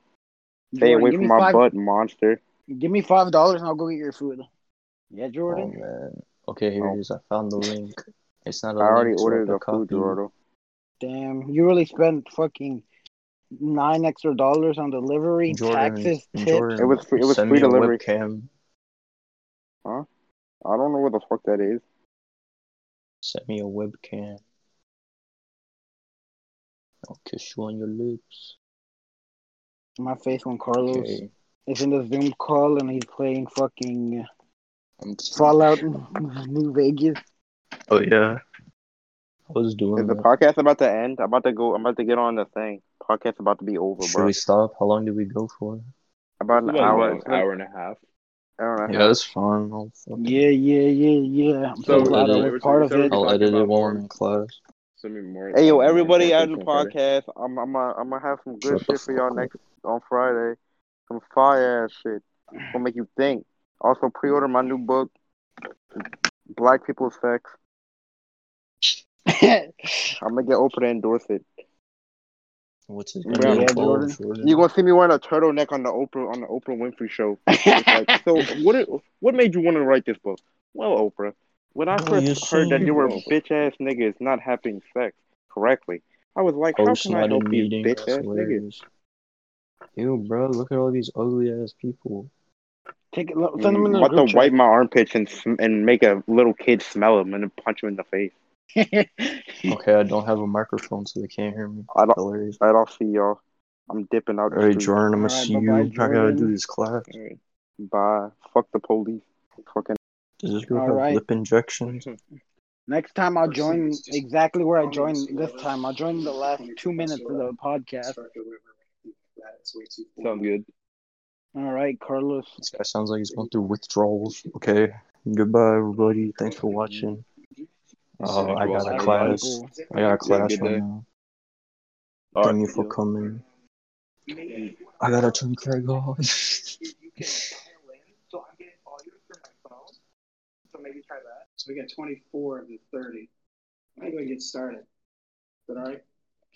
Speaker 1: Stay
Speaker 6: Jordan,
Speaker 1: away
Speaker 6: give
Speaker 1: from
Speaker 6: me
Speaker 1: my
Speaker 6: five-
Speaker 1: butt, monster.
Speaker 6: Give me five dollars and I'll go get your food. Yeah,
Speaker 2: Oh
Speaker 6: Jordan.
Speaker 2: man. Okay, here
Speaker 1: Oh.
Speaker 2: it is. I found the link. It's not a
Speaker 1: I already
Speaker 2: link to
Speaker 1: ordered
Speaker 2: like
Speaker 1: the
Speaker 2: a copy.
Speaker 1: food, Gerardo.
Speaker 6: Damn, you really spent fucking nine extra dollars on delivery,
Speaker 2: Jordan,
Speaker 6: taxes, tips.
Speaker 2: Jordan,
Speaker 1: It was free- it was
Speaker 2: send
Speaker 1: free
Speaker 2: me a
Speaker 1: delivery.
Speaker 2: webcam.
Speaker 1: I don't know what the fuck that is.
Speaker 2: Send me a webcam. I'll kiss you on your lips.
Speaker 6: My face when Carlos
Speaker 2: Okay.
Speaker 6: is in the Zoom call and he's playing fucking
Speaker 2: I'm just-
Speaker 6: Fallout New Vegas.
Speaker 2: Oh yeah. I was
Speaker 1: Is
Speaker 2: doing
Speaker 1: the
Speaker 2: that.
Speaker 1: podcast about to end? I'm about to go. I'm about to get on the thing. Podcast about to be over,
Speaker 2: Should
Speaker 1: bro.
Speaker 2: we stop? How long did we go for?
Speaker 1: About an
Speaker 4: Like,
Speaker 1: hour.
Speaker 4: what, an hour and a half.
Speaker 1: I don't know.
Speaker 2: Yeah, that's fine. I'll, fucking-
Speaker 6: Yeah, yeah, yeah, yeah. I'm so,
Speaker 2: So,
Speaker 6: glad I
Speaker 2: uh,
Speaker 6: was part of
Speaker 4: so-
Speaker 6: it.
Speaker 2: I'll
Speaker 4: Talking
Speaker 2: edit it
Speaker 4: about
Speaker 2: while
Speaker 4: porn.
Speaker 2: I'm in class.
Speaker 4: Send me more.
Speaker 1: Hey yo,
Speaker 4: more
Speaker 1: everybody out
Speaker 4: content
Speaker 1: of the
Speaker 4: from Friday.
Speaker 1: podcast. I'm I'm uh, I'm gonna have some good
Speaker 2: Shut the
Speaker 1: shit for y'all
Speaker 2: fuck
Speaker 1: next on Friday. Some fire ass shit. Gonna make you think. Also, pre-order my new book, Black People Sex. I'm gonna get Oprah to endorse it.
Speaker 2: What's his
Speaker 1: Yeah,
Speaker 2: name? Yeah,
Speaker 1: yeah,
Speaker 2: Jordan.
Speaker 6: Jordan.
Speaker 1: You're gonna see me wearing a turtleneck on the Oprah on the Oprah Winfrey show. Like, so what? it- What made you want to write this book? Well, Oprah, when I
Speaker 2: Bro, you're
Speaker 1: first heard that
Speaker 2: saying-
Speaker 1: you were bitch ass niggas not having sex correctly, I was like, how
Speaker 2: Host
Speaker 1: can I
Speaker 2: not in
Speaker 1: help these
Speaker 2: meetings.
Speaker 1: bitch ass niggas?
Speaker 2: hilarious. Ew, bro, look at all these ugly ass people.
Speaker 6: Take it, look, send him
Speaker 1: I'm
Speaker 6: in the
Speaker 1: about
Speaker 6: group
Speaker 1: to wipe my armpits and sm- and make a little kid smell him and then punch him in the face.
Speaker 6: chat.
Speaker 2: Okay, I don't have a microphone, so they can't hear me.
Speaker 1: I don't.
Speaker 2: Hilarious.
Speaker 1: I don't see y'all. I'm dipping out.
Speaker 2: All
Speaker 1: the
Speaker 2: right,
Speaker 1: street.
Speaker 2: Jordan, I'm
Speaker 6: All
Speaker 2: gonna
Speaker 6: right,
Speaker 2: see you.
Speaker 6: bye-bye,
Speaker 2: I gotta do
Speaker 6: Jordan.
Speaker 2: this class.
Speaker 1: Alright. Bye. Fuck the police. Fucking.
Speaker 2: Is this gonna
Speaker 6: All
Speaker 2: have
Speaker 6: right.
Speaker 2: lip injections?
Speaker 6: Next time I'll
Speaker 7: First
Speaker 6: join
Speaker 7: thing is just
Speaker 6: exactly where I
Speaker 7: calling us
Speaker 6: joined this
Speaker 7: whoever-
Speaker 6: time. I'll join the last
Speaker 7: when you
Speaker 6: two
Speaker 7: pick us
Speaker 6: minutes of
Speaker 7: up.
Speaker 6: the podcast.
Speaker 7: Start whoever we think that it's way too
Speaker 4: Sounds good.
Speaker 6: All right, Carlos.
Speaker 2: This guy sounds like he's going through withdrawals. Okay, goodbye, everybody. Thanks for watching. Oh, I got a
Speaker 4: Last
Speaker 2: class.
Speaker 6: people.
Speaker 2: I got a
Speaker 4: Yeah,
Speaker 2: class
Speaker 4: good
Speaker 2: right
Speaker 4: day.
Speaker 2: now.
Speaker 4: All
Speaker 2: Thank
Speaker 4: right.
Speaker 2: you for coming. I gotta turn Craig on.
Speaker 7: So I'm getting all yours from my phone. So maybe try that. So we got 24 of the 30. I think we can get started. Is that all right?